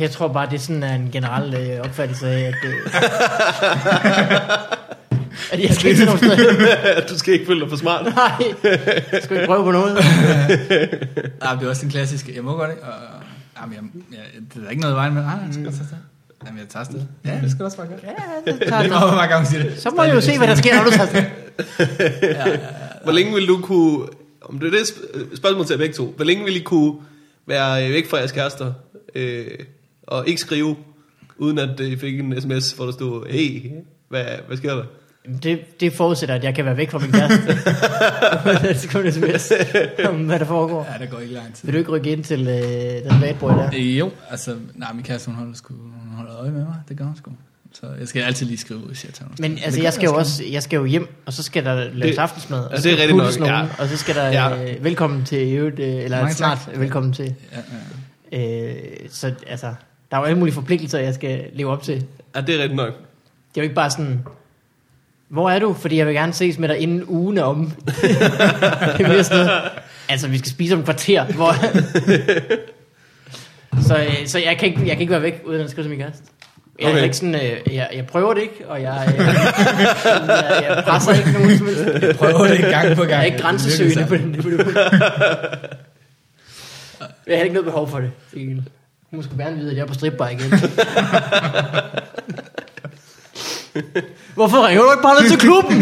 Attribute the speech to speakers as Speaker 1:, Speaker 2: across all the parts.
Speaker 1: jeg tror bare, det er sådan en generel øh, opfattelse af, at, øh, at jeg skal ikke til nogen steder.
Speaker 2: du skal ikke føle dig for smart.
Speaker 1: Nej, jeg skal ikke prøve på noget.
Speaker 3: Ah, det er også den klassiske, jeg må godt ikke, og, og, jamen, jeg, jeg, det er der ikke noget i vejen med, ah, jeg skal også tage afsted. Jamen, jeg tager afsted. Ja, det skal du også bare gøre.
Speaker 1: Ja, det tager
Speaker 3: Det
Speaker 1: jeg.
Speaker 3: kommer hvor mange gange, hun siger det.
Speaker 1: Så må jeg jo se, hvad der sker, når du tager afsted.
Speaker 2: Hvor længe vil du kunne... Om det er det sp- spørgsmål til jer begge to. Hvor længe vil I kunne være øh, væk fra jeres kærester øh, og ikke skrive, uden at øh, I fik en sms, hvor der stod, hey, hvad, hvad sker der?
Speaker 1: Jamen, Det, det forudsætter, at jeg kan være væk fra min kæreste. så kommer det sms om, hvad der foregår.
Speaker 3: Ja, der går ikke lang tid.
Speaker 1: Vil du ikke rykke ind til øh, den bad boy der?
Speaker 3: Øh, Jo, altså, nej, min kæreste, hun holder, sgu, hun holder øje med mig, det gør hun sgu. Så jeg skal altid lige skrive ud, shit.
Speaker 1: Men altså, jeg skal jo også jeg skal jo hjem, og så skal der laves
Speaker 2: Det-
Speaker 1: aftensmad, og
Speaker 2: ja,
Speaker 1: så
Speaker 2: det er
Speaker 1: skal
Speaker 2: rigtig
Speaker 1: puttes
Speaker 2: nok,
Speaker 1: nogen,
Speaker 2: ja.
Speaker 1: og så skal der
Speaker 2: Ja.
Speaker 1: øh, velkommen til i øvrigt, øh, eller
Speaker 3: Mange
Speaker 1: snart
Speaker 3: tak.
Speaker 1: velkommen til.
Speaker 3: Ja, ja.
Speaker 1: Øh, så altså, der er jo alle mulige forpligtelser, jeg skal leve op til. Det
Speaker 2: Ja, det er rigtigt nok.
Speaker 1: er jo ikke bare sådan, hvor er du? Fordi jeg vil gerne ses med dig inden ugen er om. det bliver sådan noget. Altså, vi skal spise om et kvarter. Hvor... så øh, så jeg, kan ikke, jeg kan ikke være væk, uden at skrive til min kæreste. Jeg, okay.
Speaker 2: Okay.
Speaker 1: er ikke sådan, øh, jeg, jeg prøver det ikke, og jeg, øh, jeg, jeg presser ikke nogen som helst.
Speaker 3: Jeg prøver det gang på gang.
Speaker 1: Jeg er ikke
Speaker 3: Det
Speaker 1: grænsesøgende på
Speaker 3: lykkes
Speaker 1: den på det punkt. Jeg har ikke noget behov for det. Egentlig. Hun skulle gerne vide, at jeg er på stripbar igen. Hvorfor ringer du ikke bare ned til klubben?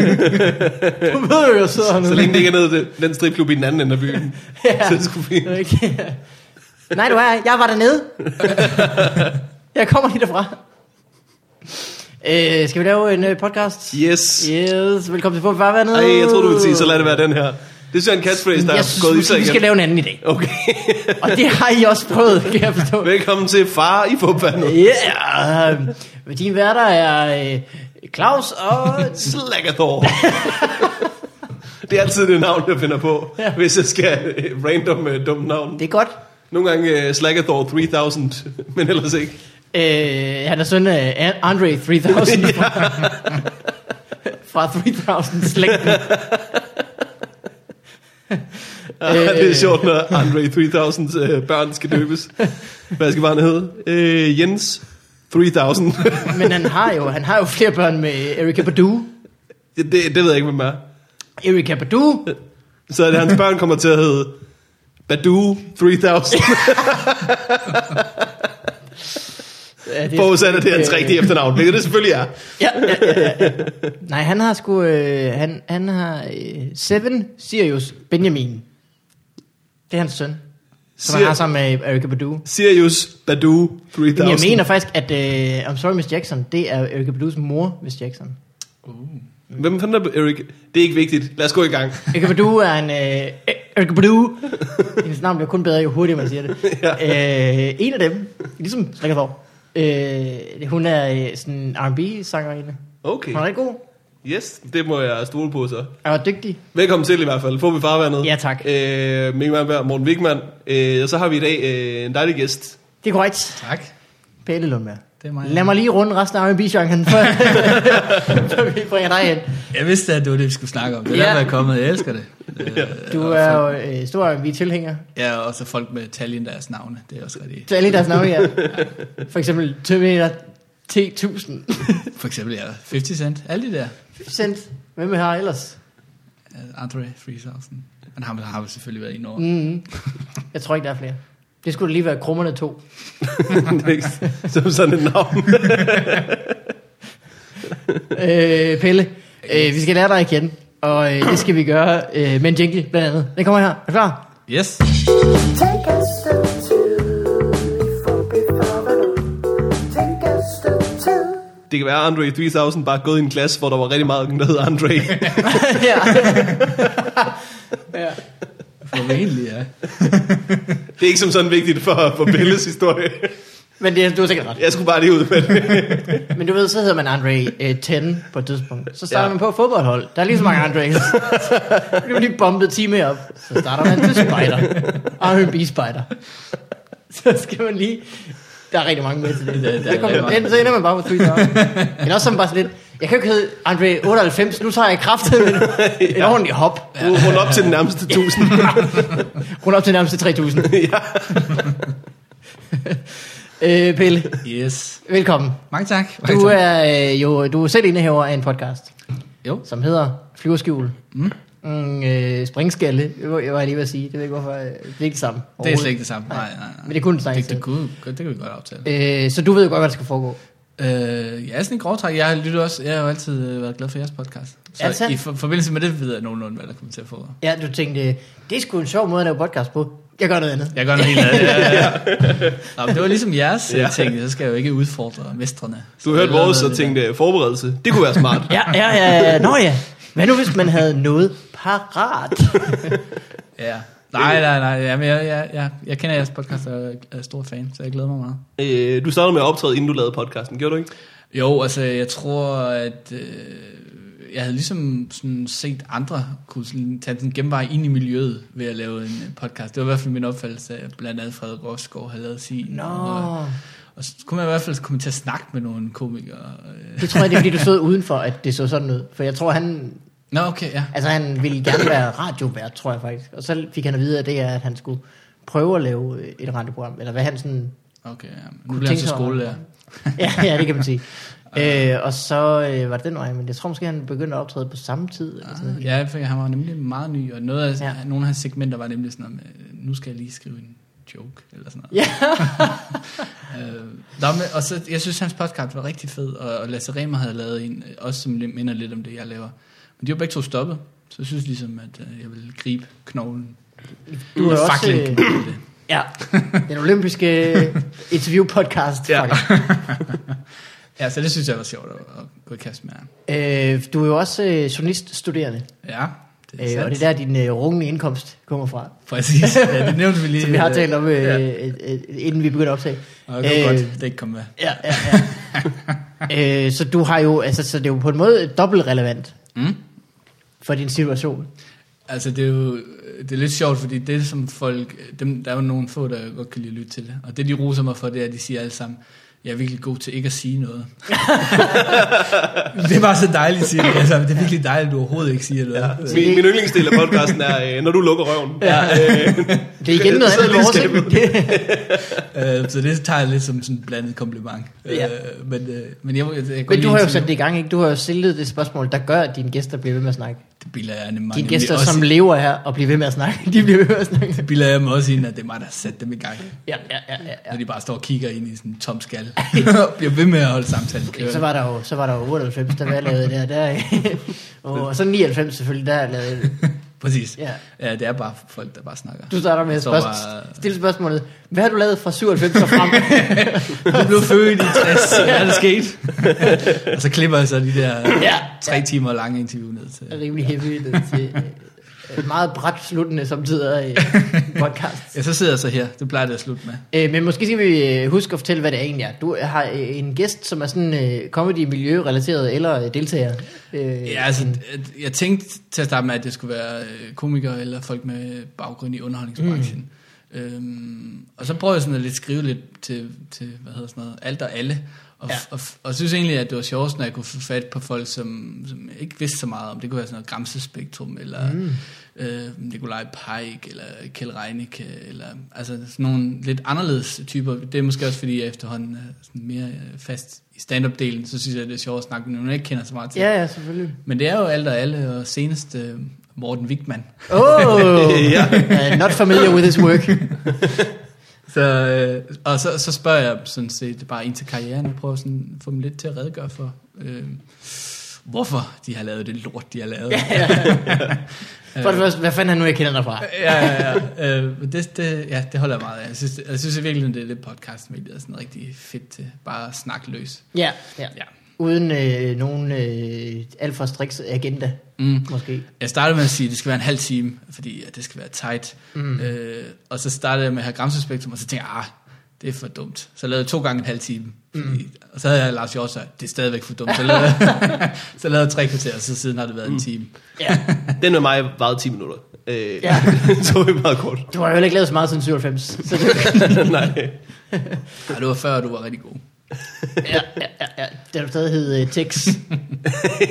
Speaker 1: Du ved jo, jeg sidder hernede.
Speaker 2: Så længe det ikke er ned til den stripklub i den anden ende af byen,
Speaker 1: Ja.
Speaker 2: så er det sgu fint.
Speaker 1: Ikke? Nej, du er Jeg var dernede. Jeg kommer lige derfra. Øh, skal vi lave en øh, podcast?
Speaker 2: Yes.
Speaker 1: Yes, velkommen til på Farvandet.
Speaker 2: Ej, jeg tror du ville sige, så lad det være den her. Det synes jeg er en catchphrase, der
Speaker 1: Jeg
Speaker 2: er
Speaker 1: synes,
Speaker 2: gået i
Speaker 1: måske,
Speaker 2: sig
Speaker 1: vi skal
Speaker 2: igen.
Speaker 1: lave en anden i dag.
Speaker 2: Okay,
Speaker 1: Og det har I også prøvet, kan jeg forstå.
Speaker 2: velkommen til Far i Forbandet.
Speaker 1: Ja, yeah. øhm, din værter er øh, Claus og...
Speaker 2: Slagathor. det er altid det navn, jeg finder på,
Speaker 1: Ja.
Speaker 2: hvis jeg skal øh, random uh, dumme navn.
Speaker 1: Det er godt.
Speaker 2: Nogle gange uh, Slagathor 3000, men ellers ikke.
Speaker 1: Øh, han er søn af An- Andre 3000. fra, fra 3000 slægten. Øh.
Speaker 2: Ah, det er sjovt, når Andre 3000 uh, børn skal døbes. Hvad skal barnet hedde? Uh, Jens 3000.
Speaker 1: Men han har jo, han har jo flere børn med Erika Badu.
Speaker 2: det, det, det ved jeg ikke, hvem er.
Speaker 1: Erika Badu.
Speaker 2: Så at hans børn kommer til at hedde Badu 3000,
Speaker 1: Ja, det er- øh,
Speaker 2: forudsat at det er hans rigtige efternavn, hvilket det selvfølgelig er.
Speaker 1: Ja, ja, ja, ja, ja. Nej, han har sgu... Øh, han, han har øh, Seven Sirius Benjamin. Det er hans søn. Som han
Speaker 2: Sir-
Speaker 1: har sammen med Erika Badu.
Speaker 2: Sirius Badu 3000.
Speaker 1: Jamen, jeg mener faktisk, at øh, I'm Sorry Miss Jackson, det er Erika Badu's mor, Miss Jackson.
Speaker 2: Mm. Hvem fanden er Erik? Det er ikke vigtigt. Lad os gå i gang.
Speaker 1: Erika Badu er en... Øh, Erika Badu! Hendes navn bliver kun bedre, jo hurtigere man siger det. ja. øh, en af dem, ligesom Rikardov. Øh, hun er øh, sådan en R&B-sangerinde.
Speaker 2: Okay.
Speaker 1: Hun er rigtig god.
Speaker 2: Yes, det må jeg stole på så.
Speaker 1: Er jo dygtig.
Speaker 2: Velkommen til i hvert fald. Får vi farvandet?
Speaker 1: Ja, tak.
Speaker 2: Øh, Mikkel Malmberg, Morten Wigman. Øh, og så har vi i dag øh, en dejlig gæst.
Speaker 1: Det er korrekt.
Speaker 3: Tak.
Speaker 1: Pelle Lundberg.
Speaker 3: Det er mig.
Speaker 1: Lad mig lige runde resten af R&B-genren, før, før vi bringer dig hen.
Speaker 3: Jeg vidste, at det var det, vi skulle snakke om. Det er
Speaker 1: Ja.
Speaker 3: derfor, jeg er kommet. Jeg elsker det. Øh,
Speaker 1: Du
Speaker 3: og
Speaker 1: er
Speaker 3: folk-
Speaker 1: jo øh, stor R&B-tilhænger.
Speaker 3: Ja, og så folk med taljen deres navne. Det er også rigtigt.
Speaker 1: Så alle deres navne her. For eksempel Terminator T-1000.
Speaker 3: For eksempel ja, 50 Cent. Alle de der.
Speaker 1: Sendt. Hvem har ellers?
Speaker 3: Øh, Andre 3000. Han har, har vel selvfølgelig været inde over.
Speaker 1: Mm-hmm. Jeg tror ikke, der er flere. Det skulle da lige være krummerne to.
Speaker 2: Det er ikke Som sådan et navn.
Speaker 1: Øh, Pelle, øh, vi skal lære dig at kende. Og øh, det skal vi gøre øh, med en jingle, blandt andet. Den kommer her. Er du klar?
Speaker 3: Yes.
Speaker 4: Take a step two before before the Take a step two.
Speaker 2: Det kan være, at Andre 3000 bare er gået i en klasse, hvor der var rigtig meget, der hed Andre.
Speaker 1: ja. ja.
Speaker 3: Formentlig, ja.
Speaker 2: Det er ikke som sådan vigtigt for, for Belles historie.
Speaker 1: Men det, du har sikkert ret.
Speaker 2: Jeg skulle bare lige ud med det.
Speaker 1: Men du ved, så hedder man Andre øh, 10 på et tidspunkt. Så starter
Speaker 2: Ja.
Speaker 1: ja. man på et fodboldhold. Der er lige så mange Andres. Så bliver man lige bombet time op. Så starter man til spider. R&B spider. Så skal man lige... Der er rigtig mange med til det.
Speaker 3: der er
Speaker 1: Der kommer,
Speaker 3: rigtig
Speaker 1: enten, så ender man bare på 3000. Men også som bare sådan lidt... Jeg kan jo ikke hedde Andre 98, nu tager jeg kraftet med en ordentlig hop.
Speaker 2: Rund op til den nærmeste 1000.
Speaker 1: Rund op til nærmest 3000.
Speaker 2: ja.
Speaker 1: Øh, Pelle,
Speaker 3: Yes.
Speaker 1: velkommen.
Speaker 3: Mange tak. Mange
Speaker 1: Du
Speaker 3: tak.
Speaker 1: er øh, jo du er selv indehaver af en podcast,
Speaker 3: Jo.
Speaker 1: som hedder Flyverskjul.
Speaker 3: Mm.
Speaker 1: Mm, øh, springskalle, det var jeg var lige ved at sige. Det ved jeg ikke, hvorfor øh, det er ikke det samme.
Speaker 3: Det er slet
Speaker 1: overhovedet.
Speaker 3: ikke det samme. Nej, nej, nej.
Speaker 1: Men det kunne du snakke
Speaker 3: det,
Speaker 1: selv.
Speaker 3: det, kunne, det kan vi godt aftale.
Speaker 1: Øh, så du ved jo godt, hvad der skal foregå.
Speaker 3: Øh, ja, sådan en grov træk. Jeg har lyttet også. Jeg har jo altid øh, været glad for jeres podcast. Så
Speaker 1: Ja, tak.
Speaker 3: i for, forbindelse med det ved jeg nogenlunde, hvad der kommer til at få.
Speaker 1: Ja, du tænkte, det er sgu en sjov måde at lave podcast på. Jeg gør noget andet.
Speaker 3: Jeg gør noget helt andet. Ja, ja, ja. Nå, men det var ligesom jeres
Speaker 2: Ja.
Speaker 3: ja. ting. Så skal jeg jo ikke udfordre mestrene.
Speaker 2: Du
Speaker 3: Så
Speaker 2: hørte
Speaker 3: jeg
Speaker 2: vores
Speaker 3: lavede
Speaker 2: og
Speaker 3: det
Speaker 2: tænkte, øh, forberedelse, det kunne være smart.
Speaker 1: Ja, ja, ja. Nå ja. Hvad nu, hvis man havde noget parat?
Speaker 3: der. Ja. Nej, nej, nej. Jamen, jeg, jeg, jeg, jeg kender jeres podcast og er- er stor fan, så jeg glæder mig meget.
Speaker 2: Øh, du startede med at optræde, inden du lavede podcasten, gjorde du ikke?
Speaker 3: Jo, altså jeg tror, at øh, jeg havde ligesom sådan set andre kunne sådan, tage den genvej ind i miljøet ved at lave en øh, podcast. Det var i hvert fald min opfattelse af, at blandt andet Frederik Rosgaard havde lavet sin.
Speaker 1: Nå.
Speaker 3: Og, og så kunne man i hvert fald komme til at snakke med nogle komikere. øh.
Speaker 1: Det tror jeg, det er, fordi du stod udenfor, at det så sådan ud. For jeg tror, han,
Speaker 3: Nå, okay, ja.
Speaker 1: altså, han ville gerne være radiovært, tror jeg faktisk. Og så fik han at vide, at det er, at han skulle prøve at lave øh, et radioprogram. Eller hvad han sådan...
Speaker 3: Okay, ja. Nu
Speaker 1: Kunne
Speaker 3: lærer
Speaker 1: tænke
Speaker 3: til
Speaker 1: sig om-
Speaker 3: skole, ja.
Speaker 1: Ja, ja det kan man sige. Øh, og så øh, var det den vej, men jeg tror måske, han begyndte at optræde på samme tid. Eller sådan noget.
Speaker 3: Ah, Ja, for han var nemlig meget ny, og noget af,
Speaker 1: Ja.
Speaker 3: ja. nogle af hans segmenter var nemlig sådan om, øh, nu skal jeg lige skrive en joke, eller sådan noget.
Speaker 1: Ja.
Speaker 3: øh, nå, men, og så, jeg synes, hans podcast var rigtig fed, og, og Lasse Remer havde lavet en, øh, også som lidt- minder lidt om det, jeg laver. Men de var begge to stoppet, så jeg synes ligesom, at øh, jeg ville gribe knoglen.
Speaker 1: Du er også...
Speaker 3: Faklen
Speaker 1: Øh,
Speaker 3: knoglen, det.
Speaker 1: ja, den olympiske øh, interview-podcast.
Speaker 2: Ja.
Speaker 1: fucker.
Speaker 3: Ja, så det synes jeg var sjovt at, at gå i kast med.
Speaker 1: Øh, du er jo også øh, journaliststuderende,
Speaker 3: Ja, det er
Speaker 1: øh, og
Speaker 3: sandt.
Speaker 1: det er der, din øh, rungende indkomst kommer fra.
Speaker 3: Præcis, ja, det nævnte vi lige.
Speaker 1: Som vi har talt om, øh,
Speaker 3: Ja.
Speaker 1: øh, øh, inden vi begyndte at optage.
Speaker 3: Og det var
Speaker 1: Øh,
Speaker 3: godt, det ikke kom med.
Speaker 1: Ja, ja, ja. øh, så du har jo, altså, så det er jo på en måde dobbelt relevant
Speaker 3: Mm?
Speaker 1: for din situation.
Speaker 3: Altså, det er jo det er lidt sjovt, fordi det som folk, dem, der er jo nogle få, der godt kan lide at lytte til det. Og det, de roser mig for, det er, at de siger alle sammen, jeg er virkelig god til ikke at sige noget. det er bare så dejligt, siger de. Altså, det er virkelig dejligt, at du overhovedet ikke siger noget. Ja.
Speaker 2: Min, min yndlingsdel af podcasten er, øh, når du lukker røven. Ja. øh,
Speaker 1: Det er igen noget
Speaker 2: Så
Speaker 1: andet end vores,
Speaker 2: lige
Speaker 1: ikke?
Speaker 3: Øh, så det tager jeg lidt som sådan et blandet kompliment.
Speaker 1: Ja.
Speaker 3: Øh, men, øh, men jeg, jeg, jeg, jeg
Speaker 1: Men du har jo sat det i gang, ikke? Du har jo stillet det spørgsmål, der gør, at dine gæster bliver ved med at snakke.
Speaker 3: Det bilder jeg nemlig
Speaker 1: Dine
Speaker 3: nemlig
Speaker 1: gæster,
Speaker 3: også,
Speaker 1: som lever her og bliver ved med at snakke, de bliver ved med at snakke.
Speaker 3: Det bilder jeg mig også ind, at det er mig, der har sat dem i gang.
Speaker 1: Ja, ja, ja, ja.
Speaker 3: Ja. Når
Speaker 1: ja.
Speaker 3: de bare står og kigger ind i sådan en tom skal. og bliver ved med at holde samtalen kørende.
Speaker 1: Så var der jo, så var der jo 98, der var lavet der, der, ikke? og så 99 selvfølgelig, der lavede
Speaker 3: Præcis.
Speaker 1: Ja.
Speaker 3: Ja. ja, det er bare folk, der bare snakker.
Speaker 1: Du starter med at
Speaker 3: Så
Speaker 1: spørg-
Speaker 3: var-
Speaker 1: stille spørgsmålet, hvad har du lavet fra 97 og frem?
Speaker 3: Du blev født i 60, hvad er der sket? og så klipper jeg så de der
Speaker 1: Ja.
Speaker 3: ja. tre timer lange interview ned
Speaker 1: Det er
Speaker 3: til.
Speaker 1: Rimelig heavy det, til øh, meget bræt sluttende samtidig øh, podcast.
Speaker 3: Ja, så sidder jeg så her. Det plejer det at slutte med.
Speaker 1: Øh, men måske skal vi øh, huske at fortælle, hvad det egentlig er. Du har øh, en gæst, som er sådan øh, comedy-miljørelateret eller øh, deltager. Øh,
Speaker 3: Ja, altså, at- jeg tænkte til at starte med, at det skulle være øh, komikere eller folk med baggrund i underholdningsbranchen. Mm. Øhm, og så prøvede jeg sådan at lidt skrive lidt til, til hvad hedder sådan noget, alt og alle. Og,
Speaker 1: Ja.
Speaker 3: ja. og, og synes egentlig, at det var sjovt, når jeg kunne få fat på folk, som, som jeg ikke vidste så meget om. Det kunne være sådan noget Gramsespektrum, eller mm. øh, Nikolaj Peik, eller Kjell Reinicke, eller altså sådan nogle lidt anderledes typer. Det er måske også, fordi jeg efterhånden er sådan mere øh, fast i stand-up-delen, så synes jeg, det er sjovt at snakke med nogen, jeg ikke kender så meget til.
Speaker 1: ja, ja, selvfølgelig.
Speaker 3: Men det er jo alt og alle, og senest øh, Morten Wigman.
Speaker 1: Oh,
Speaker 2: Ja.
Speaker 1: uh, not familiar with his work.
Speaker 3: Så, øh, og så, så spørger jeg sådan set bare ind til karrieren, og prøver sådan at få dem lidt til at redegøre for, øh, hvorfor de har lavet det lort, de har lavet.
Speaker 1: For det første, hvad fanden er nu, jeg kender dig fra?
Speaker 3: ja, ja, ja. Øh, men det, det, ja, det holder jeg meget af. Jeg synes, jeg synes virkelig, det er det podcast med, det er sådan rigtig fedt til bare at snakke løs.
Speaker 1: Ja, ja.
Speaker 3: Ja.
Speaker 1: Uden øh, nogen øh, alt for striks agenda,
Speaker 3: Mm.
Speaker 1: måske.
Speaker 3: Jeg startede med at sige, at det skal være en halv time, fordi at det skal være tight. Mm. Øh, og så startede jeg med at have Gramsespektrum, og så tænkte jeg, ah, det er for dumt. Så lavede jeg to gange en halv time. Fordi, mm. Og så havde jeg Lars Hjort, så det er stadigvæk for dumt. Så lavede, jeg- så lavede jeg tre kvarter, og så siden har det været mm. en time.
Speaker 1: Ja.
Speaker 2: Den med mig varede 10 minutter. Øh,
Speaker 1: Ja.
Speaker 2: ja. så vi meget kort.
Speaker 1: Du har jo heller ikke lavet så meget siden 97. Så det,
Speaker 2: Nej.
Speaker 3: Og det var før, du var rigtig god.
Speaker 1: ja, ja, ja, ja. Da du stadig hed uh, Tex,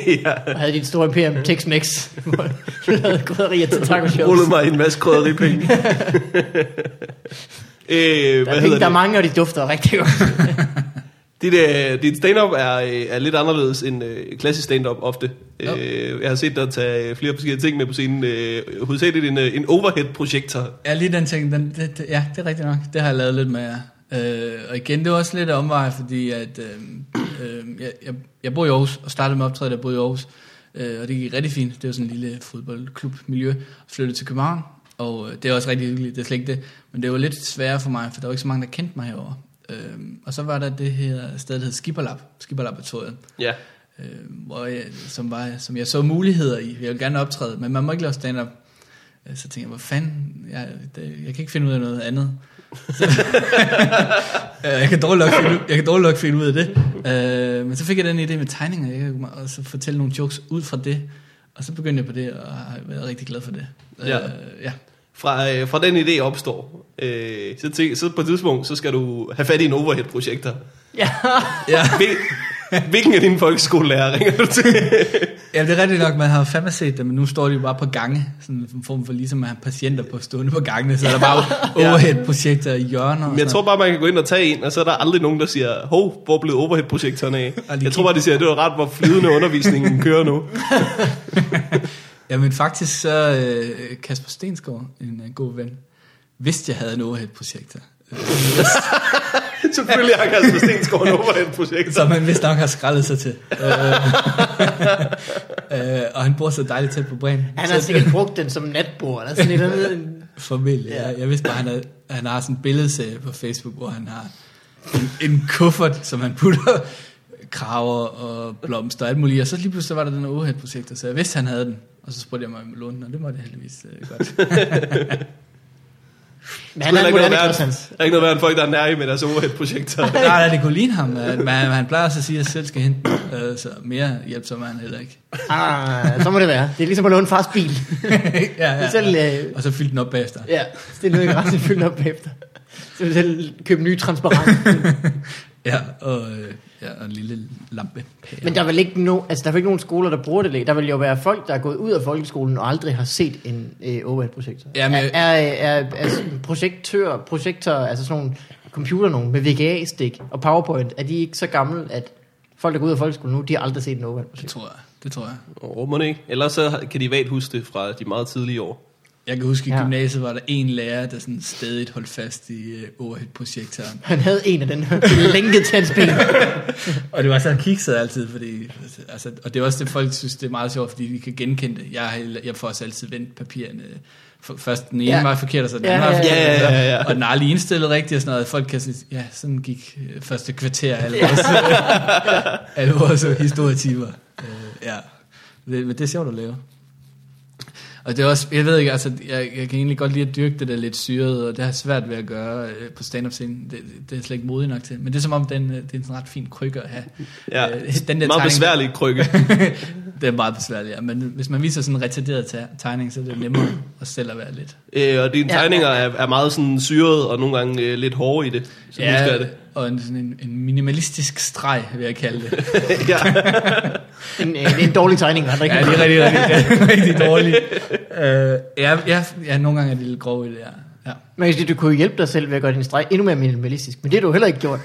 Speaker 2: ja.
Speaker 1: og havde dit store imperium Tex Mex, hvor du lavede krydderier til taco shows.
Speaker 2: Rullede mig en masse krydderipenge. Øh,
Speaker 1: Der, er,
Speaker 2: hvad
Speaker 1: ikke,
Speaker 2: hedder
Speaker 1: der er
Speaker 2: det?
Speaker 1: mange, og de dufter rigtig godt.
Speaker 2: Dit, øh, dit stand-up er, øh, er lidt anderledes end øh, klassisk stand-up ofte.
Speaker 3: Ja.
Speaker 2: Øh, jeg har set dig tage øh, flere forskellige ting med på scenen. Øh, hovedsageligt en, øh, en overhead-projektor.
Speaker 3: Ja, lige den ting, den, det, det, ja, det er rigtigt nok. Det har jeg lavet lidt med jer. Øh, og igen, det var også lidt af omvej, fordi at, øh, øh, jeg, jeg, jeg bor i Aarhus, og startede med at optræde, da jeg boede i Aarhus. Øh, og det gik rigtig fint. Det var sådan en lille fodboldklubmiljø. Flyttede til København, og øh, det er også rigtig hyggeligt, det er slet ikke det. Men det var lidt sværere for mig, for der var ikke så mange, der kendte mig herovre. Øh, og så var der det her sted, der hed Skipperlab, Skipperlaboratoriet
Speaker 2: Ja.
Speaker 3: øh, hvor jeg, som, var, som jeg så muligheder i. Jeg ville gerne optræde, men man må ikke lave stand-up. Øh, Så tænkte jeg, hvor fanden, jeg, det, jeg kan ikke finde ud af noget andet. Så, Øh, jeg kan dårligt nok finde, ud- jeg kan dårligt nok finde ud af det. Øh, men så fik jeg den idé med tegninger, jeg kan, og så fortælle nogle jokes ud fra det. Og så begyndte jeg på det, og har været rigtig glad for det. Øh,
Speaker 2: Ja.
Speaker 3: ja.
Speaker 2: Fra, øh, fra den idé opstår, øh, så, til, så på et tidspunkt, så skal du have fat i en overhead-projektor.
Speaker 1: ja.
Speaker 3: ja.
Speaker 2: Hvil, hvilken af dine folkeskolelærer ringer du til?
Speaker 3: Ja, det er rigtigt nok, man har jo fandme set det, men nu står de jo bare på gange, sådan en form for ligesom at have patienter på stående på gangene, så er der bare overhead-projekter i hjørner og
Speaker 2: Men jeg
Speaker 3: sådan
Speaker 2: tror bare, man kan gå ind og tage en, og så er der aldrig nogen, der siger, hov, hvor blev overhead-projektoren af?
Speaker 3: Og lige
Speaker 2: Jeg tror bare, de siger, det var ret, hvor flydende undervisningen kører nu.
Speaker 3: Jamen faktisk så øh, Kasper Stensgaard, en øh, god ven, vidste jeg havde en overhead-projekter.
Speaker 2: Selvfølgelig har Kasper Stensgaard en overhead-projektor.
Speaker 3: Så man vidste nok har skrællet sig til. Øh, øh, og han bor så dejligt tæt på Bremen.
Speaker 1: Han har
Speaker 3: Så-
Speaker 1: sikkert brugt den som natbord, eller sådan et eller andet.
Speaker 3: Formentlig, ja. Jeg vidste bare, han, havde, han har sådan en billedserie på Facebook, hvor han har en, en kuffert, som han putter kraver og blomster og alt muligt. Og så lige pludselig var der den her overhead-projekter, så jeg vidste, han havde den. Og så spurgte jeg mig om at låne den, og det måtte jeg heldigvis øh, godt.
Speaker 1: Men han er en
Speaker 2: ikke noget
Speaker 1: moderne
Speaker 2: værre,
Speaker 1: Christians.
Speaker 2: der er ikke noget værre end folk, der er nære med deres overhead-projekter.
Speaker 3: Nej, nej, det kunne ligne ham, at man, han plejer også at sige, at jeg selv skal hente den. øh, Så mere hjælpsom er han heller ikke.
Speaker 1: Ah, så må det være. Det er ligesom at låne fars bil.
Speaker 3: ja, ja.
Speaker 1: Selv, øh,
Speaker 3: Og så fyldte den op bagefter.
Speaker 1: ja, det er noget, jeg resten fyldt op efter. Så vil jeg selv købe nye transparenter.
Speaker 3: Ja, og, øh, ja, og en lille lampe.
Speaker 1: Men der er vel ikke, no, altså, der er vel ikke nogen skoler, der bruger det længere. Der vil jo være folk, der er gået ud af folkeskolen og aldrig har set en øh, overhead-projektor.
Speaker 3: Ja, men-
Speaker 1: Er, er, er, er sådan projektør, projektor, altså sådan nogle computer nogen med VGA-stik og PowerPoint, er de ikke så gamle, at folk, der går ud af folkeskolen nu, de har aldrig set en
Speaker 3: Det
Speaker 1: overhead-projektor?
Speaker 3: tror jeg. Det tror jeg.
Speaker 2: Åh, må det ikke. Ellers så kan de vagt huske det fra de meget tidlige år.
Speaker 3: Jeg kan huske, i
Speaker 1: Ja.
Speaker 3: gymnasiet var der en lærer, der sådan stadig holdt fast i øh, overhead-projektoren.
Speaker 1: Han havde en af den her lænket til hans ben.
Speaker 3: Og det var sådan kikset altid, fordi, altså, og det er også det, folk synes, det er meget sjovt, fordi de kan genkende det. Jeg, har- jeg får også altid vendt papirerne. F- Først den ene
Speaker 1: Ja.
Speaker 3: ja. var forkert, og så den
Speaker 1: Ja,
Speaker 3: anden var
Speaker 1: ja,
Speaker 3: forkert.
Speaker 2: ja.
Speaker 3: og så-
Speaker 2: Ja, ja, ja.
Speaker 3: Og den er aldrig indstillet rigtigt, og sådan noget. Folk kan sige, ja, sådan gik øh, første kvarter af alle vores, øh, alle vores historietimer. Øh, ja. Det, men det er sjovt at lave. Og det er også, jeg ved ikke, altså, jeg, jeg kan egentlig godt lide at dyrke det der lidt syrede, og det har jeg svært ved at gøre øh, på stand-up-scenen. Det, det, det er slet ikke modig nok til. Men det er som om, den, øh, det er en sådan ret fin krykke at have.
Speaker 2: Ja,
Speaker 3: Øh,
Speaker 2: den der meget besværlig krykke.
Speaker 3: det er meget besværligt, ja. Men hvis man viser sådan en retarderet te- tegning, så er det nemmere at selv at være lidt.
Speaker 2: Øh, og dine
Speaker 1: Ja.
Speaker 2: tegninger er, er meget sådan syrede og nogle gange øh, lidt hårde i det. Så ja. husker jeg det.
Speaker 3: og en, sådan en, en minimalistisk streg, vil jeg kalde det.
Speaker 2: ja.
Speaker 1: En, øh, det er en dårlig tegning, han
Speaker 3: Ja, det er rigtig, rigtig, rigtig dårligt. Øh, ja, ja, ja, nogle gange er det lidt grov i det, ja. ja.
Speaker 1: Men jeg siger, du kunne jo hjælpe dig selv ved at gøre din streg endnu mere minimalistisk, men det har du heller ikke gjort.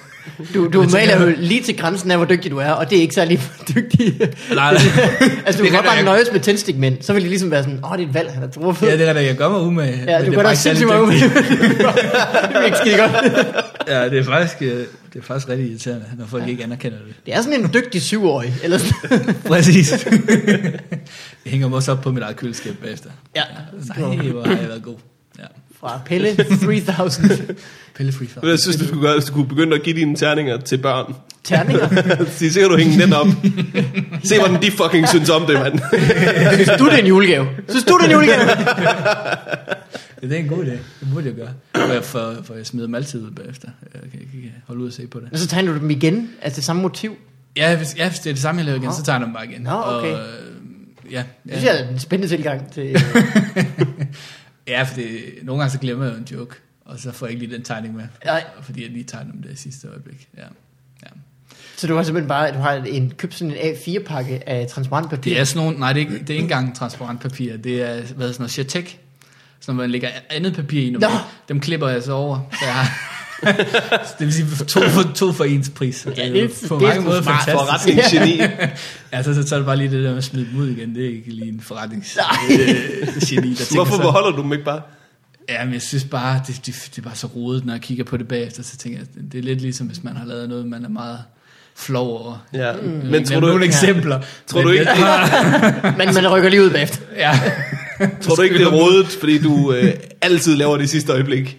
Speaker 1: Du, du
Speaker 3: tænker
Speaker 1: maler
Speaker 3: jeg-
Speaker 1: jo lige til grænsen af, hvor dygtig du er, og det er ikke særlig dygtig.
Speaker 3: Nej, nej.
Speaker 1: altså, du
Speaker 3: Det
Speaker 1: kan
Speaker 3: kan
Speaker 1: godt bare
Speaker 3: jeg-
Speaker 1: nøjes med tændstikmænd, så vil de ligesom være sådan, åh, det er et valg, han har truffet.
Speaker 3: Ja, det er det, jeg gør mig ud med.
Speaker 1: ja du gør dig sindssygt meget ud. det er ikke skide godt.
Speaker 3: Ja, det er faktisk, øh, det er faktisk rigtig irriterende, når folk ja. ikke anerkender det.
Speaker 1: Det er sådan en dygtig syvårig, eller sådan.
Speaker 3: Præcis. jeg hænger mig også op på mit eget køleskab bagefter.
Speaker 1: Ja.
Speaker 3: Nej, hvor har jeg været god. Ja.
Speaker 1: Fra Pelle 3000
Speaker 3: Pelle Free Fire.
Speaker 2: Jeg synes, du skulle, gøre, hvis du skulle begynde at give dine terninger til børn.
Speaker 1: terninger.
Speaker 2: Så kan du hænge den op. Se, hvordan de fucking synes om det, mand.
Speaker 1: Synes du, det er en julegave? Synes du, det er en julegave?
Speaker 3: Ja, det er en god idé. Det burde jeg gøre. For jeg, for, for jeg smider dem altid ud bagefter. Jeg kan ikke holde ud og se på det.
Speaker 1: Og så tegner du dem igen, altså det samme motiv.
Speaker 3: Ja, hvis, ja, hvis det er det samme, jeg laver igen, så tager jeg dem bare igen.
Speaker 1: Nå, okay.
Speaker 3: Og, øh, ja,
Speaker 1: Det synes
Speaker 3: ja.
Speaker 1: jeg er en spændende tilgang til...
Speaker 3: ja, for det, nogle gange så glemmer jeg jo en joke, og så får jeg ikke lige den tegning med.
Speaker 1: Nej.
Speaker 3: Fordi jeg lige tegner dem der i sidste øjeblik. Ja. ja.
Speaker 1: Så du har simpelthen bare, du har en, købt sådan en A4-pakke af transparent papir.
Speaker 3: Det er sådan nogle, nej, det er ikke, det er ikke engang transparent papir. Det er, hvad hedder sådan noget, chatek. som man lægger andet papir i, når
Speaker 1: Nå.
Speaker 3: man, dem klipper jeg så over, så jeg har... Så det vil sige to for, to for ens pris.
Speaker 1: Ja,
Speaker 3: jo
Speaker 1: det-
Speaker 3: på
Speaker 1: det er
Speaker 3: mange
Speaker 1: sgu
Speaker 3: måder
Speaker 1: smart.
Speaker 3: fantastisk.
Speaker 2: Forretningsgeni.
Speaker 3: Altså, så tager det bare lige det der med at smide dem ud igen. Det er ikke lige en forretnings øh,
Speaker 1: Nej.
Speaker 3: geni, der tænker
Speaker 2: Hvorfor
Speaker 3: sådan.
Speaker 2: beholder du dem ikke bare?
Speaker 3: Ja, men jeg synes bare, det, det, det er bare så rodet, når jeg kigger på det bagefter, så tænker jeg, at det er lidt ligesom, hvis man har lavet noget, man er meget flov over.
Speaker 2: Ja. Mm.
Speaker 3: Jeg vil
Speaker 2: Men
Speaker 3: ikke
Speaker 2: tror
Speaker 3: nævne
Speaker 2: du,
Speaker 3: nogle eksempler.
Speaker 2: Tror
Speaker 3: men
Speaker 2: du ikke,
Speaker 3: jeg-
Speaker 1: Men man rykker lige ud bagefter.
Speaker 3: Ja.
Speaker 2: tror du ikke det er rådet, fordi du øh, altid laver det i sidste øjeblik?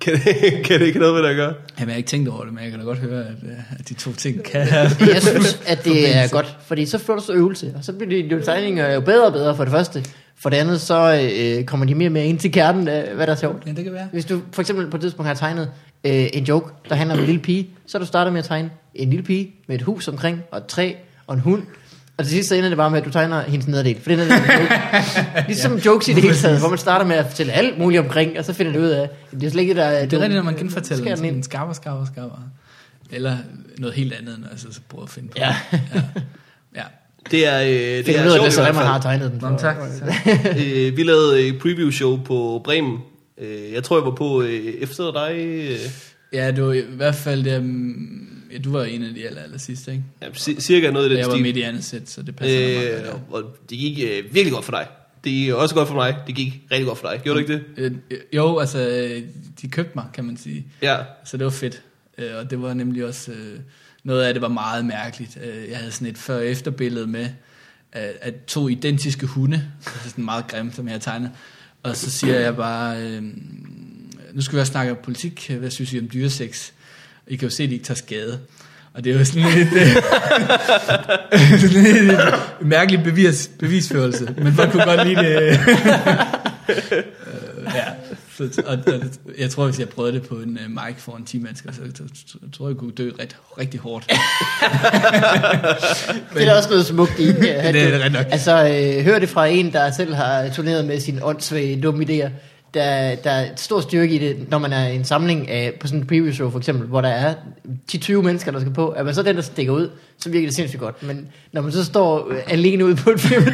Speaker 2: Kan det, kan det ikke have noget med dig at gøre?
Speaker 3: Jamen, jeg har ikke tænkt over det, men jeg kan da godt høre, at, øh, at de to ting kan...
Speaker 1: Jeg synes, at det er godt, fordi så får du så øvelse, og så bliver dine dine tegninger jo bedre og bedre for det første. For det andet, så øh, kommer de mere og mere ind til kernen af, hvad der er sjovt.
Speaker 3: Ja, det kan være.
Speaker 1: Hvis du for eksempel på et tidspunkt har tegnet øh, en joke, der handler om en lille pige, så er du starter med at tegne en lille pige med et hus omkring, og et træ, og en hund. Og til sidst så ender det bare med, at du tegner hendes nederdel. For det er en joke. Ligesom jokes i det hele taget, hvor man starter med at fortælle alt muligt omkring, og så finder du ud af, at det er slet ikke det, der er...
Speaker 3: Det er rigtigt, når man
Speaker 1: Skær
Speaker 3: genfortæller
Speaker 1: øh, den
Speaker 3: den,
Speaker 1: ind.
Speaker 3: den skarper, skarper, skarper. Eller noget helt andet, end altså, så prøver at finde på.
Speaker 1: Ja.
Speaker 3: ja. ja.
Speaker 2: Det er, øh, det
Speaker 1: Finder
Speaker 2: er
Speaker 1: du ud af
Speaker 2: sjovt
Speaker 1: det,
Speaker 2: i
Speaker 1: så
Speaker 2: hvert
Speaker 1: man
Speaker 2: fald.
Speaker 1: har tegnet den.
Speaker 3: Nå, men tak.
Speaker 2: øh, vi lavede et preview show på Bremen. Øh, jeg tror, jeg var på øh, efter dig. Øh,
Speaker 3: Ja, du i hvert fald... Det, um, ja, du var en af de aller, aller sidste, ikke?
Speaker 2: ja, ci- cirka noget i den
Speaker 3: Jeg var
Speaker 2: stil.
Speaker 3: midt i andet sæt, så det passer øh, meget godt.
Speaker 2: øh,
Speaker 3: ja.
Speaker 2: og, og det gik øh, virkelig godt for dig. Det gik også godt for mig. Det gik rigtig godt for dig. Gjorde du ikke det?
Speaker 3: Øh, jo, altså, øh, de købte mig, kan man sige.
Speaker 2: Ja.
Speaker 3: Så det var fedt. Øh, og det var nemlig også... Øh, noget af det var meget mærkeligt. Øh, jeg havde sådan et før- og efterbillede med af, af to identiske hunde. Altså sådan meget grimt, som jeg har tegnet. Og så siger jeg bare... Øh, nu skal vi også snakke om politik. Hvad synes I om dyresex? I kan jo se, at de ikke tager skade. Og det er jo sådan lidt, øh, sådan lidt en mærkelig bevis, bevisførelse. Men folk kunne godt lide det. Øh, ja. Så, og, og, jeg tror, hvis jeg prøvede det på en øh, mic foran 10 mennesker, så, så, så, tror jeg, jeg kunne dø ret, rigtig hårdt.
Speaker 1: Det er der også noget smukt i. Ja,
Speaker 3: Det er det rigtig nok.
Speaker 1: Altså, øh, hør det fra en, der selv har turneret med sine åndssvage dumme idéer. Der, der er et stor styrke i det, når man er i en samling af, på sådan en preview show for eksempel, hvor der er 10-20 mennesker, der skal på. Er man så den, der stikker ud, så virker det sindssygt godt. Men når man så står øh, alene ude på en firmatur,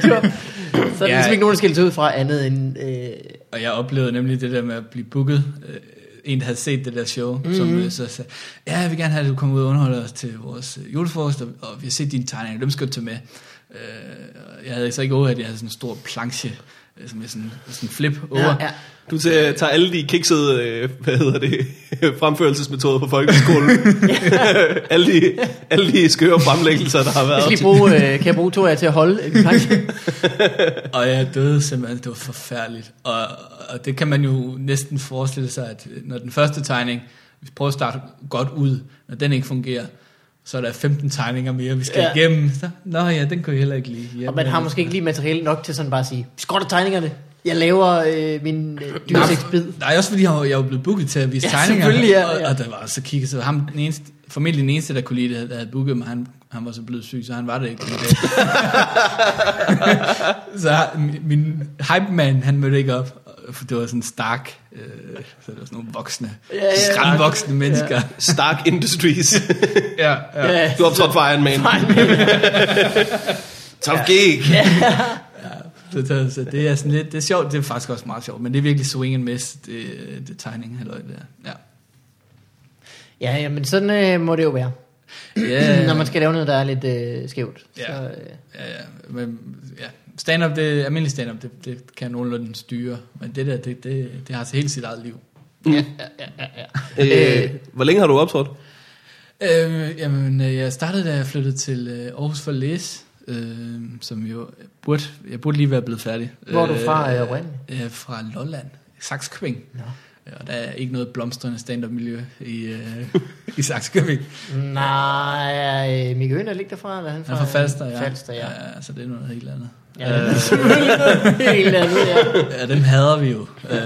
Speaker 1: så er
Speaker 3: Ja.
Speaker 1: der ligesom ikke nogen, der skiller sig ud fra andet end... Øh,
Speaker 3: Og jeg oplevede nemlig det der med at blive booket. Øh, en, der havde set det der show, mm-hmm.
Speaker 1: Mhm.
Speaker 3: som øh, så sagde, ja, jeg vil gerne have, at du kommer ud og underholder os til vores øh, julefrokost, og, og vi har set dine tegninger, dem skal du tage med. Øh, og jeg havde så ikke over, at jeg havde sådan en stor planche, øh, som jeg sådan, sådan flip over.
Speaker 1: ja, ja.
Speaker 2: Du tager, tager alle de kiksede, øh, hvad hedder det, fremførelsesmetoder på folkeskolen. alle, de, alle de skøre fremlæggelser, der har
Speaker 1: Jeg
Speaker 2: været.
Speaker 1: skal lige bruge, øh, kan jeg bruge to af jer til at holde en pakke?
Speaker 3: Og jeg døde simpelthen, det var forfærdeligt. Og, og det kan man jo næsten forestille sig, at når den første tegning, vi prøver at starte godt ud, når den ikke fungerer, så er der 15 tegninger mere, vi skal
Speaker 1: Ja.
Speaker 3: ja. igennem. Så, Nå ja, den kunne jeg heller ikke lide. Ja,
Speaker 1: Og man har måske ikke lige materiale nok til sådan bare at sige, skrotter tegningerne, jeg laver øh, min øh, dyreseksbid.
Speaker 3: Nej, også fordi jeg, var- jeg var blevet booket til at vise
Speaker 1: Ja,
Speaker 3: tegninger.
Speaker 1: selvfølgelig, ja,
Speaker 3: Og,
Speaker 1: ja.
Speaker 3: og der var så kigget, så ham, den eneste, formentlig den eneste, der kunne lide det, der havde booket mig, han, han var så blevet syg, så han var det ikke. lige i dag. så min- min hype man, han mødte ikke op. For det var sådan stark, øh, så det var sådan nogle voksne, ja,
Speaker 1: ja.
Speaker 3: ja, skræmvoksne mennesker.
Speaker 2: Stark Industries.
Speaker 3: Ja, ja. ja.
Speaker 2: Du optrådte for Iron Man. Top gig.
Speaker 3: Så, så, så, det er sådan lidt, det er sjovt, det er faktisk også meget sjovt, men det er virkelig swing and miss, det, det tegning, halløj, det er. Ja.
Speaker 1: Ja, ja, men sådan øh, må det jo være.
Speaker 3: Ja.
Speaker 1: Når man skal lave noget, der er lidt øh, skævt.
Speaker 3: Ja.
Speaker 1: Så, øh,
Speaker 3: Ja, ja. Men, ja. Stand-up, det, almindelig stand-up, det, det kan nogenlunde styre. Men det der, det, det, det har til helt sit eget liv.
Speaker 2: Øh, hvor længe har du optrådt?
Speaker 3: Øh, jamen, øh, jeg startede, da jeg flyttede til øh, Aarhus for at læse, øh, som jo burde, jeg burde lige være blevet færdig.
Speaker 1: Hvor er du fra, øh, oprindeligt?
Speaker 3: øh, Fra Lolland, Saxkøbing. Ja. Og der er ikke noget blomstrende stand-up miljø i, øh, i Saxkøbing.
Speaker 1: nej, øh, Mikke Øen er ligge derfra, eller er han fra?
Speaker 3: Jeg er fra Falster, ja.
Speaker 1: Falster, ja.
Speaker 3: ja. Så det er noget helt andet.
Speaker 1: ja. Øh. Helt andet, ja.
Speaker 3: Ja, dem hader vi jo. Øh,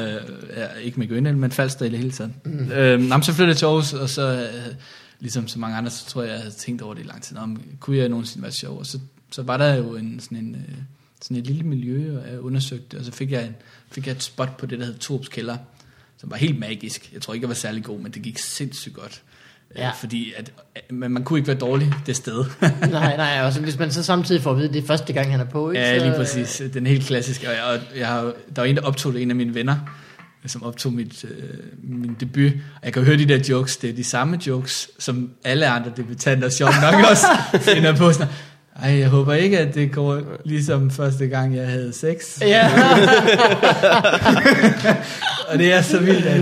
Speaker 3: ja, ikke med Gøndal, men Falster i det hele taget. Mm. Øh, nå, men så flyttede jeg til Aarhus, og så, øh, ligesom så mange andre, så tror jeg, jeg havde tænkt over det i lang tid. Om, kunne jeg nogensinde være sjov? Og så, så var der jo en, sådan, en, øh, sådan et lille miljø, og jeg undersøgte, og så fik jeg, en, fik jeg et spot på det, der hed Torps Kælder, som var helt magisk. Jeg tror ikke, jeg var særlig god, men det gik sindssygt godt.
Speaker 1: Ja.
Speaker 3: Ja. Fordi at, øh, men man kunne ikke være dårlig det sted.
Speaker 1: nej, nej, og så, hvis man så samtidig får at vide, at det er første gang, han er på, ikke?
Speaker 3: ja,
Speaker 1: så,
Speaker 3: lige præcis. Den helt klassiske. Og jeg, og jeg har, der var en, der optog det, en af mine venner, som optog mit, øh, min debut. Og jeg kan høre de der jokes, det er de samme jokes, som alle andre debutanter sjovt nok også finder på. Sådan, ej, jeg håber ikke, at det går ligesom første gang, jeg havde sex.
Speaker 1: Ja,
Speaker 3: Og det er så vildt, at...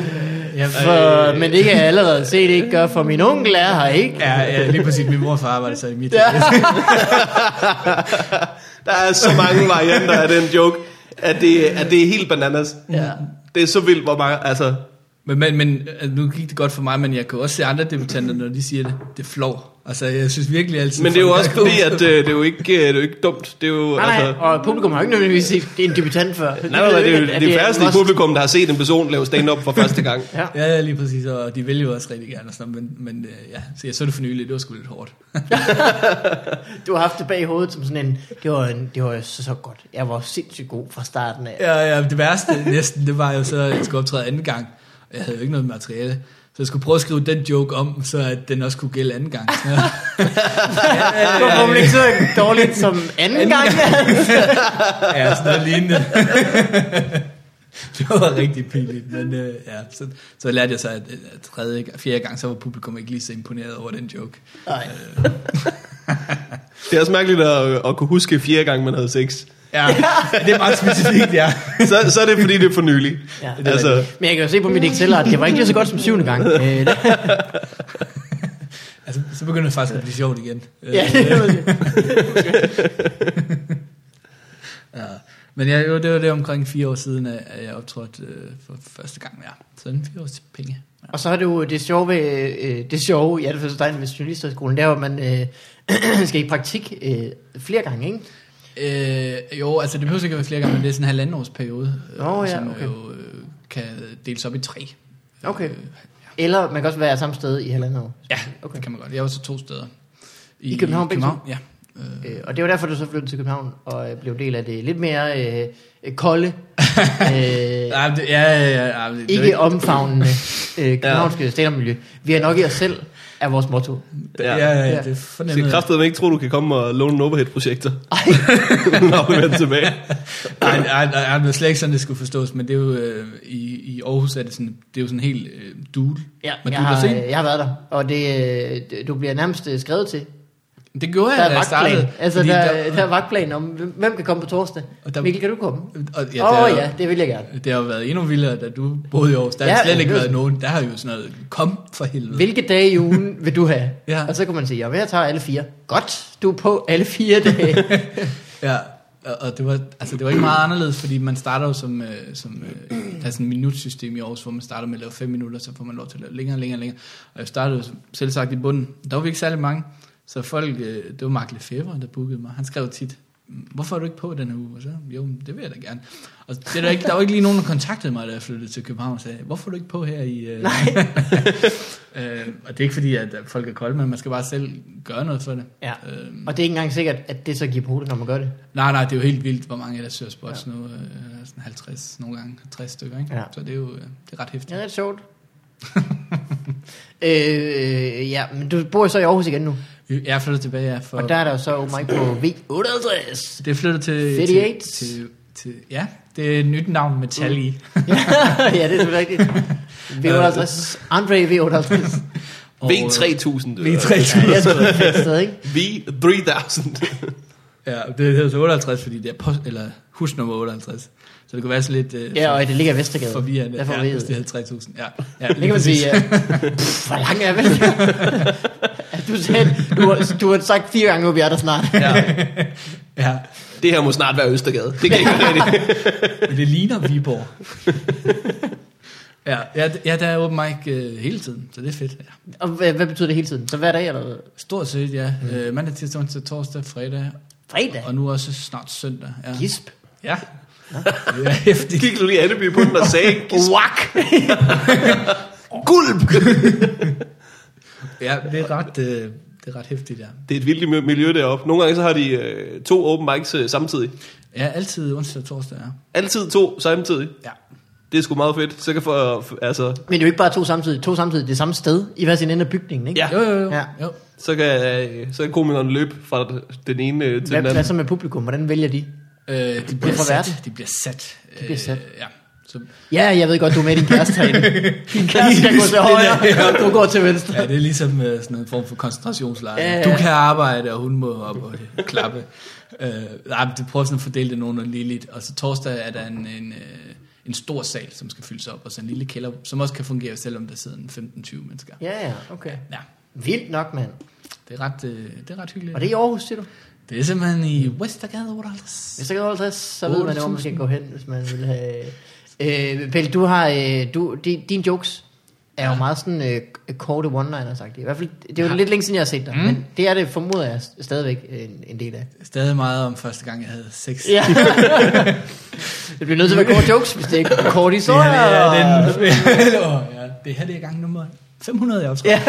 Speaker 3: Jeg,
Speaker 1: for, men det kan jeg allerede se, det ikke gør, for min onkel er her, ikke?
Speaker 3: Ja, ja, lige præcis. Min mor og far arbejder så i mit
Speaker 1: Ja.
Speaker 2: Der er så mange varianter af den joke, at det, at det er helt bananas.
Speaker 1: Ja.
Speaker 2: Det er så vildt, hvor mange... Altså,
Speaker 3: Men, men, men altså, nu gik det godt for mig, men jeg kan også se andre debutanter, når de siger det. Det flår. Altså, jeg synes virkelig altid...
Speaker 2: men det er jo
Speaker 3: folk
Speaker 2: også fordi, at øh, det er jo ikke, øh, det er jo ikke dumt. Det er jo,
Speaker 1: Nej, nej,
Speaker 2: altså,
Speaker 1: og publikum har jo ikke nødvendigvis set, det er en debutant før.
Speaker 2: nej, nej, nej, det er jo det, det færreste i
Speaker 1: must-
Speaker 2: publikum, der har set en person lave stand-up for første gang.
Speaker 1: Ja.
Speaker 3: Ja, ja, lige præcis, og de vælger jo også rigtig gerne og sådan noget, men, men øh, ja, så jeg så det for nylig, det var sgu lidt hårdt.
Speaker 1: Du har haft det bag i hovedet som sådan en, det var, en, det var så, så godt. Jeg var sindssygt god fra starten af.
Speaker 3: Ja, ja, det værste næsten, det var jo så, at jeg skulle optræde anden gang, og jeg havde jo ikke noget materiale. Så jeg skulle prøve at skrive den joke om, så at den også kunne gælde anden gang. Så,
Speaker 1: Hvorfor var det ikke så dårligt som anden gang?
Speaker 3: ja, sådan noget lignende. det var rigtig pinligt, men øh, ja, så, så lærte jeg så, at, at tredje, fjerde gang, så var publikum ikke lige så imponeret over den joke.
Speaker 1: Nej.
Speaker 2: Det er også mærkeligt at, øh, at kunne huske fjerde gang, man havde sex.
Speaker 3: Ja, det er meget specifikt, ja.
Speaker 2: Så, så er det, fordi det er for nylig.
Speaker 1: Ja.
Speaker 2: Altså,
Speaker 1: Men jeg kan jo se på mit Excel, at det var ikke lige så godt som syvende gang. Øh, det-
Speaker 3: Altså, så begynder det faktisk at blive sjovt igen.
Speaker 1: ja, det var det.
Speaker 3: Ja. Men jeg, jo, det var det omkring fire år siden, at at jeg optrådte øh, for første gang. Ja. Så en fire års penge. Ja.
Speaker 1: Og så er det jo det sjove, ved, øh, det sjove ja, det er så dejligt med journalisterskolen, det er jo, at man øh, skal i praktik øh, flere gange, ikke?
Speaker 3: Øh, jo, altså det behøver ikke at være flere gange, men det er sådan en halvanden års periode, øh,
Speaker 1: Nå, ja,
Speaker 3: som
Speaker 1: okay.
Speaker 3: jo øh, kan deles op i tre.
Speaker 1: Okay.
Speaker 3: Øh,
Speaker 1: Eller man kan også være samme sted i halvandet år.
Speaker 3: ja, okay.
Speaker 1: Okay.
Speaker 3: det kan man godt. Jeg var så to steder.
Speaker 1: I København begge
Speaker 3: København, ja. Øh,
Speaker 1: Øh, og det var derfor, du så flyttede til København og øh, blev del af det lidt mere øh, øh, kolde, øh,
Speaker 3: ja, det, ja, ja, ja, ja, det, det er
Speaker 1: ikke omfavnende øh, københavnske ja. stand-up-miljø. Vi er nok i os selv, er vores motto.
Speaker 3: Ja, ja, ja,
Speaker 1: Ja.
Speaker 3: det
Speaker 2: Jeg skal
Speaker 3: fornemmer jeg.
Speaker 2: kraftedeme ikke tro, du kan komme og låne en overhead-projekter. Når vi vender tilbage.
Speaker 3: Nej, nej, nej, nej, det var slet ikke sådan, det skulle forstås, men det er jo, øh, i, i Aarhus er det sådan, det er jo sådan helt øh, duel.
Speaker 1: Ja,
Speaker 3: Men
Speaker 1: jeg,
Speaker 3: du
Speaker 1: har,
Speaker 3: kan se-
Speaker 1: jeg har været der, og det, øh, det- du bliver nærmest øh, skrevet til.
Speaker 3: Det gjorde
Speaker 1: øh, Der
Speaker 3: jeg, da
Speaker 1: er
Speaker 3: jeg startede.
Speaker 1: vagtplan. Altså,
Speaker 3: fordi
Speaker 1: der, der, der er vagtplan om, hvem- hvem kan komme på torsdag.
Speaker 3: Og der-
Speaker 1: Mikkel, kan du komme? Åh
Speaker 3: Og, ja,
Speaker 1: ja, oh,
Speaker 3: det,
Speaker 1: ja,
Speaker 3: ja.
Speaker 1: det vil jeg gerne.
Speaker 3: det har jo været endnu vildere, da du boede i Aarhus. Der har
Speaker 1: Ja,
Speaker 3: ja, slet ikke
Speaker 1: det er
Speaker 3: været
Speaker 1: sådan.
Speaker 3: nogen. Der har jo sådan noget, kom for helvede.
Speaker 1: Hvilke dage i ugen vil du have?
Speaker 3: Ja.
Speaker 1: Og så kan man sige, jamen jeg tager alle fire. Godt, du er på alle fire dage.
Speaker 3: Ja, og- og det var, altså, det var ikke meget anderledes, fordi man starter jo som, øh, som øh, der er sådan et minutsystem i Aarhus, hvor man starter med at lave 5 minutter, så får man lov til at lave længere og længere og længere. Og jeg startede jo selv sagt i bunden. Der var vi ikke særlig mange, så folk, øh, det var Mark Lefebvre, der bookede mig. Han skrev tit, hvorfor er du ikke på den her uge? Og så, jo, men det vil jeg da gerne. Og det er der, ikke, der var ikke lige nogen, der kontaktede mig, da jeg flyttede til København og sagde, hvorfor er du ikke på her i... Øh? Nej. øh, og det er ikke fordi, at at folk er kolde, men man skal bare selv gøre noget for det.
Speaker 1: Ja.
Speaker 3: Øh,
Speaker 1: og det er ikke engang sikkert, at det så giver på det, når man gør det.
Speaker 3: Nej, nej, det er jo helt vildt, hvor mange der søger spots ja. nu. Øh, sådan 50, nogle gange 60 stykker, ikke?
Speaker 1: Ja.
Speaker 3: Så det er jo øh, det er ret hæftigt.
Speaker 1: Ja,
Speaker 3: Ja.
Speaker 1: det er sjovt. øh, ja, men du bor jo så i Aarhus igen nu.
Speaker 3: Jeg er flyttet tilbage, ja. For,
Speaker 1: Og der er der jo så oh my, på V58.
Speaker 3: Det er flyttet til...
Speaker 1: 58.
Speaker 3: Til, til, til, ja, det er et nyt navn med tal i.
Speaker 1: Mm. ja, det er selvfølgelig rigtigt. V58. Andre V58.
Speaker 3: Og,
Speaker 2: V3000.
Speaker 3: øh,
Speaker 2: det hedder.
Speaker 1: Ja,
Speaker 3: V3000.
Speaker 1: jeg tror, det er et fedt sted, ikke?
Speaker 2: V3000.
Speaker 3: Ja, det hedder så 58, fordi det er post, eller husnummer 58. Så det kunne være så lidt øh,
Speaker 1: Ja,
Speaker 3: for-
Speaker 1: og det ligger i Vestergade.
Speaker 3: forvirrende,
Speaker 1: Derfor
Speaker 3: ja,
Speaker 1: ved
Speaker 3: hvis det
Speaker 1: det.
Speaker 3: hedder 3000. Ja, ja
Speaker 1: Det kan man sige, ja. Pff, hvor lang er Vestergade? At du, sagde, du, har, du har sagt fire gange, at vi er der snart.
Speaker 2: Ja.
Speaker 3: ja.
Speaker 2: Det her må snart være Østergade. Det kan ikke være rigtigt.
Speaker 3: Men det ligner Viborg. ja, ja, d- ja, der er open mic øh, hele tiden, så det er fedt. Ja.
Speaker 1: Og hvad, hvad betyder det hele tiden? Så hver dag eller hvad?
Speaker 3: Stort set, ja. Mm. Øh, mandag, tirsdag, onsdag, torsdag, fredag,
Speaker 1: fredag?
Speaker 3: og nu også snart søndag. Ja.
Speaker 1: Gisp.
Speaker 3: Ja. Det er hæftigt.
Speaker 2: Gik du lige Anneby på den og sagde,
Speaker 1: Wak!
Speaker 2: gulp!
Speaker 3: Ja, det er ret, øh, det er ret hæftigt, ja.
Speaker 2: Det er et vildt mi- miljø deroppe. Nogle gange så har de øh, to open mics øh, samtidig.
Speaker 3: Ja, altid onsdag og torsdag, ja.
Speaker 2: Altid to samtidig.
Speaker 3: Ja.
Speaker 2: Det er sgu meget fedt. Så kan for, altså,
Speaker 1: Men det er jo ikke bare to samtidig. To samtidig det samme sted, i hver sin ende af bygningen, ikke?
Speaker 2: Ja.
Speaker 3: Jo, jo, jo.
Speaker 1: Ja.
Speaker 3: Ja. jo.
Speaker 2: så kan, øh, så kan komikeren løbe fra den ene øh, til
Speaker 1: Hvad,
Speaker 2: den
Speaker 1: hvad så
Speaker 2: anden.
Speaker 1: med publikum? Hvordan vælger de?
Speaker 3: Øh, de bliver
Speaker 1: fra
Speaker 3: sat.
Speaker 1: verden.
Speaker 3: De bliver sat. De
Speaker 1: bliver sat.
Speaker 3: Øh, ja. Så,
Speaker 1: Ja, jeg ved godt, du er med din kæreste herinde. Din kæreste skal gå til højre, du går til venstre.
Speaker 3: ja, det er ligesom øh, sådan en form for koncentrationslejr.
Speaker 1: Ja,
Speaker 3: Ja,
Speaker 1: ja.
Speaker 3: ja. Du kan arbejde, og hun må op og klappe. øh, nej, men det prøver sådan at fordele det nogenlunde ligeligt. Og så torsdag er der en, en, øh, en stor sal, som skal fyldes op, og så en lille kælder, som også kan fungere, selvom der sidder en 15-20 mennesker.
Speaker 1: Ja, ja, okay.
Speaker 3: Ja,
Speaker 1: Vildt nok, mand.
Speaker 3: det er ret, øh, det er ret hyggeligt.
Speaker 1: Og det er i Aarhus, siger du?
Speaker 3: Det er simpelthen i Vestergade 58.
Speaker 1: Hvis der går 50, så ved man jo, hvor man skal gå hen, hvis man vil have... Øh, Pelle, du har, øh, du, di, dine jokes er jo meget sådan øh, korte one-liner, sagt. I hvert fald, det er jo
Speaker 3: Ja.
Speaker 1: lidt længe siden, jeg har set dig, mm. men det er det formoder jeg st- stadigvæk øh, en, en del af.
Speaker 3: Stadig meget om første gang, jeg havde sex.
Speaker 1: Ja. det bliver nødt til at være korte jokes, hvis det ikke er korte
Speaker 3: Det her
Speaker 1: historier.
Speaker 3: det er, den, Åh, ja, det her det er gang nummer 500, jeg optræder.
Speaker 1: Ja.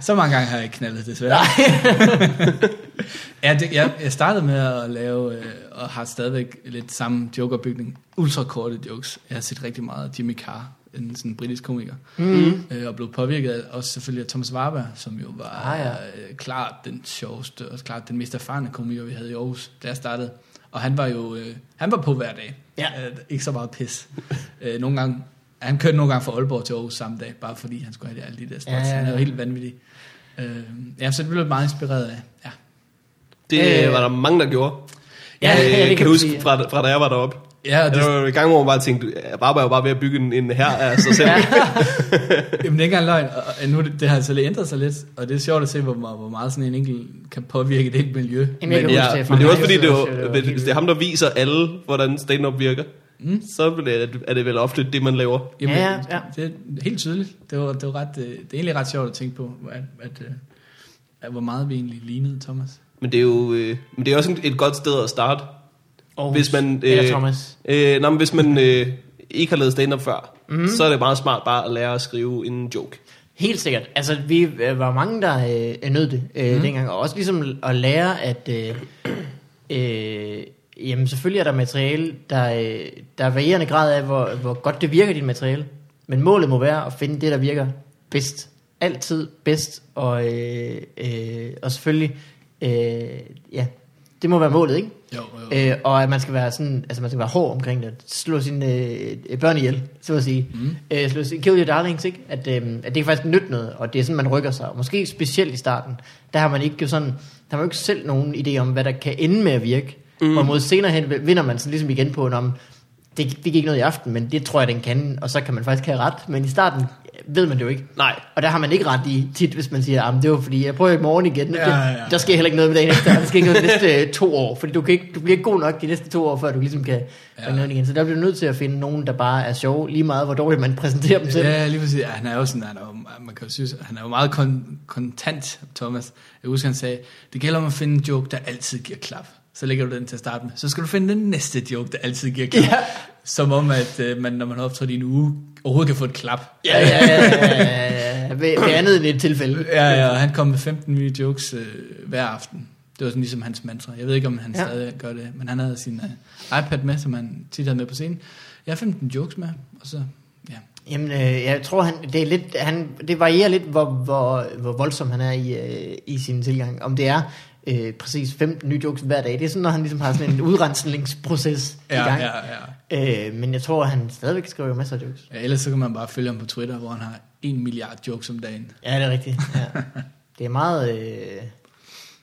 Speaker 3: Så mange gange har jeg ikke knaldet, desværre. ja, det, jeg, jeg startede med at lave, øh, og har stadigvæk lidt samme jokeopbygning. Ultrakorte jokes. Jeg har set rigtig meget af Jimmy Carr, en sådan britisk komiker.
Speaker 1: Mm-hmm.
Speaker 3: Mm. Øh, og blev påvirket af, også selvfølgelig af Thomas Warberg, som jo var
Speaker 1: Ah,
Speaker 3: ah,
Speaker 1: ja.
Speaker 3: ja. øh, klart den sjoveste, og klart den mest erfarne komiker, vi havde i Aarhus, da jeg startede. Og han var jo øh, han var på hver dag.
Speaker 1: Ja.
Speaker 3: Øh, ikke så meget pis. øh, nogle gange, han kørte nogle gange fra Aalborg til Aarhus samme dag, bare fordi han skulle have alle de der spots.
Speaker 1: Ja, ja, ja.
Speaker 3: Han er jo helt vanvittig. Øh, ja, så det blev jeg meget inspireret af. Ja.
Speaker 2: Det
Speaker 1: Øh.
Speaker 2: øh, var der mange, der gjorde. Øh,
Speaker 1: Ja, ja, det kan
Speaker 2: kan
Speaker 1: man
Speaker 2: du huske,
Speaker 1: sige.
Speaker 2: fra, fra da jeg var deroppe.
Speaker 3: Ja, og
Speaker 2: Jeg
Speaker 3: det,
Speaker 2: var i gang hvor man bare tænkte, at Barbara er jo bare ved at bygge en, en her af sig selv.
Speaker 3: Jamen, det er ikke engang løgn, og og nu det, det har altså lidt ændret sig lidt, og det er sjovt at se, hvor, meget- hvor meget sådan en enkelt kan påvirke et helt miljø.
Speaker 1: kan
Speaker 3: Men-
Speaker 1: huske det
Speaker 2: ja,
Speaker 1: fra
Speaker 2: men det er også
Speaker 1: mig.
Speaker 2: fordi, det er, jo,
Speaker 1: Det var
Speaker 2: det,
Speaker 1: helt
Speaker 2: det er ham, der viser alle, hvordan stand-up virker. Mm. Så er det- er det vel ofte det, man laver.
Speaker 3: Jamen,
Speaker 1: Ja,
Speaker 3: ja,
Speaker 1: ja.
Speaker 3: ja. Det er helt tydeligt. Det var, det var ret, øh, det er egentlig ret sjovt at tænke på, at, at, øh, at hvor meget vi egentlig lignede Thomas.
Speaker 2: Men det er jo øh, men det er også en- et godt sted at starte.
Speaker 1: Aarhus.
Speaker 2: Hvis man,
Speaker 1: Eller Thomas.
Speaker 2: Øh, nej, men hvis man øh, ikke har lavet stand-up før,
Speaker 1: Mhm.
Speaker 2: mm. så er det meget smart bare at lære at skrive en joke.
Speaker 1: Helt sikkert. Altså, vi øh, var mange, der øh, er nødt det øh, mm. dengang. Og også ligesom at lære, at... Øh, øh, jamen, selvfølgelig er der materiale, der, øh, der er varierende grad af, hvor, hvor godt det virker, dit materiale. Men målet må være at finde det, der virker bedst. Altid bedst. Og, øh, øh, og selvfølgelig... Øh, ja, det må være målet, ikke?
Speaker 3: Jo, jo.
Speaker 1: Øh, og at man skal være sådan, altså man skal være hård omkring det. Slå sine øh, øh, børn ihjel, så at sige. Mm. Øh, slå sin, kill your darlings, ikke? At, øh, at det kan faktisk nytte noget, og det er sådan, man rykker sig. Og måske specielt i starten, der har man ikke jo sådan, der har man jo ikke selv nogen idé om, hvad der kan ende med at virke. Mm. Og mod senere hen vinder man sådan ligesom igen på, om det, det gik ikke noget i aften, men det tror jeg, den kan, og så kan man faktisk have ret. Men i starten øh, ved man det jo ikke.
Speaker 2: Nej.
Speaker 1: Og der har man ikke ret i tit, hvis man siger, at det var fordi, jeg prøver i morgen igen.
Speaker 3: Ja, ja, ja.
Speaker 1: Der sker heller ikke noget med dagen efter. Der sker ikke noget de næste øh, to år, fordi du, kan ikke, du bliver ikke god nok de næste to år, før du ligesom kan ja. noget igen. Så der bliver du nødt til at finde nogen, der bare er sjov, lige meget hvor dårligt man præsenterer dem selv. Ja.
Speaker 3: Ja, lige præcis. Ja, han er jo sådan, han er jo, man kan jo synes, han er jo meget kon- kontant, Thomas. Jeg husker, han sagde, det gælder om at finde en joke, der altid giver klap. Så lægger du den til at starte med. Så skal du finde den næste joke, der altid giver klap.
Speaker 1: Ja.
Speaker 3: Ja. Som om, at øh, man, når man har optrådt i en uge, overhovedet kan få et klap.
Speaker 1: Ja, ja, ja, ja, ja. Ved, ved andet end et tilfælde.
Speaker 3: Ja, ja, og han kom med 15 nye jokes øh, hver aften. Det var sådan ligesom hans mantra. Jeg ved ikke, om han
Speaker 1: Ja.
Speaker 3: ja. stadig gør det, men han havde sin øh, iPad med, som han tit havde med på scenen. Jeg har 15 jokes med, og så, ja.
Speaker 1: Jamen, øh, jeg tror, han, det, er lidt, han, det varierer lidt, hvor, hvor, hvor voldsom han er i, øh, i sin tilgang. Om det er øh, præcis 15 nye jokes hver dag. Det er sådan, når han ligesom har sådan en udrensningsproces i
Speaker 3: Ja,
Speaker 1: gang.
Speaker 3: ja, ja.
Speaker 1: Øh, men jeg tror, han stadigvæk skriver masser af jokes.
Speaker 3: Ja, ellers så kan man bare følge ham på Twitter, hvor han har en milliard jokes om dagen.
Speaker 1: Ja, det er rigtigt. Ja. Det er meget øh,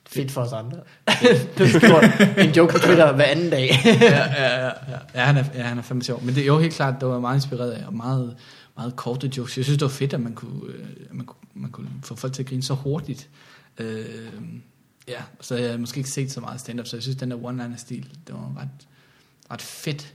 Speaker 1: fedt for os andre. det er stort. en joke på Twitter hver anden dag.
Speaker 3: ja, ja, ja, ja. ja, han er, ja, han er fandme sjov. Men det er jo helt klart, det var jeg meget inspireret af, og meget, meget korte jokes. Jeg synes, det var fedt, at man kunne, øh, at man kunne, man kunne få folk til at grine så hurtigt. Øh, ja, så jeg har måske ikke set så meget stand-up, så jeg synes, den der one-liner-stil, det var ret, ret fedt.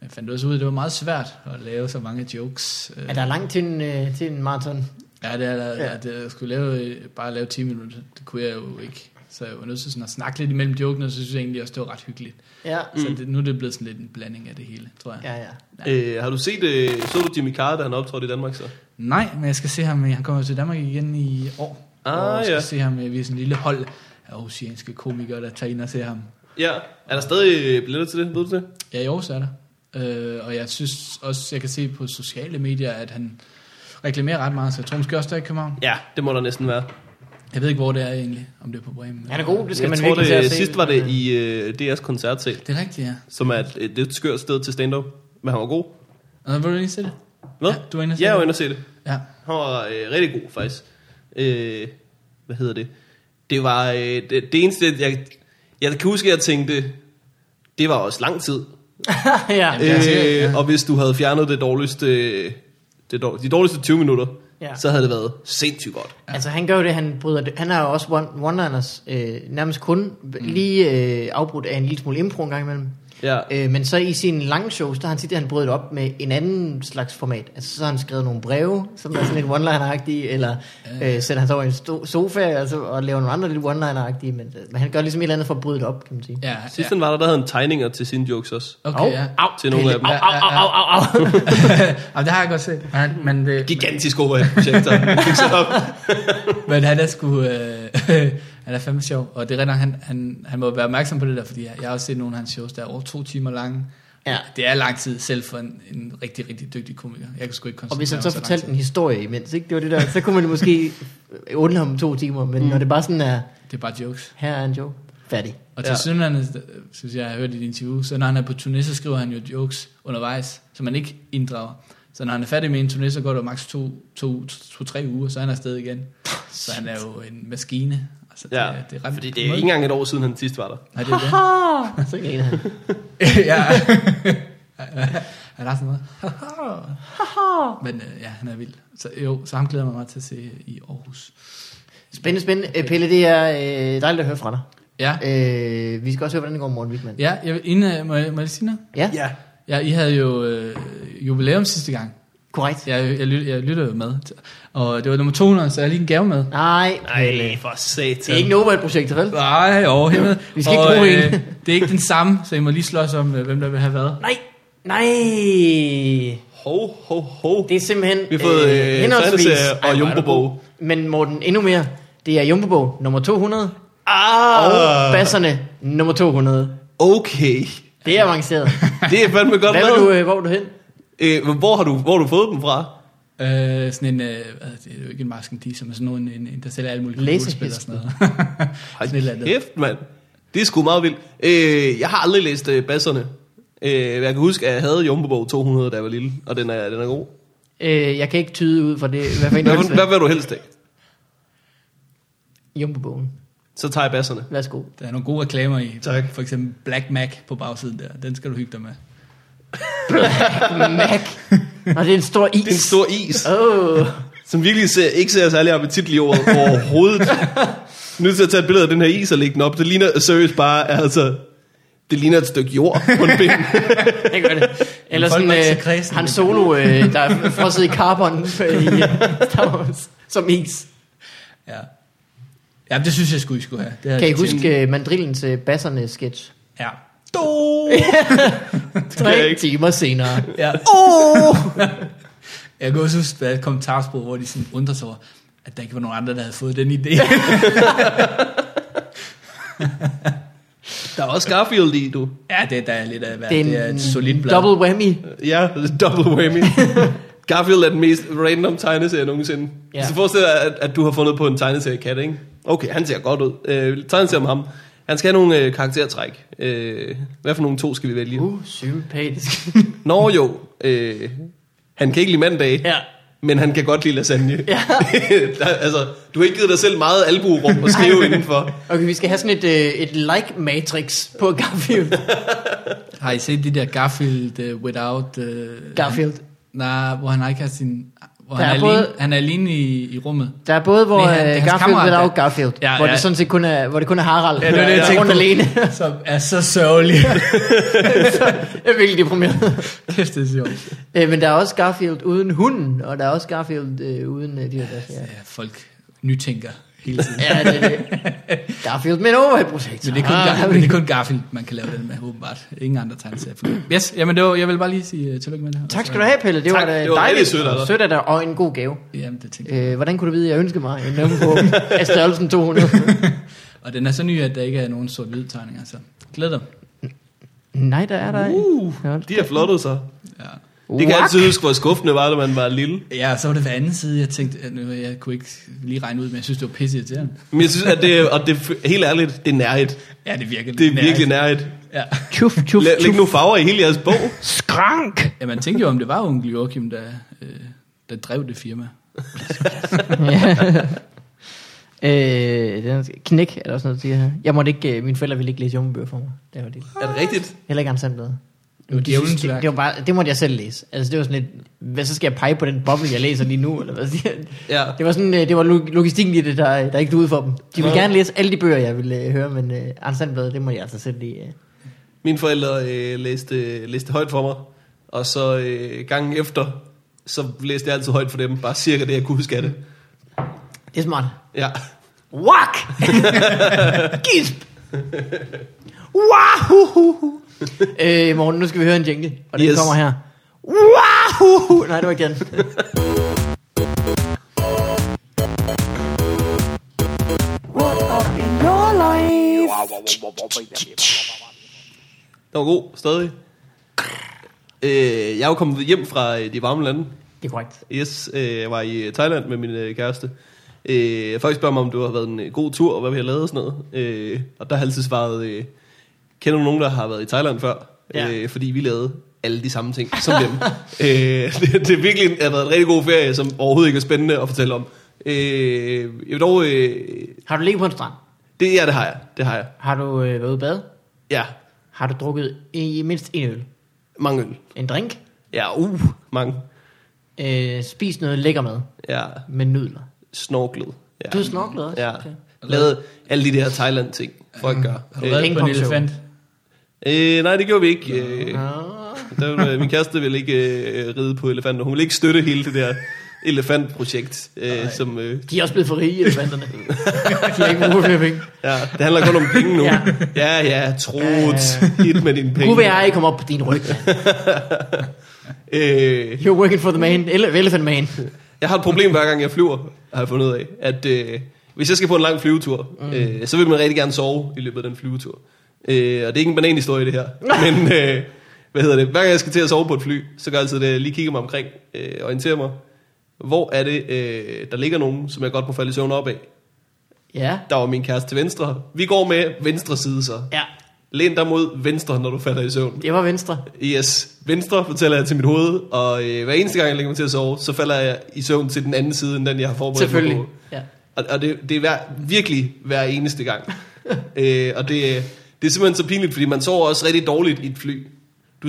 Speaker 3: Men jeg fandt også ud af, at det var meget svært at lave så mange jokes. Øh,
Speaker 1: er der langt til en, øh, til en maraton?
Speaker 3: Ja, det er der.
Speaker 1: Ja.
Speaker 3: Ja. Det, jeg skulle lave, øh, bare lave 10 minutter, det kunne jeg jo ikke. Så jeg var nødt til sådan at snakke lidt imellem jokene, og så synes jeg egentlig også, det var ret hyggeligt.
Speaker 1: Ja.
Speaker 3: Mm. Så det, nu er det blevet sådan lidt en blanding af det hele, tror jeg.
Speaker 1: Ja, ja.
Speaker 2: Øh, har du set, øh, så du Jimmy Carr, da han optrådte i Danmark så?
Speaker 3: Nej, men jeg skal se ham. Han kommer jo til Danmark igen i år.
Speaker 2: Ah,
Speaker 3: og jeg skal
Speaker 2: ja.
Speaker 3: se ham. øh, Vi er sådan en lille hold af oceanske komikere, der tager ind og ser ham.
Speaker 2: Ja. Er der stadig øh, billetter til det, ved du det?
Speaker 3: Ja, i Aarhus er der. Øh, og jeg synes også, jeg kan se på sociale medier, at han reklamerer ret meget, så jeg tror måske også, der er i København.
Speaker 2: Ja, det må der næsten være.
Speaker 3: Jeg ved ikke, hvor det er egentlig, om det er på Bremen.
Speaker 1: Han er god, det skal
Speaker 2: jeg
Speaker 1: man
Speaker 2: tror,
Speaker 1: virkelig til
Speaker 2: det,
Speaker 1: at se.
Speaker 2: sidst var det i øh, DR's koncertsal,
Speaker 3: Det er rigtigt, ja.
Speaker 2: som er et, et, et skørt sted til stand-up. Men han var god.
Speaker 3: Og så var du inde til det?
Speaker 2: Hvad?
Speaker 3: Ja, du var inde og se
Speaker 2: ja, jeg
Speaker 3: det.
Speaker 2: var inde og se det.
Speaker 3: Ja.
Speaker 2: Han var øh, rigtig god, faktisk. Øh, hvad hedder det? Det var øh, det, det eneste, jeg, jeg kan huske, jeg tænkte, det var også lang tid.
Speaker 1: ja.
Speaker 3: Ja,
Speaker 2: Øh,
Speaker 3: sikkert, ja.
Speaker 2: Og hvis du havde fjernet det dårligste, øh, det dår, de dårligste 20 minutter,
Speaker 1: Ja.
Speaker 2: ja. så havde det været sindssygt godt.
Speaker 1: Altså han gør jo det, han bryder det. Han har jo også one, one-liners øh, nærmest kun mm. lige øh, afbrudt af en lille smule impro en gang imellem.
Speaker 2: Ja.
Speaker 1: Øh, men så i sine lange shows, der har han tit, at han brød det op med en anden slags format. Altså så har han skrevet nogle breve, som er sådan lidt one-liner-agtige, eller øh, sætter han sig over i en sto- sofa altså, og laver nogle andre lidt one-liner-agtige. Men, øh, men han gør ligesom et eller andet for at bryde det op, kan man sige.
Speaker 3: Ja,
Speaker 2: Sidst
Speaker 3: ja.
Speaker 2: han var der, der havde han tegninger til sine jokes også.
Speaker 3: Okay, ja.
Speaker 1: Au,
Speaker 2: Til nogle af dem.
Speaker 1: Au, au, au, au, au, au.
Speaker 3: Jamen, det har jeg godt set. Men, men, det,
Speaker 2: Gigantisk overhead-projekter.
Speaker 3: men han er sgu... Øh, han er fandme sjov. Og det er rigtig, nok, han, han, han må være opmærksom på det der, fordi jeg, jeg har også set nogle af hans shows, der er over to timer lange.
Speaker 1: Ja.
Speaker 3: Det er lang tid selv for en, en rigtig, rigtig dygtig komiker. Jeg kan sgu ikke koncentrere
Speaker 1: Og hvis han
Speaker 3: mig
Speaker 1: så
Speaker 3: lang
Speaker 1: fortalte
Speaker 3: tid.
Speaker 1: en historie imens, ikke? det var det der, så kunne man måske undre ham to timer, men mm. når det bare sådan er,
Speaker 3: Det er bare jokes.
Speaker 1: her er en joke, færdig.
Speaker 3: Og til ja.
Speaker 2: Ja.
Speaker 3: synligheden, synes jeg, jeg har hørt i et interview, så når han er på turné, så skriver han jo jokes undervejs, som man ikke inddrager. Så når han er færdig med en turné, så går der maks. to, to, to, tre uger, så er han afsted igen. Så han er jo en maskine. Altså,
Speaker 2: ja,
Speaker 3: det, er- det er ret
Speaker 2: fordi det er ikke engang et år siden, han sidst var der.
Speaker 3: Nej, det er det.
Speaker 1: Haha! Så griner han.
Speaker 3: ja. Er der sådan noget? Men øh, ja, han er vild. Så jo, så ham glæder jeg mig meget til at se i Aarhus.
Speaker 1: Spændende, spændende. Øh, Pelle, det er øh, dejligt at høre fra dig.
Speaker 3: Ja,
Speaker 1: Øh, vi skal også høre, hvordan det går med Morten Wigman.
Speaker 3: ja jeg, vil- inden, øh, må, jeg, må jeg sige noget?
Speaker 1: ja?
Speaker 2: Ja.
Speaker 3: Ja, I havde jo øh, jubilæum sidste gang.
Speaker 1: korrekt.
Speaker 3: Jeg, jeg, lyt, jeg lytter jo med. Og det var nummer 200, så jeg har lige en gave med.
Speaker 1: Nej, Pelle.
Speaker 2: Ej, for
Speaker 1: Det er
Speaker 2: satan.
Speaker 1: ikke noget projekt vel?
Speaker 3: Nej, jo, hende.
Speaker 1: Vi skal ikke bruge
Speaker 3: øh,
Speaker 1: hende.
Speaker 3: det er ikke den samme, så I må lige slås om, øh, hvem der vil have været.
Speaker 1: Nej, nej.
Speaker 2: Ho, ho, ho.
Speaker 1: Det er simpelthen
Speaker 2: Vi har fået, øh, tegneserie og
Speaker 1: Ej, hvor er du
Speaker 2: Jumbo-bog.
Speaker 1: god. Men Morten, endnu mere. Det er Jumbo-bog nummer 200, og
Speaker 2: Ah,
Speaker 1: basserne nummer 200.
Speaker 2: okay.
Speaker 1: Det er avanceret.
Speaker 2: Det er fandme godt
Speaker 1: Hvad vil
Speaker 2: lavet.
Speaker 1: du, øh, hvor vil du hen?
Speaker 2: Øh, hvor, har du, hvor har du fået dem fra?
Speaker 3: Øh, sådan en, øh, hvad, det er jo ikke en masken D, som er sådan nogen, en, en, der sælger alle mulige
Speaker 1: Læsehesten.
Speaker 3: computerspil og sådan noget. sådan et eller
Speaker 2: Hold
Speaker 3: andet.
Speaker 2: kæft, mand. Det er sgu meget vildt. Øh, jeg har aldrig læst øh, basserne. Øh, jeg kan huske, at jeg havde Jumbo 200, da jeg var lille, og den er, den er god.
Speaker 1: Øh, jeg kan ikke tyde ud fra det. Hvad for en
Speaker 2: Hvad,
Speaker 1: ønsker?
Speaker 2: hvad vil du helst af?
Speaker 1: Jumbo-bogen.
Speaker 2: Så tager jeg basserne.
Speaker 1: Værsgo.
Speaker 3: Der er nogle gode reklamer i.
Speaker 2: Tak.
Speaker 3: For eksempel Black Mac på bagsiden der. Den skal du hygge dig med.
Speaker 1: Mac. Og det er en stor is.
Speaker 2: Det er en stor is,
Speaker 1: Oh.
Speaker 2: som virkelig ser, ikke ser særlig appetitlig over overhovedet. Nu til at tage et billede af den her is og lægge den op. Det ligner seriøst bare, altså... Det ligner et stykke jord på en pind.
Speaker 1: Det gør det. Eller
Speaker 3: Men folk
Speaker 1: sådan
Speaker 3: var ikke så
Speaker 1: øh,
Speaker 3: kræsne,
Speaker 1: Han
Speaker 3: men-
Speaker 1: Solo, øh, der er frosset i carbon øh, i øh, Star Wars, som is.
Speaker 3: Ja. Ja, det synes jeg skulle I skulle have. Det havde
Speaker 1: Kan I
Speaker 3: jeg tænkt.
Speaker 1: huske øh, mandrillens øh, basserne sketch?
Speaker 3: Ja.
Speaker 2: kan jeg
Speaker 1: Tre
Speaker 2: ikke.
Speaker 1: timer senere.
Speaker 3: ja.
Speaker 1: Oh!
Speaker 3: Jeg kan også huske, der er et kommentarsprog, hvor de sådan undrer sig over, at der ikke var nogen andre, der havde fået den idé.
Speaker 2: Der er også Garfield i, du.
Speaker 3: ja, det der er lidt af hvad.
Speaker 1: Det er, en
Speaker 3: Det er et solidt blad.
Speaker 1: double whammy.
Speaker 2: Ja, double whammy. Garfield er den mest random tegneserie nogensinde.
Speaker 1: Ja.
Speaker 2: Ja. Hvis du forestiller dig, at, at du har fundet på en tegneserie kat, ikke? Okay, han ser godt ud. Øh, tegneserie om ham. Han skal have nogle øh, karaktertræk. Øh, hvad for nogle to skal vi vælge? Uh.
Speaker 1: Uh, sympatisk.
Speaker 2: Nå jo, øh, han kan ikke lide mandag, ja.
Speaker 1: ja.
Speaker 2: men han kan godt lide lasagne.
Speaker 1: Ja.
Speaker 2: Der, altså, du har ikke givet dig selv meget albuerum at skrive indenfor.
Speaker 1: Okay, vi skal have sådan et, øh, et like-matrix på Garfield.
Speaker 3: Har I set de der Garfield uh, without... Uh,
Speaker 1: Garfield.
Speaker 3: Nej, hvor han ikke har sin... Hvor
Speaker 1: Der
Speaker 3: han, er
Speaker 1: er
Speaker 3: alene,
Speaker 1: både-
Speaker 3: han er alene i, i rummet.
Speaker 1: Der er både, hvor
Speaker 3: Nej, han- det er
Speaker 1: Nej,
Speaker 3: hans
Speaker 1: Garfield
Speaker 3: kammerat,
Speaker 1: without
Speaker 3: der-
Speaker 1: Garfield, ja,
Speaker 3: Ja,
Speaker 1: hvor,
Speaker 3: ja.
Speaker 1: Det sådan set kun er, hvor det kun er Harald,
Speaker 3: Ja, det var det, jeg
Speaker 1: der
Speaker 3: tænkte
Speaker 1: rundt
Speaker 3: på.
Speaker 1: alene.
Speaker 3: Som er så sørgelig.
Speaker 1: Jeg er virkelig deprimeret.
Speaker 3: Kæft, det er sjovt.
Speaker 1: Øh, men der er også Garfield uden hunden, og der er også Garfield øh, uden øh, de her ja.
Speaker 3: Ja, folk nytænker hele tiden.
Speaker 1: ja, det er det. Garfield Ah, med en overhead-projekt.
Speaker 3: Men det, er kun
Speaker 2: Ah.
Speaker 3: Garfield, men det er kun Garfield, man kan lave den med, åbenbart. Ingen andre tegneserier. Yes, jamen det var, jeg vil bare lige sige uh, tillykke med det her.
Speaker 1: Tak skal du have, Pelle. Det
Speaker 2: Tak,
Speaker 1: var da
Speaker 2: det var
Speaker 1: dejligt.
Speaker 2: rigtig sødt af dig.
Speaker 1: sødt af dig. og en god gave.
Speaker 3: Jamen, det tænker jeg.
Speaker 1: Øh, hvordan kunne du vide, at jeg ønskede mig en nummerbo af størrelsen 200?
Speaker 3: Og den er så ny, at der ikke er nogen sort hvid tegninger, så glæder dig.
Speaker 1: Nej, der er der
Speaker 2: Uh,
Speaker 1: Hold
Speaker 2: de har flottet sig.
Speaker 3: Ja.
Speaker 2: Det kan jeg
Speaker 1: Whack.
Speaker 2: altid huske, hvor skuffende var, da man var lille.
Speaker 3: ja, og så var det hver anden side, jeg tænkte, at nu, jeg kunne ikke lige regne ud, men jeg synes, det var pisse irriterende.
Speaker 2: Men jeg synes, at det, og det er helt ærligt, det er nærhed.
Speaker 3: Ja, det virker
Speaker 2: Det er
Speaker 3: lidt
Speaker 2: virkelig
Speaker 3: nærigt.
Speaker 2: nærhed.
Speaker 3: Ja.
Speaker 1: Tjuf, tjuf,
Speaker 2: Læg, læg
Speaker 1: tjuf.
Speaker 2: nu farver i hele jeres bog.
Speaker 1: Skrank!
Speaker 3: ja, man tænkte jo, om det var onkel Joachim, der, øh, der drev det firma.
Speaker 1: øh, den skal- knæk er der også noget, der siger her. Jeg måtte ikke, øh, mine forældre ville ikke læse junglebøger for mig. Det var det.
Speaker 2: Er det rigtigt?
Speaker 1: Heller ikke ensemblet.
Speaker 3: Det var djævelens
Speaker 1: det,
Speaker 3: værk.
Speaker 1: det, var bare, det måtte jeg selv læse. Altså det var sådan lidt, hvad så skal jeg pege på den boble, jeg læser lige nu, eller hvad siger jeg?
Speaker 2: Ja.
Speaker 1: Det var sådan, øh, det var log- logistikken i det, der, der ikke ud for dem. De ville
Speaker 2: Ja.
Speaker 1: gerne læse alle de bøger, jeg ville øh, høre, men øh, ensemblet, det må jeg altså selv lige... Øh.
Speaker 2: Mine forældre øh, læste, læste højt for mig, og så øh, gangen efter, så læste jeg altid højt for dem. Bare cirka det, jeg kunne huske af det.
Speaker 1: Det er smart.
Speaker 2: Ja.
Speaker 1: Wak! Gisp! Wahuhuhu! Øh, morgen, nu skal vi høre en jingle, og den
Speaker 2: Yes.
Speaker 1: yes. kommer her. Wahuhu! Nej, det var ikke den.
Speaker 4: What up in your life?
Speaker 2: Den var god, stadig. Øh, jeg er jo kommet hjem fra øh, de varme lande.
Speaker 1: Det er korrekt.
Speaker 2: Yes, øh, jeg var i øh, Thailand med min øh, kæreste. Øh, folk spørger mig, om du har været en øh, god tur, og hvad vi har lavet og sådan noget. Øh, og der har jeg altid svaret, øh, kender du nogen, der har været i Thailand før?
Speaker 1: Ja.
Speaker 2: Øh, fordi vi lavede alle de samme ting som dem. øh, det, det virkelig har været en rigtig god ferie, som overhovedet ikke er spændende at fortælle om. Øh, jeg vil dog, øh,
Speaker 1: Har du ligget på en strand?
Speaker 2: det, ja, det har jeg. Det har jeg.
Speaker 1: Har du øh, været ude at bade?
Speaker 2: Ja,
Speaker 1: Har du drukket i mindst en øl?
Speaker 2: mange øl.
Speaker 1: En drink?
Speaker 2: Ja, uh, mange.
Speaker 1: Øh, spis noget lækker mad
Speaker 2: Ja,
Speaker 1: med nudler.
Speaker 2: snorklet. Ja.
Speaker 1: Du har snorklet også?
Speaker 2: Ja.
Speaker 1: Okay.
Speaker 2: Lavet alle de der Thailand-ting, folk gør.
Speaker 3: Har du været på en
Speaker 1: pingpong-show.
Speaker 3: elefant?
Speaker 2: Øh, nej, det gjorde vi ikke. Øh,
Speaker 1: Ah.
Speaker 2: der, var- min kæreste ville ikke øh, ride på elefanter. Hun ville ikke støtte hele det der elefantprojekt. Øh, som, øh,
Speaker 1: De er også blevet for rige, elefanterne. De har ikke brug for flere penge.
Speaker 2: ja, det handler kun om penge nu.
Speaker 1: Ja.
Speaker 2: ja, ja, ja
Speaker 1: Ja,
Speaker 2: troet.
Speaker 1: ja,
Speaker 2: Hit med dine penge.
Speaker 1: Kunne være, jeg kommer op på din ryg.
Speaker 2: Øh,
Speaker 1: You're working for the man. Ele- elephant man.
Speaker 2: jeg har et problem, hver gang jeg flyver, har jeg fundet ud af. At øh, hvis jeg skal på en lang flyvetur, øh, så vil man rigtig gerne sove i løbet af den flyvetur. Øh, og det er ikke en bananhistorie, det her. Men øh, hvad hedder det? Hver gang jeg skal til at sove på et fly, så gør jeg altid det. Jeg lige kigger mig omkring, øh, orienterer mig. Hvor er det, øh, der ligger nogen, som jeg godt må falde i søvn op af?
Speaker 1: Ja.
Speaker 2: Der var min kæreste til venstre. Vi går med venstre side så.
Speaker 1: Ja.
Speaker 2: Læn dig mod venstre, når du falder i søvn.
Speaker 1: Det var venstre.
Speaker 2: Yes, E venstre fortæller jeg til mit hoved, og øh, hver eneste gang, jeg lægger mig til at sove, så falder jeg i søvn til den anden side, end den, jeg har forberedt
Speaker 1: Selvfølgelig.
Speaker 2: mig på.
Speaker 1: Ja.
Speaker 2: Og, og det, det er hver, virkelig hver eneste gang. øh, og det, det er simpelthen så pinligt, fordi man sover også rigtig dårligt i et fly. Du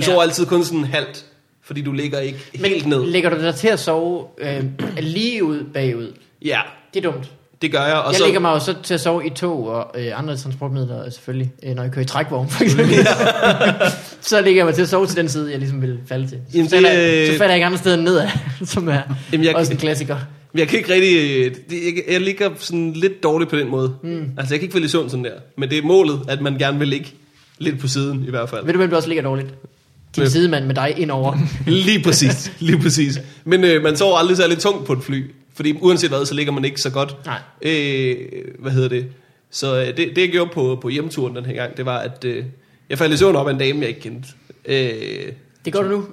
Speaker 1: Ja.
Speaker 2: ja. sover altid kun sådan halvt, fordi du ligger ikke Men, helt ned.
Speaker 1: Lægger du dig til at sove øh, lige ud bagud?
Speaker 2: ja,
Speaker 1: Det er dumt.
Speaker 2: det gør jeg. Og
Speaker 1: Og jeg
Speaker 2: så,
Speaker 1: så... lægger mig jo så til at sove i tog og øh, andre transportmidler øh, selvfølgelig, øh, når jeg kører i trækvogn for eksempel. så lægger jeg mig til at sove til den side, jeg ligesom vil falde til. Så,
Speaker 2: Jamen, det,
Speaker 1: falder, jeg, så
Speaker 2: øh,
Speaker 1: falder jeg ikke andre steder end nedad, som er
Speaker 2: Jamen,
Speaker 1: Jamen,
Speaker 2: jeg-
Speaker 1: jeg... også en klassiker.
Speaker 2: Men jeg kan ikke rigtig... øh, Det, jeg, jeg ligger sådan lidt dårligt på den måde.
Speaker 1: Hmm.
Speaker 2: Mm. Altså, jeg kan ikke falde i søvn sådan der. Men det er målet, at man gerne vil ligge lidt på siden i hvert fald.
Speaker 1: Ved du, hvem du også ligger dårligt? Din
Speaker 2: Hvem?
Speaker 1: sidemand med dig indover.
Speaker 2: Lige præcis, lige præcis. Men øh, man sover aldrig særlig tungt på et fly, fordi uanset hvad, så ligger man ikke så godt.
Speaker 1: Nej.
Speaker 2: Øh, hvad hedder det? Så øh, det, det jeg gjorde på, på hjemturen den her gang, det var, at øh, jeg faldt i søvn op af en dame, jeg ikke kendte. Øh,
Speaker 1: Det gør du nu.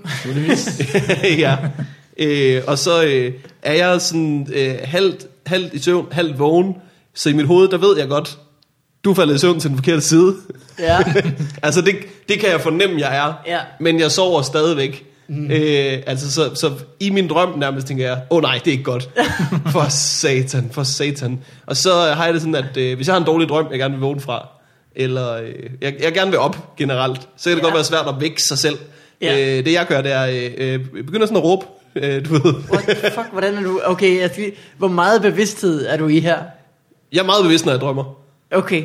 Speaker 2: ja. Øh, og så øh, er jeg sådan øh, halvt, halvt i søvn, halvt vågen, så i mit hoved, der ved jeg godt, du falder i søvn til den forkerte side.
Speaker 1: Ja.
Speaker 2: altså det, det kan jeg fornemme, jeg er.
Speaker 1: Ja.
Speaker 2: Men jeg sover stadigvæk. Mm. Øh, altså så, så i min drøm nærmest tænker jeg, åh oh, nej, det er ikke godt. for satan, for satan. Og så har jeg det sådan, at øh, hvis jeg har en dårlig drøm, jeg gerne vil vågne fra, eller øh, jeg, jeg gerne vil op generelt, så kan det
Speaker 1: Ja.
Speaker 2: godt være svært at vække sig selv.
Speaker 1: Ja.
Speaker 2: Øh, det jeg gør, det er, øh, øh, begynder sådan at råbe, øh, du ved.
Speaker 1: What the fuck, hvordan er du? Okay, jeg skal... hvor meget bevidsthed er du i her?
Speaker 2: Jeg er meget bevidst, når jeg drømmer.
Speaker 1: Okay,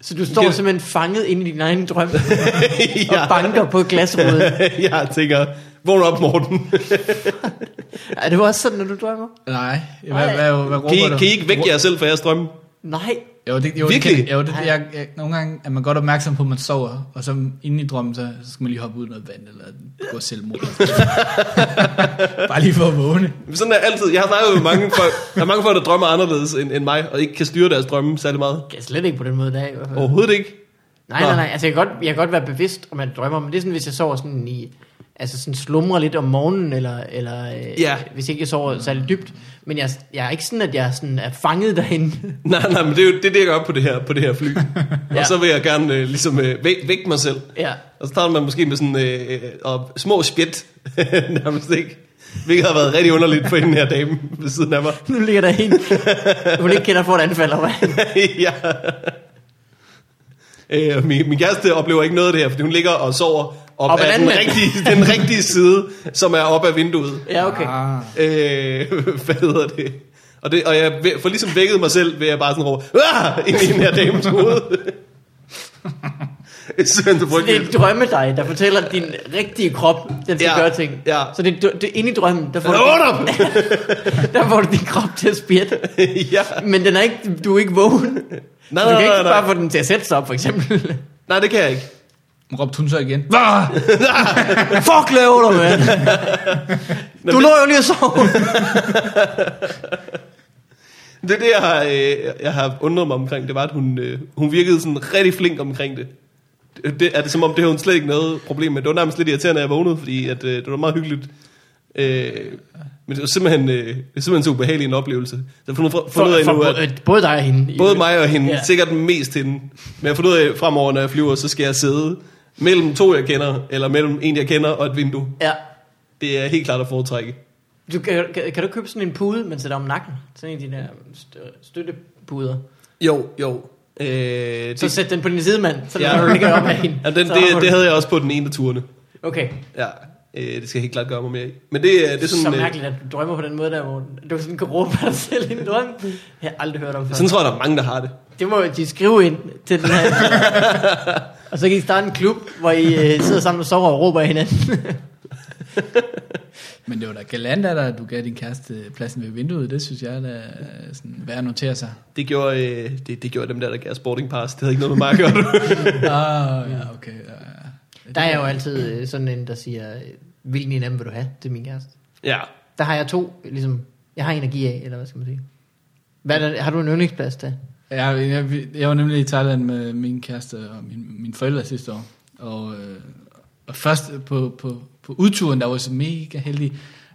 Speaker 1: så du står
Speaker 2: Kan-
Speaker 1: simpelthen fanget inde i din egen drøm og banker på glasruden.
Speaker 2: jeg tænker, vågn op, Morten.
Speaker 1: Er det også sådan, når du drømmer?
Speaker 3: Nej. Hvad, hvad, hvad, hvad råber
Speaker 2: kan, I,
Speaker 3: du?
Speaker 2: kan I ikke vække jer selv fra jeres drømme?
Speaker 1: Nej,
Speaker 3: Jo, det, jo,
Speaker 2: Virkelig?
Speaker 3: Det kan, jo, det,
Speaker 1: Ej.
Speaker 3: jeg, jeg, nogle gange er man godt opmærksom på, at man sover, og så inde i drømmen, så, så skal man lige hoppe ud i noget vand, eller gå selvmord. Bare lige for at vågne.
Speaker 2: Sådan er altid. Jeg har snakket med mange folk. Der er mange folk, der drømmer anderledes end, end mig, og ikke kan styre deres drømme særlig meget.
Speaker 1: Det er slet ikke på den måde, der er i hvert fald.
Speaker 2: Overhovedet ikke.
Speaker 1: Nej, nej, nej. Altså, jeg kan, godt, jeg kan godt være bevidst om, at jeg drømmer, men det er sådan, hvis jeg sover sådan i... Altså sådan slumrer lidt om morgenen, eller, eller øh,
Speaker 2: Ja.
Speaker 1: hvis ikke jeg sover særlig dybt. Men jeg, jeg er ikke sådan, at jeg sådan er fanget derinde.
Speaker 2: Nej, nej, men det er jo det, er det, jeg gør på det her, på det her fly. ja.
Speaker 1: Ja.
Speaker 2: Og så vil jeg gerne øh, ligesom øh, væk, vække mig selv.
Speaker 1: ja.
Speaker 2: Og så starter man måske med sådan øh, øh, og små spjæt, nærmest ikke. Hvilket har været rigtig underligt for den her dame ved siden af mig.
Speaker 1: Nu ligger der en, hun ikke kender for et anfald, eller hvad?
Speaker 2: ja. Øh, min, min kæreste oplever ikke noget af det her, fordi hun ligger og sover op,
Speaker 1: Op
Speaker 2: op
Speaker 1: ad
Speaker 2: af den
Speaker 1: landmænd.
Speaker 2: rigtige, den rigtige side, som er op ad vinduet.
Speaker 1: Ja, okay.
Speaker 3: Ah,
Speaker 2: Øh, hvad hedder det? Og, det, og jeg væ- får ligesom vækket mig selv ved at bare sådan råbe, Aah! ind i den her dames hoved. Jeg synes, det
Speaker 1: Så
Speaker 2: er
Speaker 1: det er
Speaker 2: frygteligt.
Speaker 1: en drømme dig, der fortæller at din rigtige krop, den skal
Speaker 2: Ja,
Speaker 1: ja, gøre ting.
Speaker 2: ja.
Speaker 1: Så det, er- det er inde i drømmen, der får,
Speaker 2: Hold
Speaker 1: du,
Speaker 2: op!
Speaker 1: der får du din krop til at spjætte.
Speaker 2: ja.
Speaker 1: Men den er ikke, du er ikke vågen.
Speaker 2: Nej,
Speaker 1: du
Speaker 2: nej,
Speaker 1: kan ikke
Speaker 2: nej, nej.
Speaker 1: bare få den til at sætte sig op, for eksempel.
Speaker 2: Nej, det kan jeg ikke.
Speaker 3: råbte hun så igen. Vah!
Speaker 1: Fuck, laver du, mand? Du lå jo lige og sov.
Speaker 2: Det er det, jeg har, øh, jeg har undret mig omkring. Det var, at hun, øh, hun virkede sådan rigtig flink omkring det. det. Er det som om, det havde hun slet ikke noget problem med. Det var nærmest lidt irriterende, at jeg vågnede, fordi at, øh, det var meget hyggeligt. Øh, men det var simpelthen, øh, det var simpelthen så ubehagelig en oplevelse. Så jeg har fundet, fundet ud af nu, at
Speaker 1: bo- øh, både dig og hende.
Speaker 2: både mig og hende,
Speaker 1: Ja.
Speaker 2: ja. sikkert mest hende, men jeg har fundet ud af, fremover, når jeg flyver, så skal jeg sidde mellem to, jeg kender, eller mellem en, jeg kender, og et vindue.
Speaker 1: Ja.
Speaker 2: Det er helt klart at foretrække.
Speaker 1: Du, kan, kan, kan du købe sådan en pude, man sætter om nakken? Sådan en af de der stø- støttepuder.
Speaker 2: Jo, jo. Øh, det,
Speaker 1: Så sæt den på din sidemand, så
Speaker 2: Ja.
Speaker 1: ja. du ligger op ad hende.
Speaker 2: ja, den,
Speaker 1: Så
Speaker 2: det,
Speaker 1: har du-
Speaker 2: det havde jeg også på den ene af turene.
Speaker 1: Okay,
Speaker 2: Ja, øh, det skal jeg helt klart gøre mig mere i. Men det, er- det er sådan...
Speaker 1: så
Speaker 2: øh,
Speaker 1: mærkeligt, at du drømmer på den måde der, hvor du sådan kan råbe af dig selv i en drøm. Jeg har aldrig hørt om før.
Speaker 2: sådan tror jeg, der er mange, der har det.
Speaker 1: Det må de skrive ind til den her. og så kan I starte en klub, hvor I øh, sidder sammen og sover og råber af hinanden.
Speaker 3: Men det var da galant af dig, at du gav din kæreste pladsen ved vinduet. Det synes jeg, der er sådan, værd at notere sig.
Speaker 2: Det gjorde, øh, det, det gjorde dem der, der gav Sporting Pass. Det havde ikke noget med mig at gøre. du.
Speaker 3: Ah, ja, okay. Ja, ja.
Speaker 1: Der er jeg jo altid øh, sådan en, der siger, øh, hvilken en af dem vil du have til min kæreste?
Speaker 2: ja.
Speaker 1: Der har jeg to, ligesom, jeg har energi af, eller hvad skal man sige? Hvad er der, har du en yndlingsplads der?
Speaker 3: Jeg, jeg, jeg var nemlig i Thailand med min kæreste og min, mine forældre sidste år. Og, øh, og først på, på, på udturen, der var jeg så mega heldig,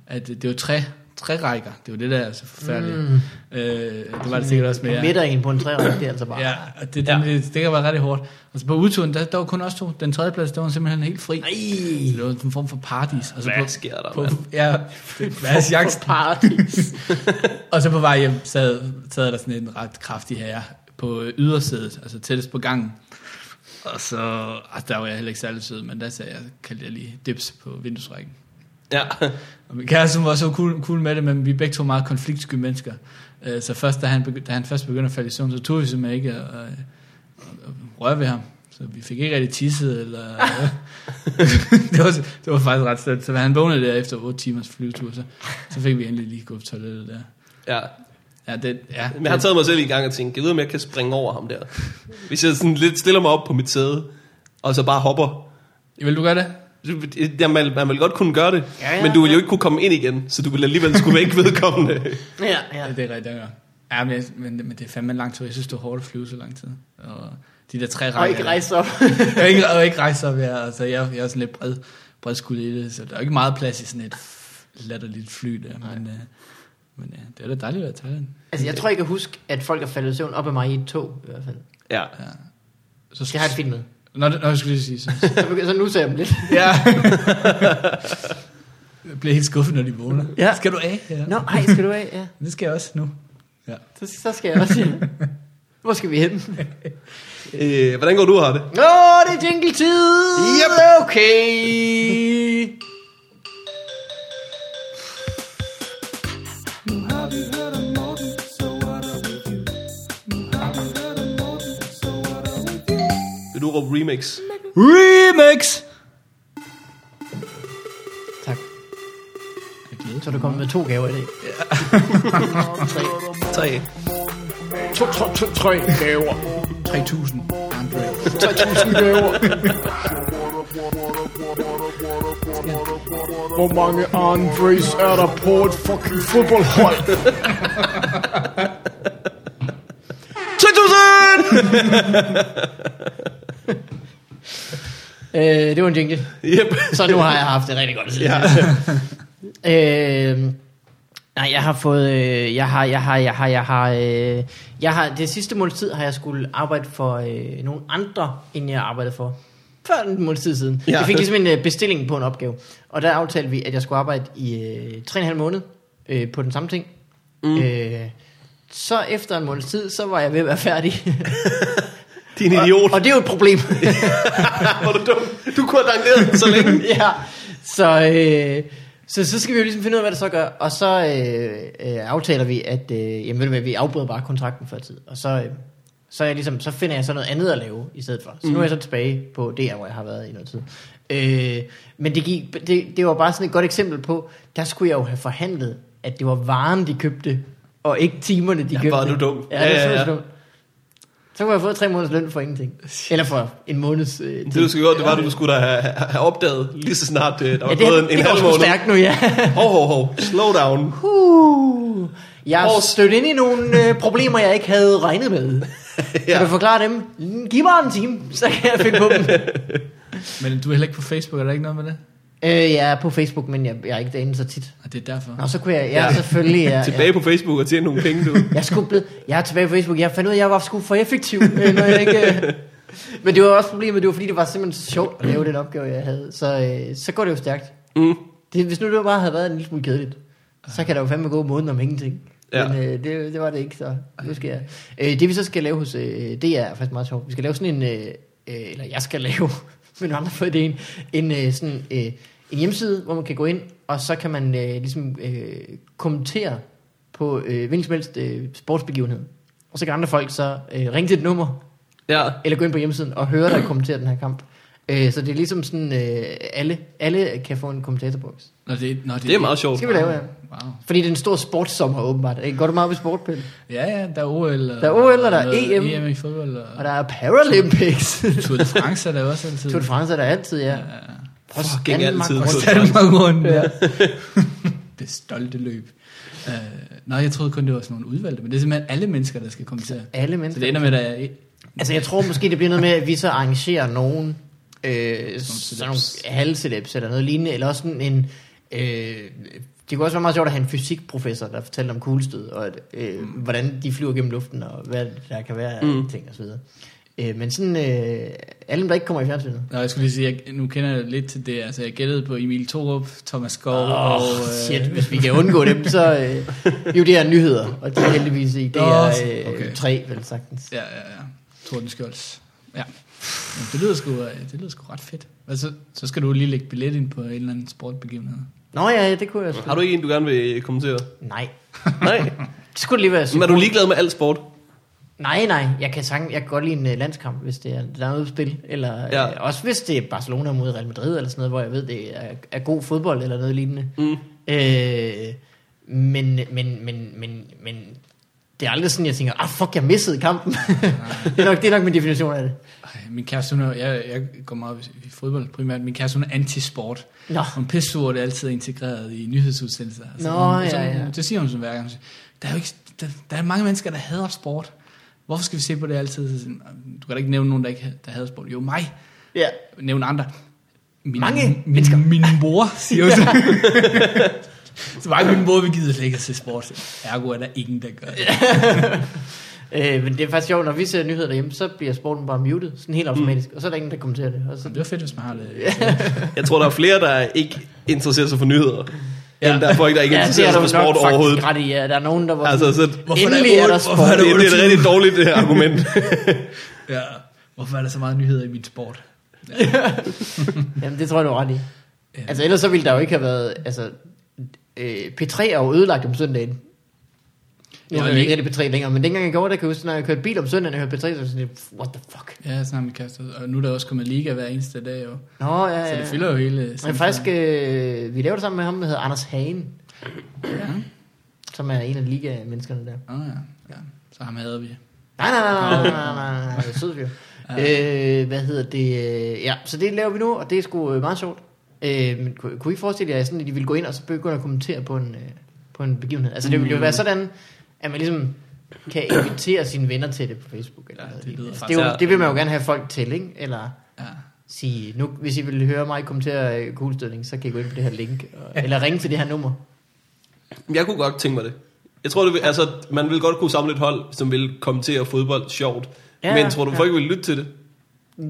Speaker 3: at det var tre, tre rækker. Det var det, der er så forfærdeligt. Mm. Øh, det var det sikkert også med jer.
Speaker 1: Midt af en på en træer, det er altså bare.
Speaker 3: Ja, og det, det, det, det kan være ret hårdt. Altså på udturen, der, der var kun også to. Den tredje plads, der var simpelthen helt fri.
Speaker 1: Ej,
Speaker 3: Det var en form for paradis. Altså
Speaker 2: Hvad sker der,
Speaker 3: på,
Speaker 2: mand?
Speaker 3: Ja, det- hvad er jagt?
Speaker 1: for paradis.
Speaker 3: Og så på vej hjem sad, sad der sådan en ret kraftig herre på øh, ydersædet, altså tættest på gangen. Og så, altså der var jeg heller ikke særlig sød, men der sagde jeg, kaldte jeg lige dips på vinduesrækken.
Speaker 2: Ja.
Speaker 3: Og min kæreste hun var så cool, cool med det, men vi er begge to meget konfliktsky mennesker. Øh, Så først, da han, begy- da han først begyndte at falde i søvn, så tog vi simpelthen ikke at, at, at røre ved ham. Så vi fik ikke rigtig tisset, eller... det, var, det var faktisk ret slemt. Så da han vågnede der efter 8 timers flyvetur, så, så fik vi endelig lige gå på toilettet der.
Speaker 2: ja.
Speaker 3: Ja, det, ja,
Speaker 2: Men jeg har
Speaker 3: det-
Speaker 2: taget mig selv i gang og tænkt, jeg ved, om jeg kan springe over ham der. Hvis jeg sådan lidt stiller mig op på mit sæde, og så bare hopper.
Speaker 3: Vil du gøre det?
Speaker 2: Det- Ja, man, man vil godt kunne gøre det,
Speaker 1: Ja, ja.
Speaker 2: men du vil jo ikke kunne komme ind igen, så du vil alligevel skulle væk vedkommende.
Speaker 1: ja,
Speaker 3: Ja,
Speaker 1: ja.
Speaker 3: det er rigtigt, jeg gør. Ja, men, jeg- men, men det er fandme en lang tur. Jeg synes, det er hårdt at flyve så lang tid. Og de der tre rækker.
Speaker 1: Og ikke rejse op.
Speaker 3: Jeg ikke, og ikke rejse op, ja. Altså, jeg, jeg er sådan lidt bred, bred i det, så der er ikke meget plads i sådan et latterligt fly der. Men, øh, men ja, det er da dejligt at være i Thailand.
Speaker 1: Altså, jeg tror, jeg kan huske, at folk er faldet i søvn op af mig i et tog, i hvert fald.
Speaker 2: Ja.
Speaker 3: Ja. Så,
Speaker 1: Det har jeg filmet.
Speaker 3: Nå, det, nå, jeg skulle lige sige så.
Speaker 1: Så, begy- så nu ser jeg dem lidt.
Speaker 3: ja. jeg bliver helt skuffet, når de vågner.
Speaker 1: Ja.
Speaker 3: Skal du af? Ja.
Speaker 1: Nå, ej, skal du af? Ja.
Speaker 3: Det skal jeg også nu. Ja.
Speaker 1: Så, så skal jeg også hjem. Hvor skal vi hen?
Speaker 2: Øh, hvordan går du og har det?
Speaker 1: Nå, det er jingle-tid!
Speaker 2: Yep.
Speaker 1: Okay!
Speaker 2: Vil du råbe remix?
Speaker 3: Remix!
Speaker 1: Tak.
Speaker 3: Jeg glæder
Speaker 1: Så er du kommet med to gaver i dag. Tre.
Speaker 2: Tre.
Speaker 1: To, to, to, tre gaver.
Speaker 3: 3000 Andre.
Speaker 1: 3000 gaver. Hvor mange Andres er der på et fucking fodboldhold?
Speaker 2: 3000!
Speaker 1: Øh, det var en jingle.
Speaker 2: Yep.
Speaker 1: Så nu har jeg haft det rigtig godt.
Speaker 2: ja.
Speaker 1: Øh, nej, jeg har fået, øh, jeg har, jeg har, jeg har, jeg har, øh, jeg har, det sidste måneds tid har jeg skulle arbejde for øh, nogle andre, end jeg arbejdede for. Før en måneds tid siden.
Speaker 2: Ja.
Speaker 1: Ja. Jeg fik ligesom en øh, bestilling på en opgave. Og der aftalte vi, at jeg skulle arbejde i øh, 3,5 måned øh, på den samme ting. Mm. Øh, så efter en måneds tid, så var jeg ved at være færdig.
Speaker 2: Din idiot.
Speaker 1: og, og det er jo et problem.
Speaker 2: Hvor er du dum. Du kunne have dankeret den så længe.
Speaker 1: ja, så, øh, så, så skal vi jo ligesom finde ud af, hvad det så gør. Og så øh, øh, aftaler vi, at øh, jamen, ved du hvad, vi afbryder bare kontrakten før tid. Og så, øh, så, er jeg ligesom, så finder jeg så noget andet at lave i stedet for. Så nu er jeg
Speaker 2: Mm.
Speaker 1: så tilbage på det, hvor jeg har været i noget tid. Øh, men det, gik, det, det var bare sådan et godt eksempel på, der skulle jeg jo have forhandlet, at det var varen, de købte, og ikke timerne, de
Speaker 2: Ja,
Speaker 1: købte.
Speaker 2: hvor er du dum.
Speaker 1: Ja, det
Speaker 2: Ja,
Speaker 1: er
Speaker 2: ja,
Speaker 1: ja,
Speaker 2: ja.
Speaker 1: ja. dumt. Så kunne jeg have fået tre måneders løn for ingenting. Eller for en måneds øh,
Speaker 2: Det du skulle gøre, det var, at du skulle da have, have opdaget lige så snart øh, der var
Speaker 1: Ja,
Speaker 2: ja, gået en,
Speaker 1: det,
Speaker 2: en
Speaker 1: det går
Speaker 2: halv
Speaker 1: sgu
Speaker 2: måned.
Speaker 1: stærkt nu, ja.
Speaker 2: Hov, hov, hov. Slow down.
Speaker 1: Uh, jeg er
Speaker 2: Års-
Speaker 1: stødt ind i nogle øh, problemer, jeg ikke havde regnet med. ja. Kan du forklare dem? Mm, Giv mig en time, så kan jeg finde på dem.
Speaker 3: Men du er heller ikke på Facebook, er der ikke noget med det?
Speaker 1: øh, jeg er på Facebook, men jeg, jeg er ikke derinde så tit.
Speaker 3: Og det er derfor.
Speaker 1: Nå, så kunne jeg, jeg
Speaker 2: Ja.
Speaker 1: ja. selvfølgelig... Jeg,
Speaker 2: Tilbage på Facebook og tjene nogle penge, du.
Speaker 1: Jeg, jeg, skulle blive, jeg er tilbage på Facebook. Jeg fandt ud af, at jeg var sgu for effektiv, øh, når jeg ikke... Øh, men det var også problemet, det var fordi, det var simpelthen så sjovt at lave den opgave, jeg havde. Så, øh, så går det jo stærkt.
Speaker 2: Mm.
Speaker 1: Det, hvis nu det bare havde været en lille smule kedeligt, så kan der jo fandme gå måneder om ingenting.
Speaker 2: Ja.
Speaker 1: Ja. Men øh, det, det var det ikke, så nu skal jeg. Øh, det vi så skal lave hos øh, DR er faktisk meget sjovt. Vi skal lave sådan en, øh, øh, eller jeg skal lave, men nogle andre har fået det en, en, øh, sådan, øh, en hjemmeside, hvor man kan gå ind, og så kan man øh, ligesom øh, kommentere på øh, hvilken som helst øh, sportsbegivenhed. Og så kan andre folk så øh, ringe til et nummer,
Speaker 2: Ja.
Speaker 1: eller gå ind på hjemmesiden og høre dig kommentere den her kamp. Øh, så det er ligesom sådan, øh, alle, alle kan få en kommentatorboks.
Speaker 3: Nå, det, nå,
Speaker 2: Det er meget sjovt.
Speaker 1: Skal vi lave, ja.
Speaker 3: Wow.
Speaker 1: Fordi det er en stor sportssommer åbenbart. Øh, Går du meget op i sport, Pelle?
Speaker 3: Ja, ja, der er OL. Og,
Speaker 1: Der er OL, og der er
Speaker 3: noget
Speaker 1: EM.
Speaker 3: EM i fodbold. Og,
Speaker 1: Og der er Paralympics.
Speaker 3: Tour de France er der jo også altid.
Speaker 1: Tour de France er der altid, ja. ja.
Speaker 2: Fucking altid.
Speaker 3: Og
Speaker 2: Tour de
Speaker 3: Danmark rundt.
Speaker 1: Ja.
Speaker 3: Ja. det stolte løb. Uh, nej, jeg troede kun, det var sådan nogle udvalgte, men det er simpelthen alle mennesker, der skal komme til.
Speaker 1: Alle
Speaker 3: Så
Speaker 1: mennesker.
Speaker 3: det ender med, at der er et-
Speaker 1: Altså, jeg tror måske, det bliver noget med, at vi så arrangerer nogen øh, sådan nogle
Speaker 3: sit-ups.
Speaker 1: halvseleps eller noget lignende, eller også sådan en... Øh, det kunne også være meget sjovt at have en fysikprofessor, der fortalte om kuglestød, og at, øh, mm. hvordan de flyver gennem luften, og hvad der kan være mm. ting og så videre. Øh, men sådan, øh, alle, der ikke kommer i fjernsynet.
Speaker 3: Nå, jeg skulle lige sige, jeg, nu kender jeg lidt til det. Altså, jeg gættede på Emil Thorup, Thomas Skov
Speaker 1: Åh,
Speaker 3: og...
Speaker 1: oh,
Speaker 3: øh,
Speaker 1: shit, hvis vi kan undgå dem, så øh, jo det er nyheder, og det er heldigvis i det er øh,
Speaker 3: okay.
Speaker 1: okay. tre, vel sagtens.
Speaker 3: Ja, ja, ja. Torten Skjolds. Ja. Men det lyder sgu, øh, det lyder sgu ret fedt. Og så, så skal du lige lægge billet ind på en eller anden sportbegivenhed.
Speaker 1: Nå ja, ja, det kunne jeg sgu.
Speaker 2: Har du ikke en, du gerne vil kommentere?
Speaker 1: Nej,
Speaker 2: Nej.
Speaker 1: det skulle lige være
Speaker 2: Men
Speaker 1: sygt.
Speaker 2: er du ligeglad med alt sport?
Speaker 1: Nej, nej, jeg kan, sang, jeg kan godt lide en uh, landskamp, hvis det er, der er noget på spil. Eller,
Speaker 2: Ja.
Speaker 1: ja. øh, også hvis det er Barcelona mod Real Madrid, eller sådan noget, hvor jeg ved, det er, er god fodbold, eller noget lignende.
Speaker 2: Mm.
Speaker 1: Øh, men, men, men, men, men, det er aldrig sådan, jeg tænker, ah fuck, jeg missede kampen. det, er nok, det er nok min definition af det.
Speaker 3: Ej, min kæreste, hun er, jeg, jeg går meget op i fodbold primært. Min kæreste, hun er anti-sport.
Speaker 1: Nå.
Speaker 3: Hun er pissur, og det er altid integreret i nyhedsudsendelser. Altså,
Speaker 1: Nå,
Speaker 3: hun, så,
Speaker 1: ja, ja.
Speaker 3: hun- Det siger hun sådan hver gang. Hun siger, Der er jo ikke, der, der er mange mennesker, der hader sport. Hvorfor skal vi se på det altid? Så siger hun, Du kan da ikke nævne nogen, der ikke der hader sport. Jo, mig.
Speaker 1: Ja.
Speaker 3: Nævne andre. Min,
Speaker 1: Mange
Speaker 3: min,
Speaker 1: mennesker.
Speaker 3: Min mor, siger hun så. så bare min mor, vi gider slet ikke at se sport. Ergo er der ingen, der gør det.
Speaker 1: Øh, men det er faktisk sjovt, når vi ser nyheder derhjemme, så bliver sporten bare muted, sådan helt automatisk, mm. og så er der ingen, der kommenterer det. Og så,
Speaker 3: Det var fedt, hvis man har det.
Speaker 2: Jeg tror, der er flere, der ikke interesserer sig for nyheder, ja.
Speaker 3: Ja.
Speaker 2: end der er folk, der ikke interesserer sig for sport overhovedet.
Speaker 1: ret i, ja. Der er nogen, der var
Speaker 2: Altså,
Speaker 1: altså,
Speaker 2: så,
Speaker 3: Hvorfor er der
Speaker 1: endelig er
Speaker 3: otte-
Speaker 1: der
Speaker 3: hvorfor
Speaker 1: sport.
Speaker 3: er
Speaker 2: det,
Speaker 3: der
Speaker 2: det er et
Speaker 3: otte
Speaker 2: rigtig dårligt øh, argument.
Speaker 3: Ja, hvorfor er der så meget nyheder i min sport?
Speaker 1: Jamen, det tror jeg, du har ret i.
Speaker 3: Ja.
Speaker 1: Altså, ellers så ville der jo ikke have været, altså, øh, P3 er jo ødelagt om søndagen.
Speaker 3: Ja,
Speaker 1: Nu er jeg ikke
Speaker 3: ikke-
Speaker 1: rigtig P3 længere, men dengang jeg gjorde, der kan jeg huske, når jeg kørte bil om søndagen, og jeg hørte P3, så var jeg sådan, lidt, what the fuck?
Speaker 3: Ja, sådan har min kæreste. Og nu er der også kommet liga hver eneste dag, jo.
Speaker 1: Nå, ja, ja.
Speaker 3: Så det
Speaker 1: ja.
Speaker 3: fylder jo hele...
Speaker 1: Men faktisk, øh, vi lavede det sammen med ham, der hedder Anders Hagen, øh.
Speaker 3: Ja.
Speaker 1: som er en af liga-menneskerne der.
Speaker 3: Oh, ja. ja. Så ham havde vi.
Speaker 1: Nej, nej, nej, nej, nej, nej, nej, nej, sød fyr. Øh, hvad hedder det? øh, Ja, så det laver vi nu, og det er sgu øh, meget sjovt. Øh, men kunne, kunne I forestille jer, sådan, at I ville gå ind og så begynde at kommentere på en, øh, på en begivenhed? Altså, det ville jo
Speaker 3: Mm.
Speaker 1: være sådan, at man ligesom kan invitere sine venner til det på Facebook. Eller
Speaker 3: Ja,
Speaker 1: noget.
Speaker 3: det lyder
Speaker 1: altså, det,
Speaker 3: faktisk-
Speaker 1: er jo, det vil man jo gerne have folk til, ikke? Eller,
Speaker 3: Ja.
Speaker 1: sige, nu, hvis I vil høre mig kommentere øh, kuglestødning, så kan I gå ind på det her link, og, eller ringe til det her nummer.
Speaker 2: Jeg kunne godt tænke mig det. Jeg tror, det vil, altså, man vil godt kunne samle et hold, som vil kommentere fodbold sjovt.
Speaker 1: Ja,
Speaker 2: Ja, men tror du,
Speaker 1: ja.
Speaker 2: ja. folk vil lytte til det?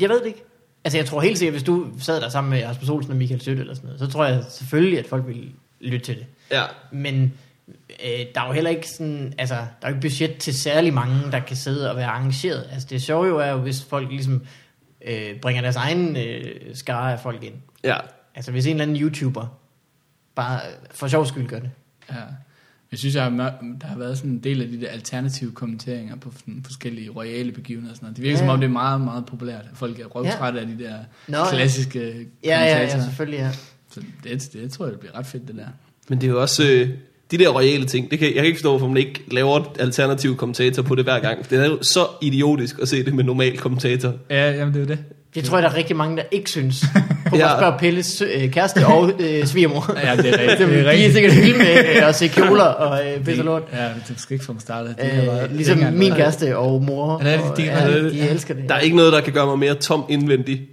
Speaker 1: Jeg ved det ikke. Altså, jeg tror helt sikkert, hvis du sad der sammen med Rasmus Olsen og Michael Sødt eller sådan noget, så tror jeg selvfølgelig, at folk ville lytte til det.
Speaker 2: Ja.
Speaker 1: Men øh, der er jo heller ikke sådan, altså, der er jo ikke budget til særlig mange, der kan sidde og være arrangeret. Altså, det sjove jo er jo, hvis folk ligesom øh, bringer deres egen øh, skare af folk ind.
Speaker 2: Ja.
Speaker 1: Altså, hvis en eller anden YouTuber bare øh, for sjov skyld gør det.
Speaker 3: Ja. Jeg synes, jeg har, mør- der har været sådan en del af de der alternative kommenteringer på sådan forskellige royale begivenheder og sådan noget. Det virker ja. som
Speaker 1: Ja.
Speaker 3: om, det er meget, meget populært. Folk er røvtrætte ja. af de der Nå,
Speaker 1: Nå, ja.
Speaker 3: klassiske
Speaker 1: Ja, ja, ja,
Speaker 3: kommentatorer.
Speaker 1: selvfølgelig, ja.
Speaker 3: Så det, det tror jeg, det bliver ret fedt, det der.
Speaker 2: Men det er jo også... Øh, de der royale ting, det kan, jeg kan ikke forstå, hvorfor man ikke laver et alternativ kommentator på det hver gang. Det er jo så idiotisk at se det med normal kommentator.
Speaker 3: Ja, jamen det er jo det.
Speaker 1: Det tror jeg, der er rigtig mange, der ikke synes. Prøv ja.
Speaker 2: Ja.
Speaker 1: at spørge Pelles øh, kæreste og øh, svigermor.
Speaker 3: Ja, det er rigtigt.
Speaker 1: Dem-
Speaker 3: Det er
Speaker 1: De er
Speaker 3: rigtigt.
Speaker 1: sikkert vilde med øh, at se kjoler og øh, pisse og lort.
Speaker 3: Ja, det skal ikke få mig startet. Det har været-
Speaker 1: Øh, ligesom
Speaker 3: dengang,
Speaker 1: min
Speaker 3: der-
Speaker 1: kæreste og mor.
Speaker 3: Ja, det er-
Speaker 1: og,
Speaker 3: de-
Speaker 1: ja,
Speaker 3: det er-
Speaker 1: de elsker det.
Speaker 2: Der er ikke noget, der kan gøre mig mere tom indvendig,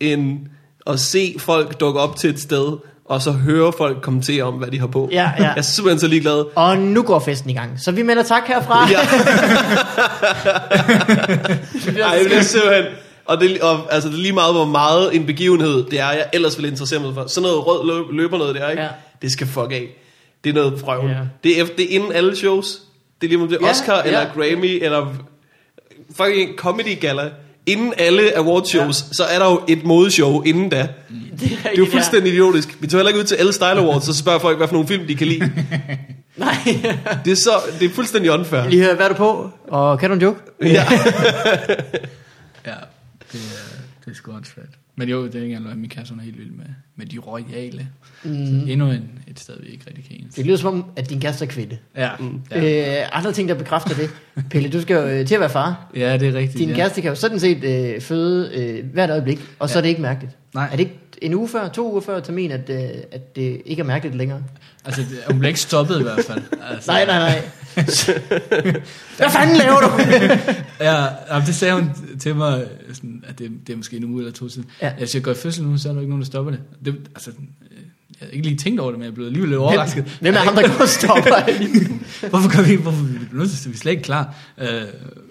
Speaker 2: end at se folk dukke op til et sted, og så høre folk kommentere om, hvad de har på.
Speaker 1: Ja, ja.
Speaker 2: Jeg er simpelthen så ligeglad.
Speaker 1: Og nu går festen i gang. Så vi melder tak herfra.
Speaker 2: Ja. Ej, det er simpelthen... Og det, er- og, altså, det er lige meget, hvor meget en begivenhed det er, jeg ellers ville interessere mig for. Sådan noget rød løb, løber noget, det er, ikke?
Speaker 1: Ja.
Speaker 2: Ja. Det skal fuck af. Det er noget frøvl.
Speaker 1: Ja.
Speaker 2: Ja. Det, er, efter- det er inden alle shows. Det er lige om det er
Speaker 1: Ja,
Speaker 2: Oscar,
Speaker 1: ja.
Speaker 2: ja. eller Grammy, eller fucking Comedy Gala. Inden alle award shows, ja. så er der jo et modeshow inden da.
Speaker 1: det
Speaker 2: Det er jo fuldstændig idiotisk. Vi tager heller ikke ud til alle Style Awards, og så spørger folk, hvad for nogle film de kan lide.
Speaker 1: Nej.
Speaker 2: Det er, så, det er fuldstændig unfair.
Speaker 1: Lige hør, hvad er du på? Og kan du en joke?
Speaker 2: Ja.
Speaker 3: Ja, det er, det er sgu også fedt. Men jo, det er ikke engang, min kæreste hun er helt vild med, med de royale. Mm. Endnu en, et sted, vi ikke rigtig kan enes.
Speaker 1: Det lyder som om, at din kæreste er kvinde.
Speaker 3: Ja, mm. ja.
Speaker 1: Ja. Øh, andre ting, der bekræfter det. Pelle, du skal jo øh, til at være far.
Speaker 3: ja, det er rigtigt.
Speaker 1: Din
Speaker 3: ja.
Speaker 1: kæreste kan jo sådan set øh, føde øh, hvert øjeblik, og så
Speaker 3: Ja.
Speaker 1: er det ikke mærkeligt.
Speaker 3: Nej.
Speaker 1: Er det ikke en uge før, to uger før termin, at, øh, at det ikke er mærkeligt længere?
Speaker 3: Altså, det- hun bliver ikke stoppet i hvert fald. Altså,
Speaker 1: Nej, nej, nej. Hvad fanden laver du?
Speaker 3: Ja, jamen, det sagde hun til mig, sådan, at det, det er måske en uge eller to siden.
Speaker 1: Ja.
Speaker 3: Ja. Hvis jeg går i fødsel nu, så er der ikke nogen, der stopper det. det altså, øh, jeg har ikke lige tænkt over det, men jeg blev alligevel lidt overrasket.
Speaker 1: Hvem, hvem er ham, der går og stopper?
Speaker 3: Hvorfor gør vi Hvorfor nu er vi slet ikke klar? Øh,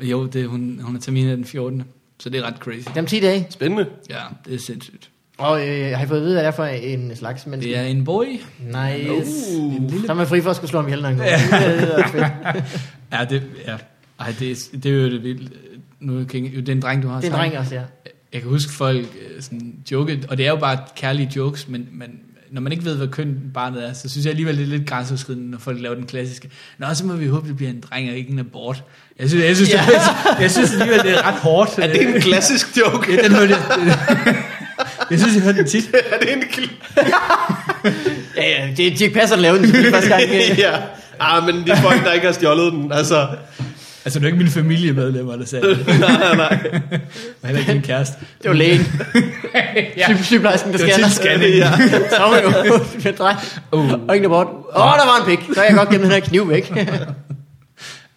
Speaker 3: jo, det, hun, hun har termin af den 14. Så det er ret crazy.
Speaker 1: Dem 10 dage.
Speaker 2: Spændende.
Speaker 3: Ja, det er sindssygt.
Speaker 1: Og øh, har I fået at vide, hvad det er for en slags menneske?
Speaker 3: Det er en boy.
Speaker 1: Nice.
Speaker 2: Uh.
Speaker 3: En lille...
Speaker 1: Så er man fri for at skulle slå om ihjel, når han går. Det er fedt.
Speaker 3: Ja, det, ja. Ej, det, er, det er jo det vildt. Nu kan jeg, jo, det er en dreng, du har
Speaker 1: Det er en
Speaker 3: sammen.
Speaker 1: dreng også, ja.
Speaker 3: Jeg kan huske folk øh, sådan joke, og det er jo bare kærlige jokes, men, men når man ikke ved, hvad køn barnet er, så synes jeg alligevel, det er lidt grænseoverskridende, når folk laver den klassiske. Nå, så må vi håbe, det bliver en dreng og ikke en abort. Jeg synes, jeg synes, ja. det, er- jeg synes alligevel, det er ret hårdt. øh.
Speaker 2: Er det en klassisk joke?
Speaker 3: Ja, den hørte jeg. Jeg synes, jeg hørte den tit.
Speaker 2: er det en kl-
Speaker 1: Ja, ja, det er Dirk Passer, der lavede den selvfølgelig første gang. øh.
Speaker 2: ja. Ah, men de folk, der ikke har stjålet den, altså...
Speaker 3: Altså, det var ikke mine familiemedlemmer, der sagde det. nej, nej, nej. Og heller ikke min kæreste.
Speaker 1: Det var lægen.
Speaker 3: ja.
Speaker 1: Syge- Sygeplejersken, der
Speaker 3: Det var
Speaker 1: scanner.
Speaker 3: tit scanning, ja.
Speaker 1: Så var det jo det var en dreng.
Speaker 3: Uh.
Speaker 1: Og ikke abort. Åh, oh, der var en pik. Så kan jeg godt gemme den her kniv væk.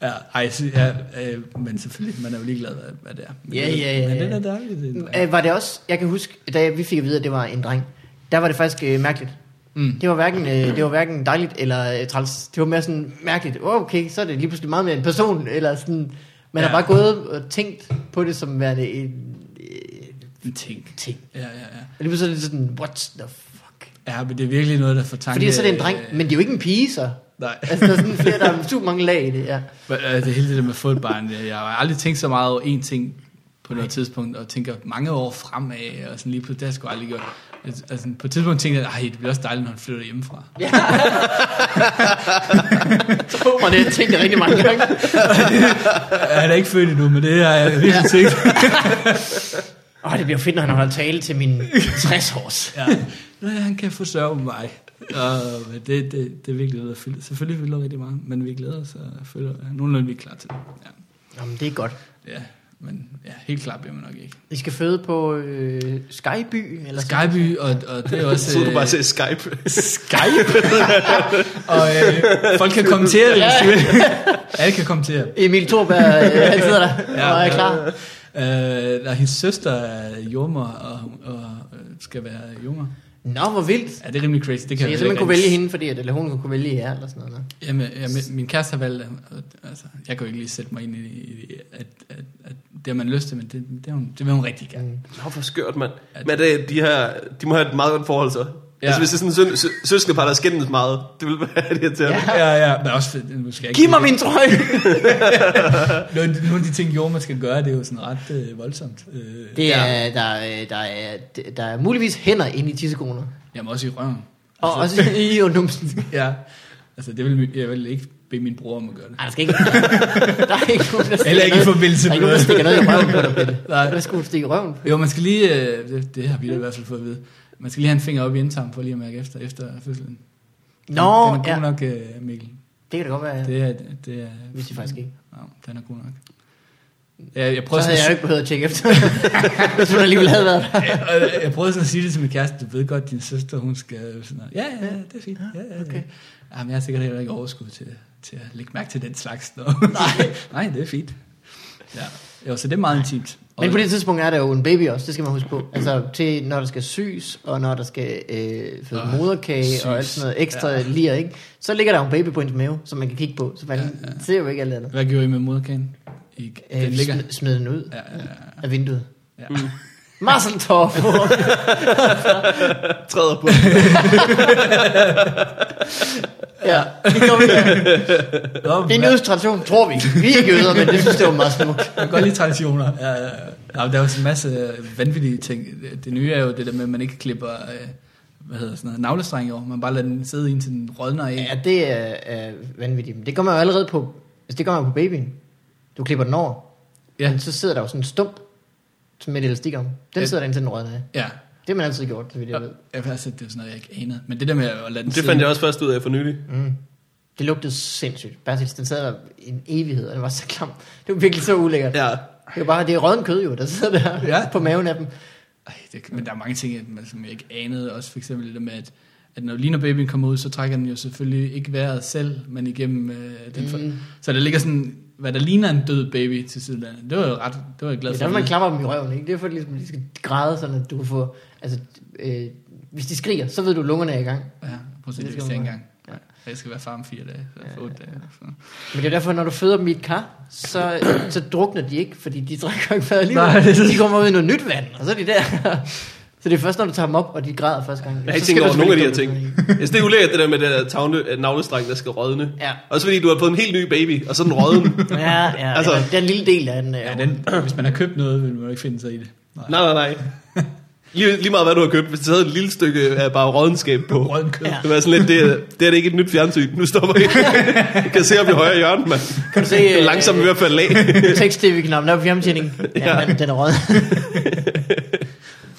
Speaker 3: ja, ej, jeg synes- ja, øh, men selvfølgelig, man er jo ligeglad, hvad, hvad det er. Men
Speaker 1: Ja,
Speaker 3: det-
Speaker 1: ja, ja,
Speaker 3: Men
Speaker 1: ja.
Speaker 3: det er da dejligt. Det er en dreng.
Speaker 1: Øh, var det også, jeg kan huske, da vi fik at vide, at det var en dreng, der var det faktisk øh, mærkeligt. Mm. Det, var hverken, øh, det var hverken dejligt eller øh, træls. Det var mere sådan mærkeligt. Oh, okay, så er det lige pludselig meget mere en person. Eller sådan, man ja.
Speaker 3: Ja.
Speaker 1: har bare gået og tænkt på det som værende en øh,
Speaker 3: En ting.
Speaker 1: ting.
Speaker 3: Ja, ja, ja.
Speaker 1: Og lige pludselig er det sådan, what the fuck?
Speaker 3: Ja, men øh, det er virkelig noget, der får tanke...
Speaker 1: Fordi så er det en dreng, men det er jo ikke en pige, så.
Speaker 3: Nej.
Speaker 1: Altså, der er sådan flere, der er super mange lag i det, ja.
Speaker 3: Men, øh, det hele det der med at få et barn, det- jeg har aldrig tænkt så meget over én ting på noget tidspunkt, og tænker mange år fremad, og sådan lige pludselig, det har jeg sgu aldrig gjort. Altså, altså, på et tidspunkt tænkte jeg, at det bliver også dejligt, når han flytter hjemmefra.
Speaker 1: Tro mig, det har jeg tænkt rigtig mange gange.
Speaker 3: Han er ikke født endnu, men det har jeg virkelig tænkt.
Speaker 1: Åh, oh, det bliver fedt, når han holder tale til min 60-års.
Speaker 3: Ja. Nå, ja, han kan forsørge mig. Og men det, det, det er virkelig noget, der fylder. Selvfølgelig fylder rigtig meget, men vi glæder os og føler nogenlunde, vi er klar til det. Ja.
Speaker 1: Jamen, det er godt.
Speaker 3: ja. men ja, helt klart bliver man nok ikke.
Speaker 1: I skal føde på øh, Skyby, eller sådan
Speaker 3: Skyby, og, og det er også...
Speaker 2: Så troede du bare
Speaker 3: øh,
Speaker 2: sagde Skype.
Speaker 3: Skype. og øh, folk kan kommentere det, hvis de vil. Alle kan kommentere.
Speaker 1: Emil Thorberg, øh, han sidder der ja, og er klar.
Speaker 3: Øh, og hendes søster er jommer og, og øh, skal være jommer.
Speaker 1: Nå, hvor vildt.
Speaker 3: Ja, det er rimelig crazy. Det kan
Speaker 1: Så
Speaker 3: jeg
Speaker 1: jeg
Speaker 3: heller
Speaker 1: simpelthen
Speaker 3: ikke
Speaker 1: kunne
Speaker 3: rigtig-
Speaker 1: vælge hende, fordi at, eller hun kunne vælge jer, eller sådan noget. nå.
Speaker 3: Jamen, jamen, min kæreste har valgt, at- at- altså, jeg kan jo ikke lige sætte mig ind i, i at, at, at, det har man lyst til, men det, det, har hun, det vil hun rigtig gerne. Mm.
Speaker 2: Nå, hvor skørt, mand. Men det, de, her, de må have et meget godt forhold, så. Ja. Altså, hvis det er sådan en sø- sø- søskendepar, der skændes meget, det ville være det til. Ja.
Speaker 3: Ja, ja, men også, fedt, nu skal jeg ikke...
Speaker 1: Giv mig min trøje!
Speaker 3: Nogle, af de- nogle af de ting, jo, man skal gøre, det er jo sådan ret øh, voldsomt. Øh,
Speaker 1: Det er, der, er, der, er, der er muligvis hænder inde i tissekoner.
Speaker 3: Jamen, også i røven. Altså,
Speaker 1: Og også i undumsen.
Speaker 3: Ja, altså det vil, min- jeg vil ikke bede min bror om at gøre det.
Speaker 1: Nej, der skal ikke... Der er ikke nogen, der stikker
Speaker 3: Heller ikke i
Speaker 1: noget-
Speaker 3: forbindelse
Speaker 1: Der er ikke
Speaker 3: med-
Speaker 1: nogen, der stikker noget i røven på dig, Pelle.
Speaker 3: Nej.
Speaker 1: Der skulle du stikke i røven.
Speaker 3: Jo, man skal lige, øh, det, det har vi da i hvert fald fået at vide, man skal lige have en finger op i indtarmen for lige at mærke efter, efter fødslen. Den-
Speaker 1: Nå,
Speaker 3: Den er god
Speaker 1: ja.
Speaker 3: nok, øh, Mikkel.
Speaker 1: Det kan da godt være, ja.
Speaker 3: Det er, det er,
Speaker 1: vidste jeg faktisk ikke.
Speaker 3: Nå, den er god nok. Jeg, jeg,
Speaker 1: Så
Speaker 3: prøvede
Speaker 1: havde jeg jo
Speaker 3: sådan,
Speaker 1: ikke behøvet at tjekke efter, hvis hun alligevel havde været der.
Speaker 3: jeg, jeg, jeg prøvede sådan at sige det til min kæreste, du ved godt, din søster, hun skal sådan noget. Ja, ja, ja, det er fint. Ja, ja, okay. ja. Jamen, jeg har sikkert heller ikke overskud til, til at lægge mærke til den slags. Nå. Nej. Nej, det er fint. Ja. Jo, så det er meget intimt.
Speaker 1: Men på det tidspunkt er der jo en baby også, det skal man huske på. Altså til, når der skal sys, og når der skal øh, føde
Speaker 3: Åh,
Speaker 1: moderkage
Speaker 3: sys.
Speaker 1: og alt sådan noget ekstra ja. lir, ikke? Så ligger der jo en baby på ens mave, som man kan kigge på, så man ja, ja. ser jo ikke alt andet.
Speaker 3: Hvad gjorde I med moderkagen? I,
Speaker 1: Øh, Mm.
Speaker 3: den ligger...
Speaker 1: Sm- smid den ud
Speaker 3: Ja, ja, ja.
Speaker 1: af vinduet.
Speaker 3: Ja.
Speaker 1: Masseltorf!
Speaker 2: Træder på.
Speaker 1: ja, det går vi her.
Speaker 3: Nå,
Speaker 1: Det er en jødisk tradition, tror vi. Vi er ikke jøder, men det synes jeg var meget smukt.
Speaker 3: Jeg kan godt lide traditioner. Ja, ja, ja. Nå, men der er jo sådan en masse øh, vanvittige ting. Det- Det nye er jo det der med, at man ikke klipper øh, hvad hedder sådan noget, navlestreng over. Man bare lader den sidde indtil den rådner af.
Speaker 1: Ja, det er, er vanvittigt. Men det kommer jo allerede på, altså det kommer jo på babyen. Du klipper den over, ja.
Speaker 3: Ja,
Speaker 1: men så sidder der jo sådan en stump, som med et elastik om. Den
Speaker 3: Ja.
Speaker 1: sidder der indtil den rødder af.
Speaker 3: ja.
Speaker 1: Det har man altid gjort, så vidt jeg ved.
Speaker 3: Jeg har set, det er sådan noget, jeg ikke anede. Men det der med at lade den
Speaker 2: Det fandt jeg også først ud af for nylig.
Speaker 1: Mm. Det lugtede sindssygt. Bertils, den sad der i en evighed, og den var så klam. Det var virkelig så ulækkert. Ja.
Speaker 2: Ja.
Speaker 1: Det var bare, det er rødden kød jo, der sidder der ja.
Speaker 3: Ja.
Speaker 1: på maven af dem.
Speaker 3: Ej, det, men der er mange ting, man- som jeg ikke anede. Også for eksempel det der med, at, at når lige når babyen kommer ud, så trækker den jo selvfølgelig ikke vejret selv, men igennem øh, den. For,
Speaker 1: Mm.
Speaker 3: Så der ligger sådan, hvad der ligner en død baby til siden af. Det var jo ret, det var jeg glad
Speaker 1: Det er
Speaker 3: for.
Speaker 1: derfor,
Speaker 3: at
Speaker 1: man
Speaker 3: vide.
Speaker 1: klapper dem i røven, ikke? Det er for, at de ligesom, de skal græde, sådan at du kan få... Altså, øh, hvis de skriger, så ved du, at lungerne er i gang.
Speaker 3: Ja, prøv at se, det
Speaker 1: Det skal
Speaker 3: vidste jeg ikke
Speaker 1: man-
Speaker 3: engang. Ja. Jeg skal være far om fire dage, eller ja, otte dage. eller sådan noget.
Speaker 1: Men det er derfor, når du føder dem i et kar, så, så drukner de ikke, fordi de drikker ikke vejret
Speaker 3: Nej.
Speaker 1: alligevel. De kommer ud i noget nyt vand, og så er de der. Så det er først, når du tager dem op, og de græder første gang.
Speaker 2: Jeg har
Speaker 1: Så
Speaker 2: ikke
Speaker 1: skal
Speaker 2: tænkt
Speaker 1: du
Speaker 2: over nogen af de her ting.
Speaker 1: selvfølgelig
Speaker 2: Jeg synes, det er ulækkert, det der med det der tavle, øh, navlestreng, der skal rådne.
Speaker 1: Ja.
Speaker 2: Også fordi du har fået en helt ny baby, og så er den rådden.
Speaker 1: dumme noget. Ja, ja.
Speaker 2: Altså-
Speaker 1: Altså, den lille del af den.
Speaker 3: Ja,
Speaker 1: Ja,
Speaker 3: den, hvis man har købt noget, vil man jo ikke finde sig i det. Nej.
Speaker 2: nej, nej, nej. Lige, lige meget hvad du har købt, hvis du havde et lille stykke af bare rådenskab på.
Speaker 3: Rødden kød.
Speaker 1: Ja.
Speaker 3: Ja.
Speaker 2: Det var sådan lidt, det, er- det er det ikke et nyt fjernsyn. Nu stopper jeg. Jeg kan se op i højre hjørne, mand.
Speaker 1: Kan du se
Speaker 2: Det er
Speaker 1: øh,
Speaker 2: langsomt i hvert fald lag.
Speaker 1: øh, tekst-tv-knappen der på fjernbetjeningen? Ja,
Speaker 2: Ja.
Speaker 1: ja. Den, den er rød.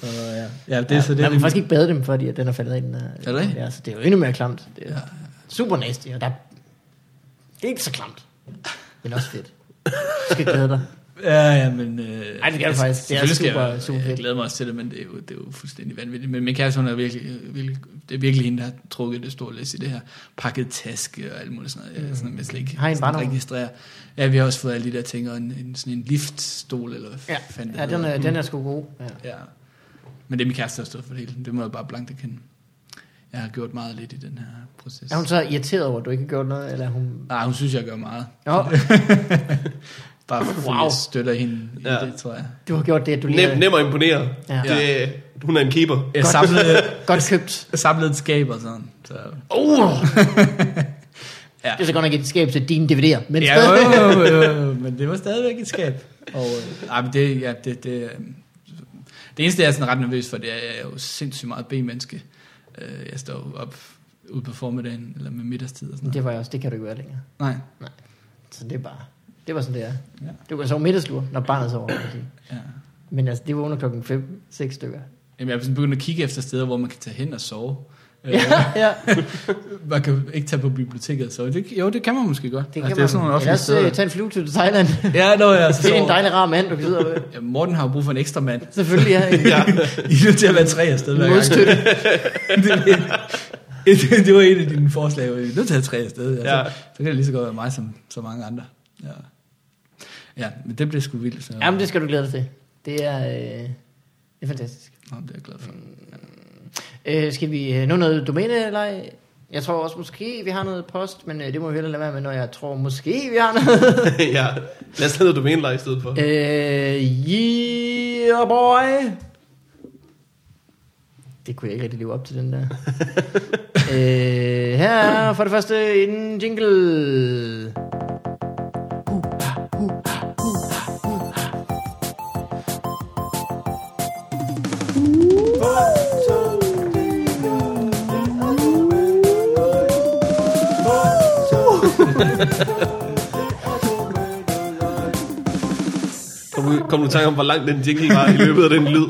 Speaker 3: Så, ja. ja, det er
Speaker 1: Ja,
Speaker 3: så det.
Speaker 1: man
Speaker 3: det-
Speaker 1: må faktisk ikke bade dem, fordi at den er faldet ind. Er
Speaker 3: det rigtigt?
Speaker 1: Ja, så det er jo endnu mere klamt. Det er
Speaker 3: Ja.
Speaker 1: ja. super nasty, og der, det er ikke så klamt. Men også fedt. Du skal glæde dig.
Speaker 3: Ja, ja, men... Øh,
Speaker 1: Ej, det kan du faktisk. Det er
Speaker 3: selvfølgelig skal
Speaker 1: super,
Speaker 3: jeg,
Speaker 1: super
Speaker 3: Jeg
Speaker 1: fedt.
Speaker 3: glæder mig også til det, men det er jo, det er jo fuldstændig vanvittigt. Men min kæreste, hun er virkelig, øh, virkelig, det er virkelig hende, der har trukket det store læs i det her. Pakket taske og alt muligt sådan noget. Jeg, sådan, jeg slet ikke
Speaker 1: Har I en
Speaker 3: sådan
Speaker 1: barnevogn?
Speaker 3: registrerer. Ja, vi har også fået alle de der ting, og en, en, sådan en liftstol, eller hvad
Speaker 1: Ja,
Speaker 3: fanden det
Speaker 1: ja den,
Speaker 3: hedder.
Speaker 1: er, den er sgu god. Ja.
Speaker 3: Ja. Men det er min kæreste, der har stået for det hele. Det må jeg bare blankt erkende. Jeg har gjort meget lidt i den her proces.
Speaker 1: Er hun så irriteret over, at du ikke har gjort noget? Eller er hun...
Speaker 3: Nej, hun synes, jeg gør meget.
Speaker 1: Nå,
Speaker 3: Bare fordi
Speaker 1: Wow.
Speaker 3: wow. jeg støtter hende i
Speaker 2: Ja.
Speaker 3: ja. det, tror jeg.
Speaker 1: du har gjort det, at du lige
Speaker 2: Nem, nem at imponere.
Speaker 1: Ja.
Speaker 2: Det, hun er en keeper.
Speaker 3: Jeg samlede,
Speaker 1: godt købt.
Speaker 3: samlede et skab og sådan. Så.
Speaker 1: Oh!
Speaker 3: Ja.
Speaker 1: Det er så godt nok et skab til dine DVD'er. Men
Speaker 3: Ja,
Speaker 1: stadig.
Speaker 3: jo, jo, jo, jo, men det var stadigvæk et skab. Og, øh, ej, men det, ja, det, det, øh, det eneste, jeg er sådan ret nervøs for, det er, jeg er jo sindssygt meget B-menneske. Øh, Jeg står jo op ude på formiddagen, eller med middagstid og sådan noget.
Speaker 1: Det var jeg også, det kan du ikke gøre længere.
Speaker 3: Nej,
Speaker 1: Så det er bare, det var sådan det er.
Speaker 3: Ja.
Speaker 1: Ja. Du kan sove middagslur, når barnet sover. kan man sige.
Speaker 3: ja.
Speaker 1: Men altså, det vågner klokken 5, 6 stykker.
Speaker 3: Jamen, jeg er sådan begyndt at kigge efter steder, hvor man kan tage hen og sove.
Speaker 1: Ja,
Speaker 3: Ja.
Speaker 1: ja.
Speaker 3: Man kan ikke tage på biblioteket og sove. Det, jo, det kan man måske godt.
Speaker 1: Det kan
Speaker 3: altså,
Speaker 1: altså,
Speaker 3: det er sådan nogle
Speaker 1: man.
Speaker 3: offentlige
Speaker 1: Ellers øh,
Speaker 3: steder.
Speaker 1: tag en flyvetur til Thailand.
Speaker 3: Ja, nå, ja, så
Speaker 1: Det er en
Speaker 3: sover.
Speaker 1: dejlig rar mand, du kan sidde og...
Speaker 3: Ja, Morten har jo brug for en ekstra mand.
Speaker 1: Selvfølgelig, ja. En
Speaker 2: Ja.
Speaker 3: I er nødt til at være tre afsted hver gang.
Speaker 1: modstøtte.
Speaker 3: det, det var et af dine forslag, hvor I er nødt til at have tre afsted. Altså,
Speaker 2: Ja.
Speaker 3: ja. Så kan det lige så godt være mig som så mange andre. Ja. Ja, men det blev sgu vildt. Så.
Speaker 1: Jamen, det skal du glæde dig til. Det er, øh, det er fantastisk.
Speaker 3: Nå, det er jeg glad for.
Speaker 1: Øh, skal vi øh, nå noget domæne eller Jeg tror også måske, vi har noget post, men øh, det må vi hellere lade være med, når jeg tror måske, vi har noget.
Speaker 2: ja, lad os tage noget domænelej i stedet for.
Speaker 1: øh, yeah, boy. Det kunne jeg ikke rigtig leve op til, den der. øh, her er for det første en jingle.
Speaker 2: Kom, nu- kom nu i tanke om, hvor langt den jingle var i løbet af den lyd.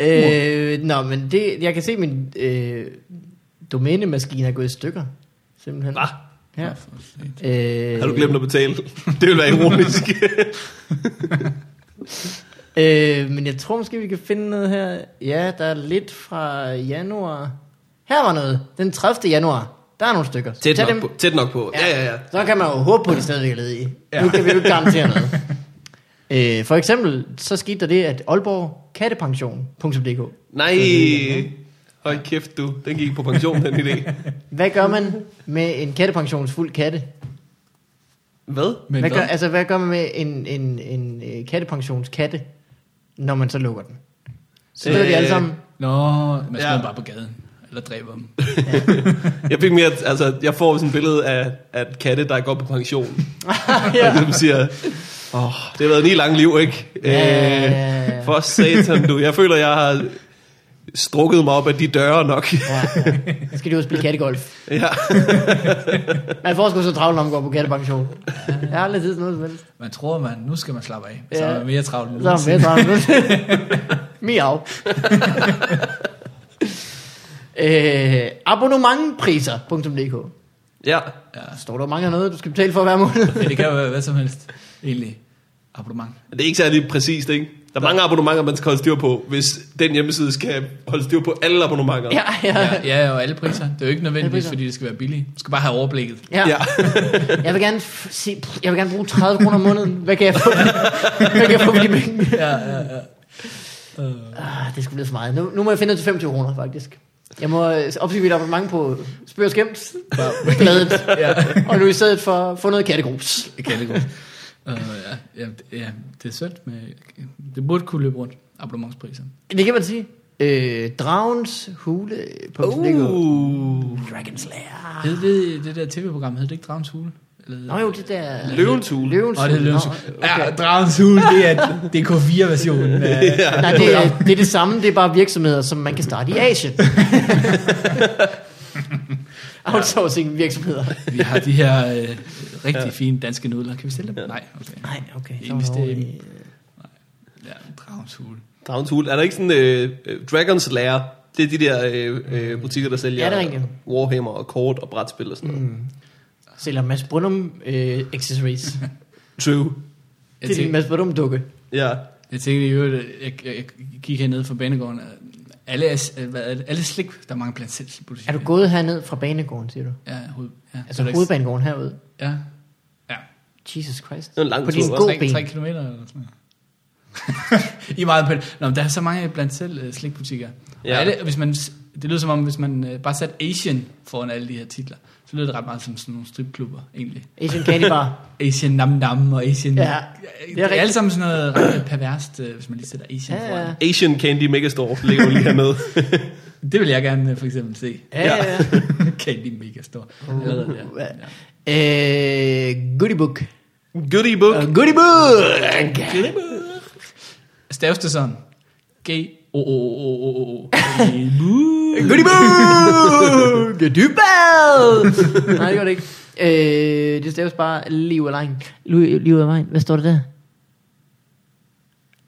Speaker 1: Øh, nå, men det, jeg kan se, at min øh, domænemaskine er gået i stykker. Simpelthen. Hvad? Ja.
Speaker 3: Nå, for sent.
Speaker 1: Øh,
Speaker 2: Har du glemt at betale? Det ville være ironisk.
Speaker 1: Øh, men jeg tror måske, vi kan finde noget her. Ja, der er lidt fra januar. Her var noget. Den 30. januar. Der er nogle stykker. Så
Speaker 2: tæt,
Speaker 1: tag
Speaker 2: nok på, tæt nok på. Ja, ja, ja.
Speaker 1: Så kan man jo håbe på, at de stadigvæk er ledige.
Speaker 2: Ja.
Speaker 1: Ja. Nu kan vi jo ikke garantere noget. Øh, for eksempel, så skete der det, at Aalborg kattepension.dk.
Speaker 2: Nej, hold kæft du. Den gik på pension, den idé.
Speaker 1: Hvad gør man med en kattepensionsfuld katte?
Speaker 2: Hvad?
Speaker 3: Men
Speaker 1: hvad,
Speaker 3: hvad?
Speaker 1: gør, altså, hvad gør man med en, en, en, en kattepensionskatte, når man så lukker den? Så
Speaker 2: Øh,
Speaker 1: ved vi alle sammen.
Speaker 3: Nå, man
Speaker 2: Ja.
Speaker 3: smider ja. bare på gaden. Eller dræber dem.
Speaker 2: Jeg fik mere, altså, jeg får sådan et billede af, at katte, der går på pension.
Speaker 1: ja.
Speaker 2: Og de siger, åh, oh, det har været en lang liv, ikke?
Speaker 1: Ja, ja, ja, ja.
Speaker 2: Øh, for satan, du. Jeg føler, jeg har strukket mig op af de døre nok.
Speaker 1: Ja, ja. Så skal de jo spille kattegolf.
Speaker 2: ja.
Speaker 1: Man får sgu så travlt, når man går på kattepension. Jeg har aldrig tid til noget som helst.
Speaker 3: Man tror, man, nu skal man slappe af. Så
Speaker 1: Ja.
Speaker 3: er man mere travlt. end
Speaker 1: Så er man mere
Speaker 3: nogensinde.
Speaker 1: travlt. Miau. øh, abonnementpriser.dk
Speaker 2: ja.
Speaker 1: Der står der hvor mange af noget, du skal betale for hver måned.
Speaker 3: Men det kan jo være hvad som helst. Egentlig. Abonnement.
Speaker 2: Det er ikke særlig præcist, ikke? Der er mange abonnementer, man skal holde styr på, hvis den hjemmeside skal holde styr på alle abonnementer.
Speaker 1: ja, ja.
Speaker 3: Ja, ja, og alle priser. Det er jo ikke nødvendigvis,
Speaker 1: priser.
Speaker 3: fordi det skal være billigt. Du skal bare have overblikket.
Speaker 1: Ja.
Speaker 2: ja.
Speaker 1: Jeg, vil gerne f- se, pff, jeg vil gerne bruge 30 kroner om måneden. Hvad kan jeg få? Hvad kan jeg få for de penge?
Speaker 3: Ja, ja, ja.
Speaker 1: Ah, det skulle blive for meget. Nu, nu må jeg finde noget til 25 kroner, faktisk. Jeg må øh, opsige mit abonnement på Spøg og Skæmt, bladet,
Speaker 3: ja.
Speaker 1: og nu i stedet for få noget kattegrus.
Speaker 3: Det kan det godt. Uh, ja, ja, det- ja, det er sødt med... Det burde kunne løbe rundt. Abonnementspriser.
Speaker 1: Det kan man sige. Øh, dragens hule på uh.
Speaker 2: Uh.
Speaker 1: Dragon Slayer.
Speaker 3: Hed det, det der tv-program, hed det ikke Dragens Hule? Eller,
Speaker 1: Ah. Nå jo, det der...
Speaker 2: Løvens Hule.
Speaker 1: Løvens
Speaker 3: Åh, det er Løvens
Speaker 1: Nå,
Speaker 3: Hule. Ja, Dragens Hule, det er det K4-versionen. øh, Ja.
Speaker 1: Nej, det, er, det er det samme, det er bare virksomheder, som man kan starte i Asien. Outsourcing virksomheder.
Speaker 3: Vi har de her øh, rigtig ja. fine danske nudler. Kan vi stille dem? Ja. Nej, okay.
Speaker 1: Nej, okay. så
Speaker 3: Investere
Speaker 1: var
Speaker 3: i
Speaker 1: det-
Speaker 3: dem. Ja, Dragens Hule.
Speaker 2: Dragens Hule. Er der ikke sådan øh, øh, Dragons Lair? Det er de der øh, øh, butikker, der sælger
Speaker 1: Ja, det er rigtigt.
Speaker 2: Warhammer og kort og brætspil og sådan noget. Mm.
Speaker 1: Sælger Mads Brunum øh, accessories. Mm.
Speaker 2: True.
Speaker 3: Jeg
Speaker 1: det er din
Speaker 3: tænkte,
Speaker 1: Mads Brunum dukke.
Speaker 2: Ja.
Speaker 3: jeg tænkte i øvrigt, at jeg, jeg, jeg gik hernede fra banegården. og Alle, er, øh, hvad er det? alle slik, der er mange blandt selv
Speaker 1: Er du gået herned fra banegården, siger du?
Speaker 3: Ja, hoved, ja.
Speaker 1: Altså
Speaker 3: Er der ikke-
Speaker 1: hovedbanegården herude.
Speaker 3: Ja. Ja.
Speaker 1: Jesus Christ.
Speaker 2: Det er en lang
Speaker 1: På
Speaker 2: tur,
Speaker 1: din
Speaker 2: hva'?
Speaker 1: god
Speaker 3: Tre,
Speaker 1: ben.
Speaker 3: tre kilometer eller sådan noget. I er meget pænt. Nå, men der er så mange blandt selv øh, slikbutikker. Ja.
Speaker 2: Ja.
Speaker 3: Og alle, hvis man, det lyder som om, hvis man øh, bare satte Asian foran alle de her titler, så lyder det ret meget som sådan nogle stripklubber, egentlig.
Speaker 1: Asian Candy Bar.
Speaker 3: Asian Nam Nam og Asian...
Speaker 1: Ja, det er
Speaker 3: det er alle
Speaker 1: rigtigt.
Speaker 3: sammen sådan noget ret perverst, øh, hvis man lige sætter Asian
Speaker 1: Ja,
Speaker 3: foran.
Speaker 1: ja.
Speaker 2: Asian Candy Megastore ligger jo lige hernede.
Speaker 3: Det vil jeg gerne øh, for eksempel se.
Speaker 1: Ja, ja, ja.
Speaker 3: Candy mega stor. Allerede der.
Speaker 1: Uh, øh, goodie book.
Speaker 2: Goodie book.
Speaker 1: Uh, goodie book!
Speaker 3: Staves det sådan? G o o o o o o
Speaker 1: Goodie book! Dybad! Nej, det gør det ikke. Øh, det staves bare liv af vejen. Liv af vejen. Hvad står det der?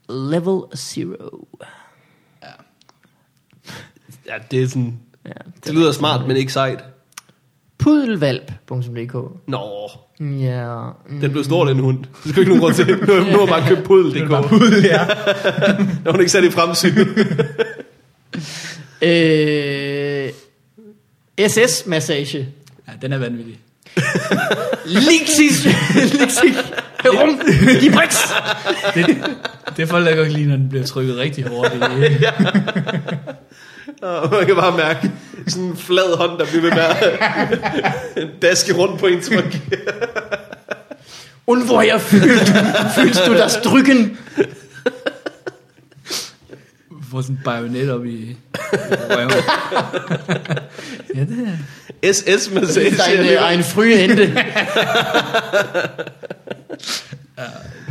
Speaker 1: Level zero.
Speaker 2: Ja, det er sådan...
Speaker 1: Ja,
Speaker 2: Det lyder smart, men ikke sejt.
Speaker 1: Pudelvalp.dk
Speaker 2: Nå,
Speaker 1: Ja. Mm.
Speaker 2: den blev stor, den hund. Det skulle ikke nogen grund til. Nu nu har hun bare købt pudel, det går.
Speaker 3: Pudel, ja.
Speaker 2: Der var hun ikke særlig fremsynet.
Speaker 1: Øh, SS-massage.
Speaker 3: ja. den er vanvittig.
Speaker 1: Lixis! Lixis! Rum! De brits!
Speaker 3: Det, det er folk, der godt lide, når den bliver trykket rigtig hårdt. i.
Speaker 2: Og man kan bare mærke sådan en flad hånd, der bliver ved med at daske rundt på en tryk.
Speaker 1: Und hvor jeg følte, følte du dig strykken?
Speaker 3: Får sådan en bajonet op i i røven. ja, det er...
Speaker 2: SS-massage.
Speaker 1: Deine egen frie hente.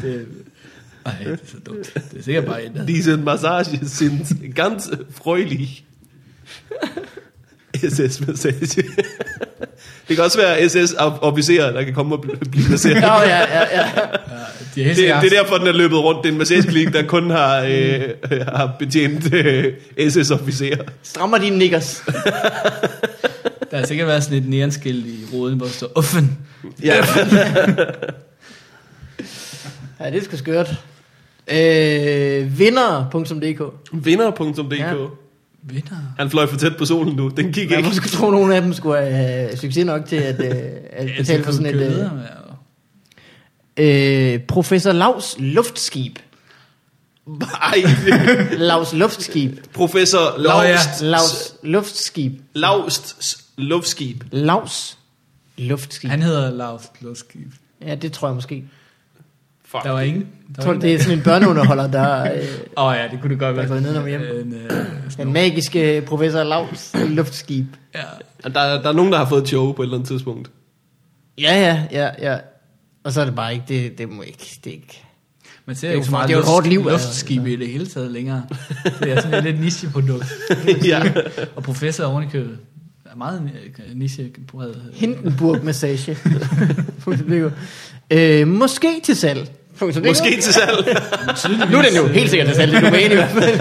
Speaker 3: Det, ej, det er så dumt. Det er sikkert bare en, der...
Speaker 2: Diese Massage sind ganz freudig. SS-massage. Det kan også være SS-officerer, der kan komme og bl- blive masseret.
Speaker 1: Nå, ja, ja,
Speaker 3: De
Speaker 1: ja.
Speaker 3: er helt
Speaker 2: Det,
Speaker 3: sikkert...
Speaker 2: det er derfor, den er løbet rundt. Det er en massageklinik, der kun har, øh, har betjent øh, SS-officerer.
Speaker 1: Strammer dine niggers.
Speaker 3: Der har sikkert været sådan et neonskilt i roden, hvor der står Uffen.
Speaker 2: Ja.
Speaker 1: Ja, det er sgu skørt. Øh, vinder.dk
Speaker 2: Vinder.dk.
Speaker 1: Ja.
Speaker 2: Ja.
Speaker 3: Vinder.
Speaker 2: Han fløj for tæt på solen nu. Den gik
Speaker 1: Man
Speaker 2: ikke.
Speaker 1: må sgu tro, at nogle af dem skulle have succes nok til at, øh, at betale for sådan et... øh, Øh, professor Laus Luftskib.
Speaker 2: Nej.
Speaker 1: Laus Luftskib.
Speaker 2: Professor
Speaker 3: ja.
Speaker 2: Laust.
Speaker 1: Laus Luftskib.
Speaker 2: Lausts luftskib.
Speaker 1: Laus Luftskib.
Speaker 3: Han hedder Lauf Kloskib.
Speaker 1: Ja, det tror jeg måske.
Speaker 2: Fuck.
Speaker 3: Der var ingen. Der
Speaker 1: Jeg
Speaker 3: var
Speaker 1: tror, det er sådan en børneunderholder, der... Øh,
Speaker 3: Åh oh, ja, det kunne det godt
Speaker 1: Der
Speaker 3: være.
Speaker 1: er gået nedenom hjem.
Speaker 3: En, øh,
Speaker 1: den magiske professor Laus Luftskib.
Speaker 3: ja.
Speaker 2: Der, der er nogen, der har fået show på et eller andet tidspunkt.
Speaker 1: Ja, ja, ja, ja. Og så er det bare ikke... Det, det må ikke... Det er ikke.
Speaker 3: Man
Speaker 1: Det
Speaker 3: ser
Speaker 1: er
Speaker 3: ikke
Speaker 1: jo-
Speaker 3: så meget
Speaker 1: det er jo et hårdt liv, altså.
Speaker 3: luftskib i det hele taget længere. Det er sådan et lidt nicheprodukt.
Speaker 2: ja.
Speaker 3: Og professor ovenikøbet er meget øh, niche bred.
Speaker 1: Hindenburg-massage. Punktum DK. øh, måske til salg. Punktum DK.
Speaker 2: Måske til salg.
Speaker 1: Nu er den jo helt sikkert til salg, det er domæne i hvert fald.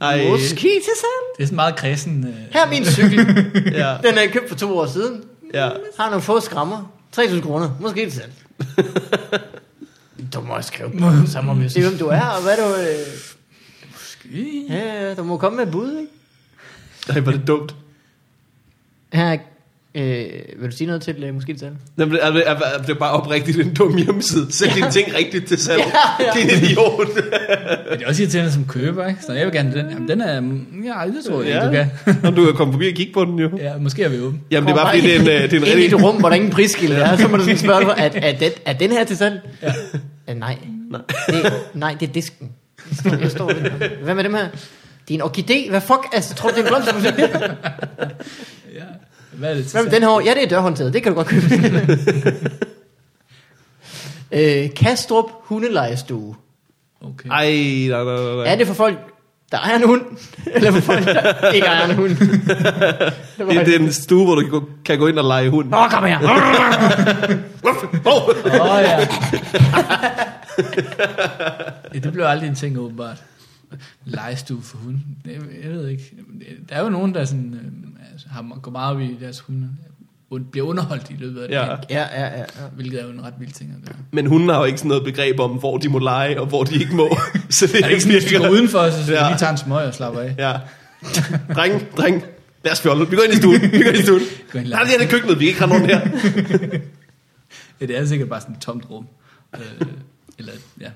Speaker 2: Ej,
Speaker 1: Måske til salg.
Speaker 3: Det er sådan meget kredsen. Øh,
Speaker 1: Her er min cykel.
Speaker 2: ja,
Speaker 1: Den er købt for to år siden.
Speaker 2: ja.
Speaker 1: Har nogle få skrammer. 3.000 kroner. Måske til salg. Du må også skrive på, så må vi jo se, hvem du er, og hvad du... Øh, ja, ja, du må komme med et bud, ikke?
Speaker 2: Ej, var det dumt.
Speaker 1: Her, er- øh, vil du sige noget til øh, måske til salg?
Speaker 2: Jamen, det er, det er, det er bare oprigtigt en dum hjemmeside. Sæt dine ting rigtigt til salg.
Speaker 1: Ja, ja.
Speaker 2: Din idiot.
Speaker 3: Men det er også irriterende som køber, ikke? Så jeg vil gerne den. Jamen, den er... mm, Ja, det tror jeg ikke, du kan.
Speaker 2: Nå, du kan komme forbi og kigge på den jo.
Speaker 3: Ja, måske er vi åbne.
Speaker 2: Jamen, det er bare fordi, det er en, øh, det er en
Speaker 1: Ind i
Speaker 2: rigtig...
Speaker 1: et rum, hvor der ingen prisskilt er, så må du sådan spørge dig, er, er, den, er den her til salg? Ja. nej. Nej. Det, nej, det er disken. Jeg står ved- Hvad med dem her? Det er en orkidé. Hvad fuck? Altså, tror du, det er en blomst?
Speaker 3: Ja. Hvad er det til
Speaker 1: Hvad
Speaker 3: salg?
Speaker 1: med den her? Ja, det er dørhåndtaget. Det kan du godt købe. øh, Kastrup hundelejestue.
Speaker 3: Okay.
Speaker 2: Ej, nej, nej, nej, nej.
Speaker 1: Er det for folk, der ejer en hund? Eller for folk, der ikke ejer en hund? Det var
Speaker 2: Det, det er en stue, hvor du kan gå- kan gå ind og lege hund.
Speaker 1: Nå, kom her.
Speaker 2: Ruff! Hov!
Speaker 3: Åh oh, ja. ja. Det blev aldrig en ting, åbenbart. Legestue for hunde. Det- Jeg ved ikke. Der er jo nogen, der sådan, øh, altså, har, går meget op i deres hunde. Und- Bliver underholdt i løbet af det.
Speaker 2: Ja.
Speaker 1: Ja, ja, ja. ja.
Speaker 3: Hvilket er jo en ret vild ting at gøre.
Speaker 2: Men hunden har jo ikke sådan noget begreb om, hvor de må lege, og hvor de ikke må. Så det
Speaker 3: Er
Speaker 2: er
Speaker 3: det ikke
Speaker 2: ikke
Speaker 3: sådan, at de går
Speaker 2: virkelig...
Speaker 3: udenfor, så, så ja.
Speaker 2: Ja.
Speaker 3: lige tager en smøg og slapper af?
Speaker 2: Ja. Dreng, dreng. Lad os fjolle. Vi går ind i stuen. Vi går ind i stuen.
Speaker 3: Gå ind og
Speaker 2: Nej,
Speaker 3: lege.
Speaker 2: det er det køkkenet, vi ikke har nogen her.
Speaker 3: Ja, det er sikkert bare sådan et tomt rum. Øh, eller, ja.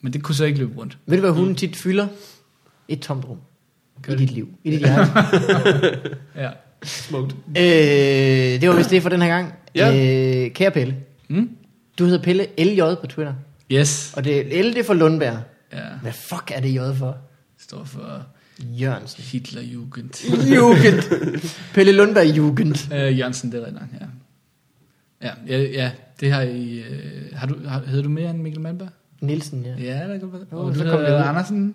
Speaker 3: Men det kunne så ikke løbe rundt.
Speaker 1: Ved du, hvad
Speaker 2: Mm.
Speaker 1: hunden tit fylder? Et tomt rum. I dit liv. I dit hjerte.
Speaker 3: Ja.
Speaker 2: Smukt.
Speaker 1: øh, det var vist det for den her gang.
Speaker 2: Ja.
Speaker 1: Øh, kære Pelle.
Speaker 3: Mm?
Speaker 1: Du hedder Pelle LJ på Twitter.
Speaker 3: Yes.
Speaker 1: Og det er L, det er for Lundberg.
Speaker 3: Ja.
Speaker 1: Hvad fuck er det J for?
Speaker 3: Står for
Speaker 1: Jørgensen.
Speaker 3: Hitlerjugend.
Speaker 1: Jugend. Pelle Lundberg Jugend.
Speaker 3: Øh, Jørgensen, det er rigtigt nok, ja. Ja, ja, ja det har I... Øh, har du, har, hedder du mere end Mikkel Malmberg?
Speaker 1: Nielsen, ja.
Speaker 3: Ja, det kan godt være.
Speaker 1: Jo,
Speaker 3: Og du
Speaker 1: så
Speaker 3: så
Speaker 1: kom
Speaker 3: kom
Speaker 1: det ud.
Speaker 3: Andersen.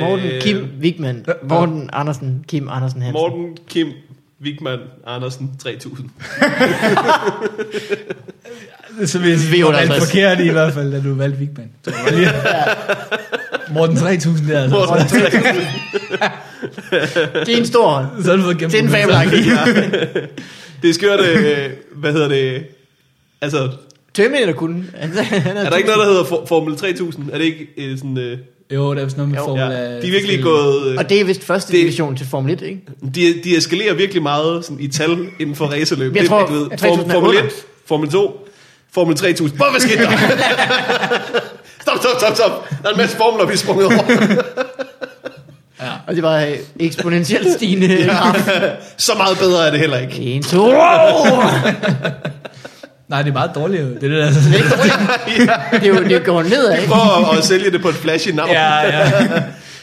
Speaker 1: Morten
Speaker 2: Øh,
Speaker 1: Kim Wigman. Morten Andersen Kim Andersen Hansen.
Speaker 2: Morten Kim Vigman Andersen 3000.
Speaker 3: Så vi
Speaker 1: Vi er
Speaker 3: er alt
Speaker 1: 58.
Speaker 3: forkert i hvert fald, da du valgte Vigman. Det var lige- Morten 3000 der, altså.
Speaker 2: Morten 3000.
Speaker 1: Det er en stor hånd.
Speaker 3: Så har du fået gennem
Speaker 1: Det er en fabelagtig.
Speaker 2: Det er skørt, øh, hvad hedder det? Altså,
Speaker 1: Terminator kunne. Han, han
Speaker 2: er der ikke noget, der hedder for, Formel 3000? Er det ikke øh, sådan... Øh,
Speaker 3: Jo, der er vist noget med
Speaker 1: Jo,
Speaker 3: Formel
Speaker 2: Ja. De er virkelig gået... øh,
Speaker 1: Og det er vist første
Speaker 2: Det-
Speaker 1: division til Formel 1, ikke?
Speaker 2: De, de eskalerer virkelig meget sådan, i tal inden for racerløb.
Speaker 1: Jeg
Speaker 2: Det er-
Speaker 1: tror,
Speaker 2: du ved, Form,
Speaker 1: 3000 er
Speaker 2: Formel 1,
Speaker 1: under.
Speaker 2: Formel 2, Formel 3000. Hvor, hvad skete der? stop, stop, stop, stop. Der er en masse formler, vi er sprunget over.
Speaker 1: Og det var øh, eksponentielt stigende graf.
Speaker 2: Så meget bedre er det heller ikke.
Speaker 1: En, to, wow!
Speaker 3: Nej, det er meget dårligt jo. Det er det der.
Speaker 1: Det, er jo, det går nedad, ikke?
Speaker 2: For at, at sælge det på et flashy navn. Ja,
Speaker 3: ja, ja.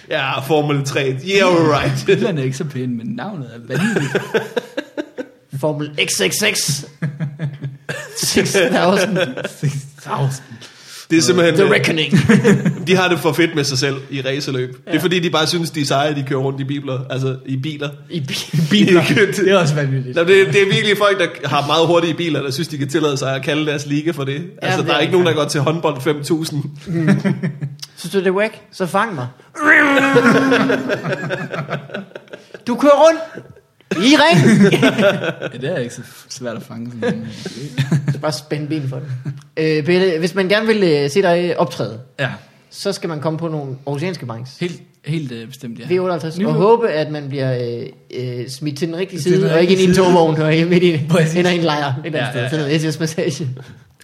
Speaker 2: ja Formel 3. Yeah, all right.
Speaker 3: Bilerne er ikke så pæne, men navnet er vanvittigt.
Speaker 1: Formel XXX. 6000.
Speaker 3: 6000.
Speaker 2: Det er simpelthen... øh,
Speaker 1: The Reckoning.
Speaker 2: De har det for fedt med sig selv i racerløb. Ja. Det er fordi, de bare synes, de er seje, de kører rundt i bibler. Altså, i biler.
Speaker 1: I bil.
Speaker 2: Biler.
Speaker 3: Det er også vanvittigt.
Speaker 2: Nå, det, det er virkelig folk, der har meget hurtige biler, der synes, de kan tillade sig at kalde deres liga for det. Altså,
Speaker 1: Jamen, det
Speaker 2: der er
Speaker 1: er
Speaker 2: ikke nogen, der går til håndbold 5.000.
Speaker 1: Synes du, det er whack? Så fang mig. Du kører rundt. I ring.
Speaker 3: Ja, det er ikke så svært at fange. Sådan. en.
Speaker 1: Så bare spænd ben for det. Øh, Pelle, hvis man gerne vil øh, se dig øh, optræde,
Speaker 3: Ja,
Speaker 1: så skal man komme på nogle oceanske banks.
Speaker 3: helt, helt øh, bestemt, ja.
Speaker 1: V58.
Speaker 3: Nyhed.
Speaker 1: Og håbe, at man bliver øh, øh, smidt til den rigtige
Speaker 3: Til den
Speaker 1: side, og ikke
Speaker 3: rigtige
Speaker 1: ind i en
Speaker 3: side.
Speaker 1: togvogn, og midt i
Speaker 3: Præcis.
Speaker 1: ender i en lejr. Et eller
Speaker 3: Ja,
Speaker 1: andet sted.
Speaker 3: ja,
Speaker 1: Sådan noget SS-massage.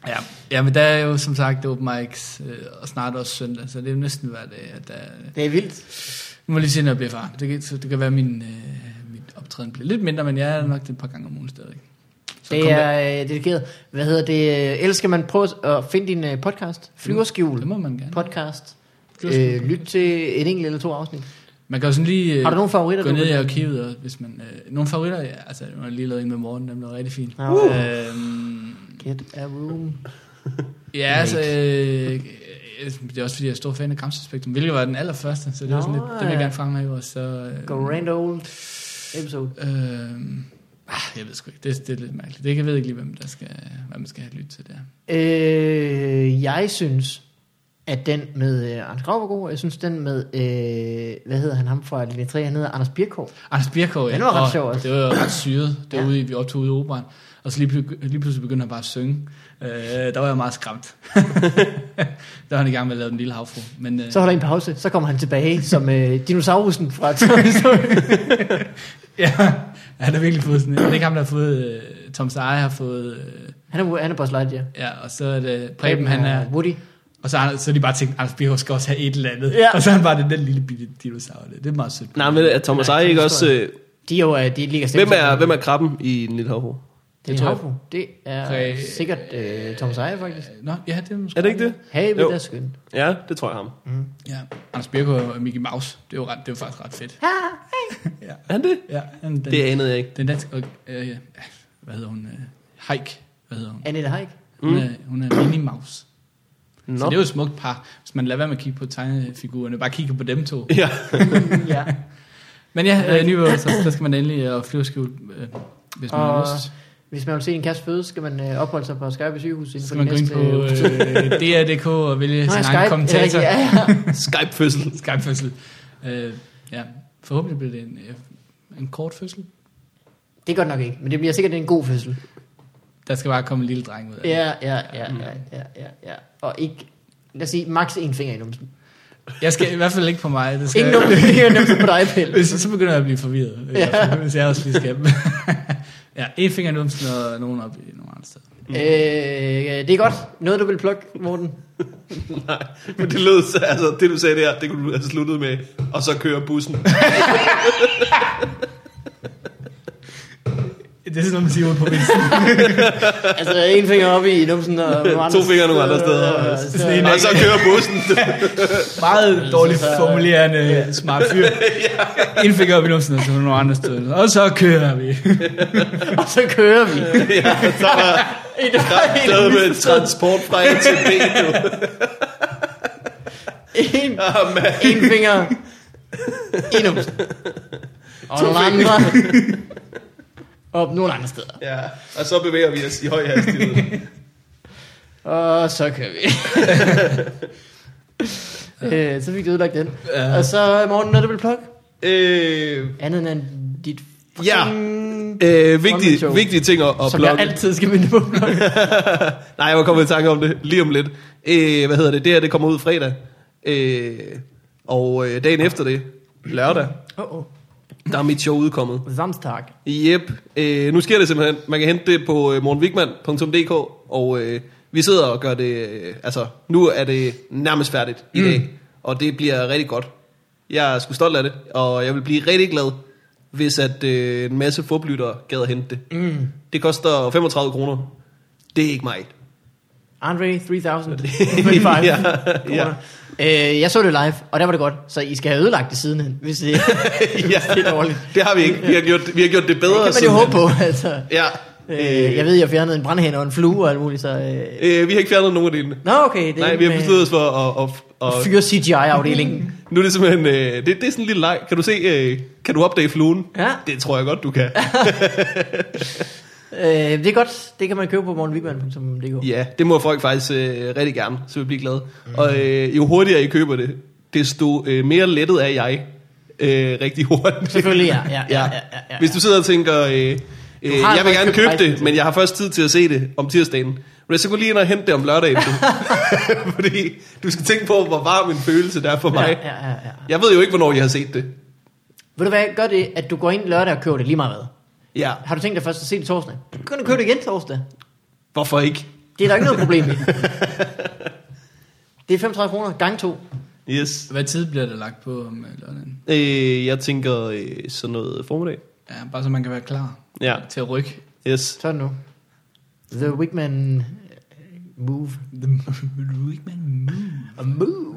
Speaker 3: Ja, ja men der er jo som sagt open mics, øh, og snart også søndag, så det er jo næsten hver dag, at der...
Speaker 1: Det er vildt.
Speaker 3: Nu må jeg lige se, når jeg bliver far. Det kan, så det kan være, at min, øh, min optræden bliver lidt mindre, men jeg er nok det et par gange om ugen stadig. Så
Speaker 1: Det
Speaker 3: kom med.
Speaker 1: er øh, dedikeret. Hvad hedder det? øh, Ellers skal man prøve at finde din øh, podcast.
Speaker 3: Mm. Det
Speaker 1: Flyverskjul
Speaker 3: må man gerne.
Speaker 1: podcast.
Speaker 3: Flyverskjul
Speaker 1: Øh, lyt til et enkelt eller to afsnit.
Speaker 3: Man kan jo sådan lige øh,
Speaker 1: Har du nogle favoritter?
Speaker 3: gå
Speaker 1: du
Speaker 3: ned i
Speaker 1: vil-
Speaker 3: arkivet, og hvis man... Øh, nogle favoritter? Ja, altså, jeg har lige lavet en med Morten, den blev rigtig fin.
Speaker 1: Nå, Uh.
Speaker 3: Øhm,
Speaker 1: Get a room.
Speaker 3: ja, altså... Øh, øh, det er også fordi, jeg er stor fan af Gramsci Spektrum, hvilket var den allerførste, så det var sådan lidt,
Speaker 1: Nå,
Speaker 3: det vil jeg
Speaker 1: ja.
Speaker 3: gerne fremhæve, og så... Øh,
Speaker 1: Go grand old episode.
Speaker 3: Øhm, ah, jeg ved sgu ikke. Det, det er lidt mærkeligt. Det, jeg ved ikke lige, hvem, der skal, hvad man skal have lyttet til der.
Speaker 1: Øh, jeg synes, at den med øh, Anders Grav var god. Jeg synes, den med, øh, hvad hedder han ham fra Linje 3? Han hedder Anders Birkov.
Speaker 3: Anders Birkow, ja.
Speaker 1: Den var ret
Speaker 3: Og
Speaker 1: sjov også.
Speaker 3: Det var jo ret syret derude, ja. vi optog ude i operan. Og så lige, pl- lige pludselig begyndte han bare at synge. Øh, der var jeg meget skræmt. der var han i gang med at lave den lille havfru. Men, øh,
Speaker 1: Så holder en pause, så kommer han tilbage som øh, dinosaurusen fra Toy Story.
Speaker 3: ja, han har virkelig fået sådan en. Det er ikke ham, der har fået... Øh, Tom Steyer har fået... Øh,
Speaker 1: Han er, han er Buzz Lightyear. Øh,
Speaker 3: ja, og så er det Preben, han er...
Speaker 1: Woody.
Speaker 3: Og så, har- så er de bare tænkt, Anders Birkow skal også have et eller andet.
Speaker 1: Ja.
Speaker 3: Og så er han bare den der lille bitte dinosaur. der. Det er meget sødt.
Speaker 2: Nej, men er Thomas Eje ikke også... Øh,
Speaker 1: De er jo øh, de er lige
Speaker 2: hvem, er, hvem er krabben i en lille havfru?
Speaker 1: Det er, en
Speaker 3: tror jeg.
Speaker 1: havfru. det er
Speaker 3: Præ-
Speaker 1: sikkert øh, Thomas Eje, faktisk.
Speaker 3: Nå, ja, det er måske.
Speaker 2: Er det ikke det?
Speaker 1: Havet
Speaker 2: Jo.
Speaker 1: er skønt.
Speaker 2: Ja, det tror jeg ham.
Speaker 3: Ja. Anders Birko og Mickey Mouse, det er jo, ret, det er jo faktisk ret fedt. ja,
Speaker 2: Er han det?
Speaker 3: ja han, den,
Speaker 2: Det anede jeg ikke.
Speaker 3: den dansk, og, øh, ja, hvad hedder hun? Øh, Heik, hvad hedder hun?
Speaker 1: Annette Haik.
Speaker 3: Hun, er, hun er Minnie Mouse.
Speaker 2: Nå.
Speaker 3: Så det er jo et smukt par, hvis man lader være med at kigge på tegnefigurerne, bare kigger på dem to.
Speaker 2: Ja.
Speaker 1: ja.
Speaker 3: Men ja, øh, nyvåret, så, der skal man endelig øh, flyveskjul, øh, hvis man har
Speaker 1: Og
Speaker 3: lyst.
Speaker 1: hvis man vil se en kasse føde, skal man øh, opholde sig på Skype sygehus inden
Speaker 3: Så
Speaker 1: for
Speaker 3: skal
Speaker 1: de
Speaker 3: man gå ind
Speaker 1: næste...
Speaker 3: på øh, DR.dk og vælge
Speaker 1: Nej,
Speaker 3: sin
Speaker 1: Skype.
Speaker 3: egen
Speaker 1: Det er
Speaker 3: kommentator.
Speaker 1: rigtigt, ja, ja.
Speaker 2: Skype-fødsel.
Speaker 3: Skype fødsel. Øh, ja, forhåbentlig bliver det en, øh, en kort fødsel.
Speaker 1: Det gør det nok ikke, men det bliver sikkert en god fødsel.
Speaker 3: Der skal bare komme en lille dreng ud af det.
Speaker 1: Ja, ja, ja, ja, ja, ja, ja. Og ikke, lad os sige, maks en finger i numsen.
Speaker 3: Jeg skal i hvert fald ikke på mig. Det skal
Speaker 1: Ingen numsen, finger i numsen på dig, Pelle.
Speaker 3: Hvis, så begynder jeg at blive forvirret, ja. hvis jeg også lige skal. ja, en finger i numsen og nogen op i nogle andre steder.
Speaker 1: Øh, det er godt. Noget, du vil plukke, Morten.
Speaker 2: Nej, men det lød, så- altså det du sagde der, det kunne du have sluttet med, og så kører bussen.
Speaker 3: Det er sådan noget, man siger ude på vinsten.
Speaker 1: Altså, en finger op i numsen og nogle andre
Speaker 2: To fingre nogle andre steder. altså.
Speaker 1: og så-
Speaker 3: Sådan en-
Speaker 2: Og så kører bussen.
Speaker 3: Meget dårligt formulerende ja. smart fyr. En finger op i numsen og så nogle andre steder. Og så kører vi.
Speaker 1: Og så kører vi.
Speaker 2: ja, så var
Speaker 1: Det var helt
Speaker 2: der med transport fra A til B. Du.
Speaker 1: En,
Speaker 2: Ah, mand.
Speaker 1: en finger i numsen. Og nogle andre op nogle andre steder.
Speaker 2: Ja, og så bevæger vi os i høj hastighed.
Speaker 1: Og så kører vi. øh, så fik du ødelagt den.
Speaker 3: Ja.
Speaker 1: Og så, Morten, noget, du vil plukke?
Speaker 2: øh,
Speaker 1: Andet end dit fucking...
Speaker 2: Ja. øh,
Speaker 1: Frontman
Speaker 2: vigtige,
Speaker 1: show.
Speaker 2: vigtige ting at, at
Speaker 1: Som
Speaker 2: plukke.
Speaker 1: jeg altid skal minde på.
Speaker 2: Nej, jeg var kommet i tanke om det lige om lidt. Øh, hvad hedder det? Det her, det kommer ud fredag. Øh, Og øh, dagen efter det, lørdag,
Speaker 1: Åh, oh,
Speaker 2: der er mit show udkommet.
Speaker 1: oh. Samstag.
Speaker 2: Yep. Øh, nu sker det simpelthen. Man kan hente det på øh, morgenvigman.dk, og øh, vi sidder og gør det... Øh, altså, nu er det nærmest færdigt i mm. dag, og det bliver rigtig godt. Jeg er sgu stolt af det, og jeg vil blive rigtig glad, hvis at øh, en masse forblødder gad at hente det. Mm. Det koster 35 kroner. Det er ikke mig.
Speaker 1: Andre 3000. 25
Speaker 2: Ja, ja.
Speaker 1: kroner. Øh, jeg så det live, og der var det godt. Så I skal have ødelagt det sidenhen, hvis det,
Speaker 2: ja,
Speaker 1: hvis det er dårligt.
Speaker 2: det har vi ikke. Vi har gjort, vi har gjort det bedre.
Speaker 1: Det kan man jo
Speaker 2: siden.
Speaker 1: håbe på, altså.
Speaker 2: Ja.
Speaker 1: Øh, jeg ved, jeg fjernede en brandhæn og en flue og alt muligt, så... Øh.
Speaker 2: Øh, vi har ikke fjernet nogen af delene.
Speaker 1: Nå, okay. Det er
Speaker 2: Nej, vi har besluttet os for at, at, at,
Speaker 1: at fyre CGI-afdelingen.
Speaker 2: Nu er det simpelthen, øh, det, det er sådan en lille leg. Kan du se, øh, kan du opdage fluen?
Speaker 1: Ja.
Speaker 2: Det tror jeg godt, du kan.
Speaker 1: øh, det er godt. Det kan man købe på morgenvigman.dk.
Speaker 2: ja, det må folk faktisk øh, rigtig gerne, så vi bliver glade. Mm. Og øh, jo hurtigere I køber det, desto øh, mere lettet er jeg øh, rigtig hurtigt.
Speaker 1: Selvfølgelig, ja, ja, ja, ja, ja, ja.
Speaker 2: Hvis du sidder og tænker,
Speaker 1: har
Speaker 2: øh, øh, jeg vil
Speaker 1: faktisk
Speaker 2: gerne
Speaker 1: købt
Speaker 2: købe
Speaker 1: rejsen
Speaker 2: det,
Speaker 1: til.
Speaker 2: men jeg har først tid til at se det om tirsdagen. Men så gå lige ind og hente det om lørdagen. du. Fordi du skal tænke på, hvor varm en følelse der er for mig.
Speaker 1: Ja, ja, ja, ja.
Speaker 2: Jeg ved jo ikke, hvornår jeg har set det.
Speaker 1: Ved du hvad, gør det, at du går ind lørdag og køber det lige meget hvad?
Speaker 2: Ja,
Speaker 1: Har du tænkt dig først at se det torsdag? Du kan du købe det igen torsdag.
Speaker 2: hvorfor ikke?
Speaker 1: Det er der ikke noget problem i. Det er 35 kroner, gang to.
Speaker 2: Yes.
Speaker 3: Hvad tid bliver det lagt på om øh, lørdagen?
Speaker 2: Øh, jeg tænker øh, sådan noget formiddag.
Speaker 3: Ja, bare så man kan være klar
Speaker 2: Ja,
Speaker 3: til at rykke.
Speaker 2: yes.
Speaker 1: Sådan nu. The Wigman øh, move.
Speaker 3: The Wigman Move.
Speaker 1: A move.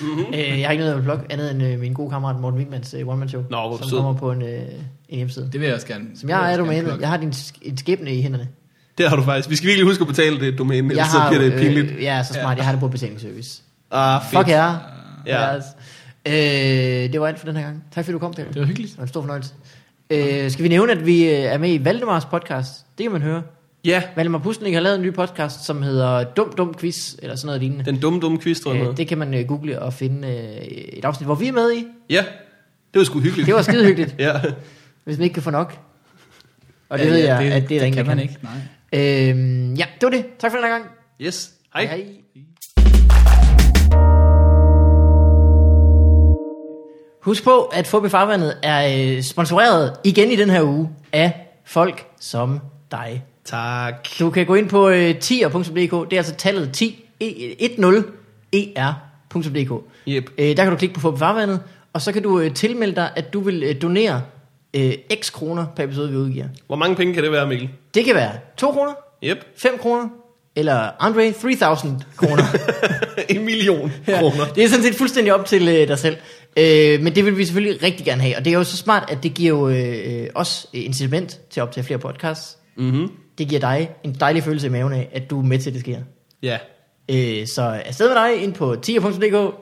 Speaker 1: Mm-hmm. Øh, jeg har ikke noget at blogge andet end øh, min gode kammerat Morten Wigmans øh, One Man Show,
Speaker 2: Nå, hvor
Speaker 1: som
Speaker 2: sød.
Speaker 1: kommer på en, øh, en hjemmeside.
Speaker 3: Det vil jeg også gerne.
Speaker 1: Som jeg ejer
Speaker 3: det vil også gerne
Speaker 1: domænet. Jeg har din sk- en skæbne i hænderne.
Speaker 2: Det har du faktisk. Vi skal virkelig huske at betale det domæne,
Speaker 1: jeg
Speaker 2: ellers så bliver det
Speaker 1: jo,
Speaker 2: pinligt.
Speaker 1: Øh, jeg er så smart, jeg har det på betalingsservice.
Speaker 2: ah, fedt.
Speaker 1: Fuck jer.
Speaker 2: Ja.
Speaker 1: Ja. Øh, det var alt for den her gang. Tak fordi du kom, Peter.
Speaker 3: plukke. Det var hyggeligt.
Speaker 1: Det var en stor fornøjelse. Øh, skal vi nævne, at vi øh, er med i Valdemars podcast? Det kan man høre.
Speaker 2: Ja,
Speaker 1: Valdemar Pusnik har lavet en ny podcast, som hedder Dum Dum Quiz, eller sådan noget lignende.
Speaker 2: den dumme, dumme quiz, tror jeg.
Speaker 1: Øh,
Speaker 2: noget.
Speaker 1: det kan man øh, google og finde øh, et afsnit, hvor vi er med i.
Speaker 2: Ja, det var sgu hyggeligt.
Speaker 1: Det var skide hyggeligt,
Speaker 2: Ja.
Speaker 1: hvis man ikke kan få nok. Og det ja, ved jeg, det, at det er der
Speaker 3: det
Speaker 1: ingen,
Speaker 3: kan
Speaker 1: der
Speaker 3: man ikke. Nej.
Speaker 1: Øhm, ja, det var det. Tak for den her gang.
Speaker 2: Yes. Hej. Hej.
Speaker 1: Husk på, at Fubi Farvandet er øh, sponsoreret igen i den her uge af folk som dig.
Speaker 2: Tak.
Speaker 1: Du kan gå ind på øh, 10er.dk. Det er altså tallet 10, e- 10er.dk.
Speaker 2: Yep.
Speaker 1: Øh, der kan du klikke på Fubi Farvandet, og så kan du øh, tilmelde dig, at du vil øh, donere øh, x kroner per episode, vi udgiver.
Speaker 2: Hvor mange penge kan det være, Mikkel?
Speaker 1: Det kan være 2 kroner,
Speaker 2: Yep.
Speaker 1: 5 kroner, eller Andre 3000 kroner.
Speaker 2: en million ja. kroner.
Speaker 1: Det er sådan set fuldstændig op til øh, dig selv. Øh, men det vil vi selvfølgelig rigtig gerne have. Og det er jo så smart, at det giver jo øh, øh, os incitament til at optage flere podcasts.
Speaker 2: Mm-hmm.
Speaker 1: Det giver dig en dejlig følelse i maven af, at du er med til, at det sker.
Speaker 2: Ja.
Speaker 1: Øh, så afsted med dig ind på 10.dk.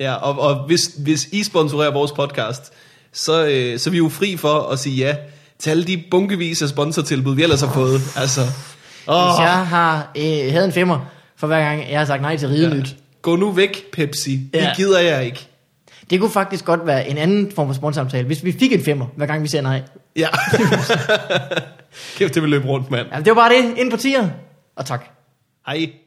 Speaker 2: Ja, og, og hvis, hvis I sponsorerer vores podcast, så, øh, så er vi jo fri for at sige ja til alle de bunkevis af sponsortilbud, vi ellers har fået. Altså,
Speaker 1: Hvis
Speaker 2: åh,
Speaker 1: jeg har øh, havde en femmer for hver gang, jeg har sagt nej til ridenyt. Ja.
Speaker 2: gå nu væk, Pepsi. Ja.
Speaker 1: Ja.
Speaker 2: Det gider jeg ikke.
Speaker 1: Det kunne faktisk godt være en anden form for sponsorsamtale, hvis vi fik en femmer, hver gang vi siger nej.
Speaker 2: Ja. Kæft, det vil løbe rundt, mand.
Speaker 1: Altså, Ja, det var bare det. Ind på 10'er. Og tak.
Speaker 2: Hej.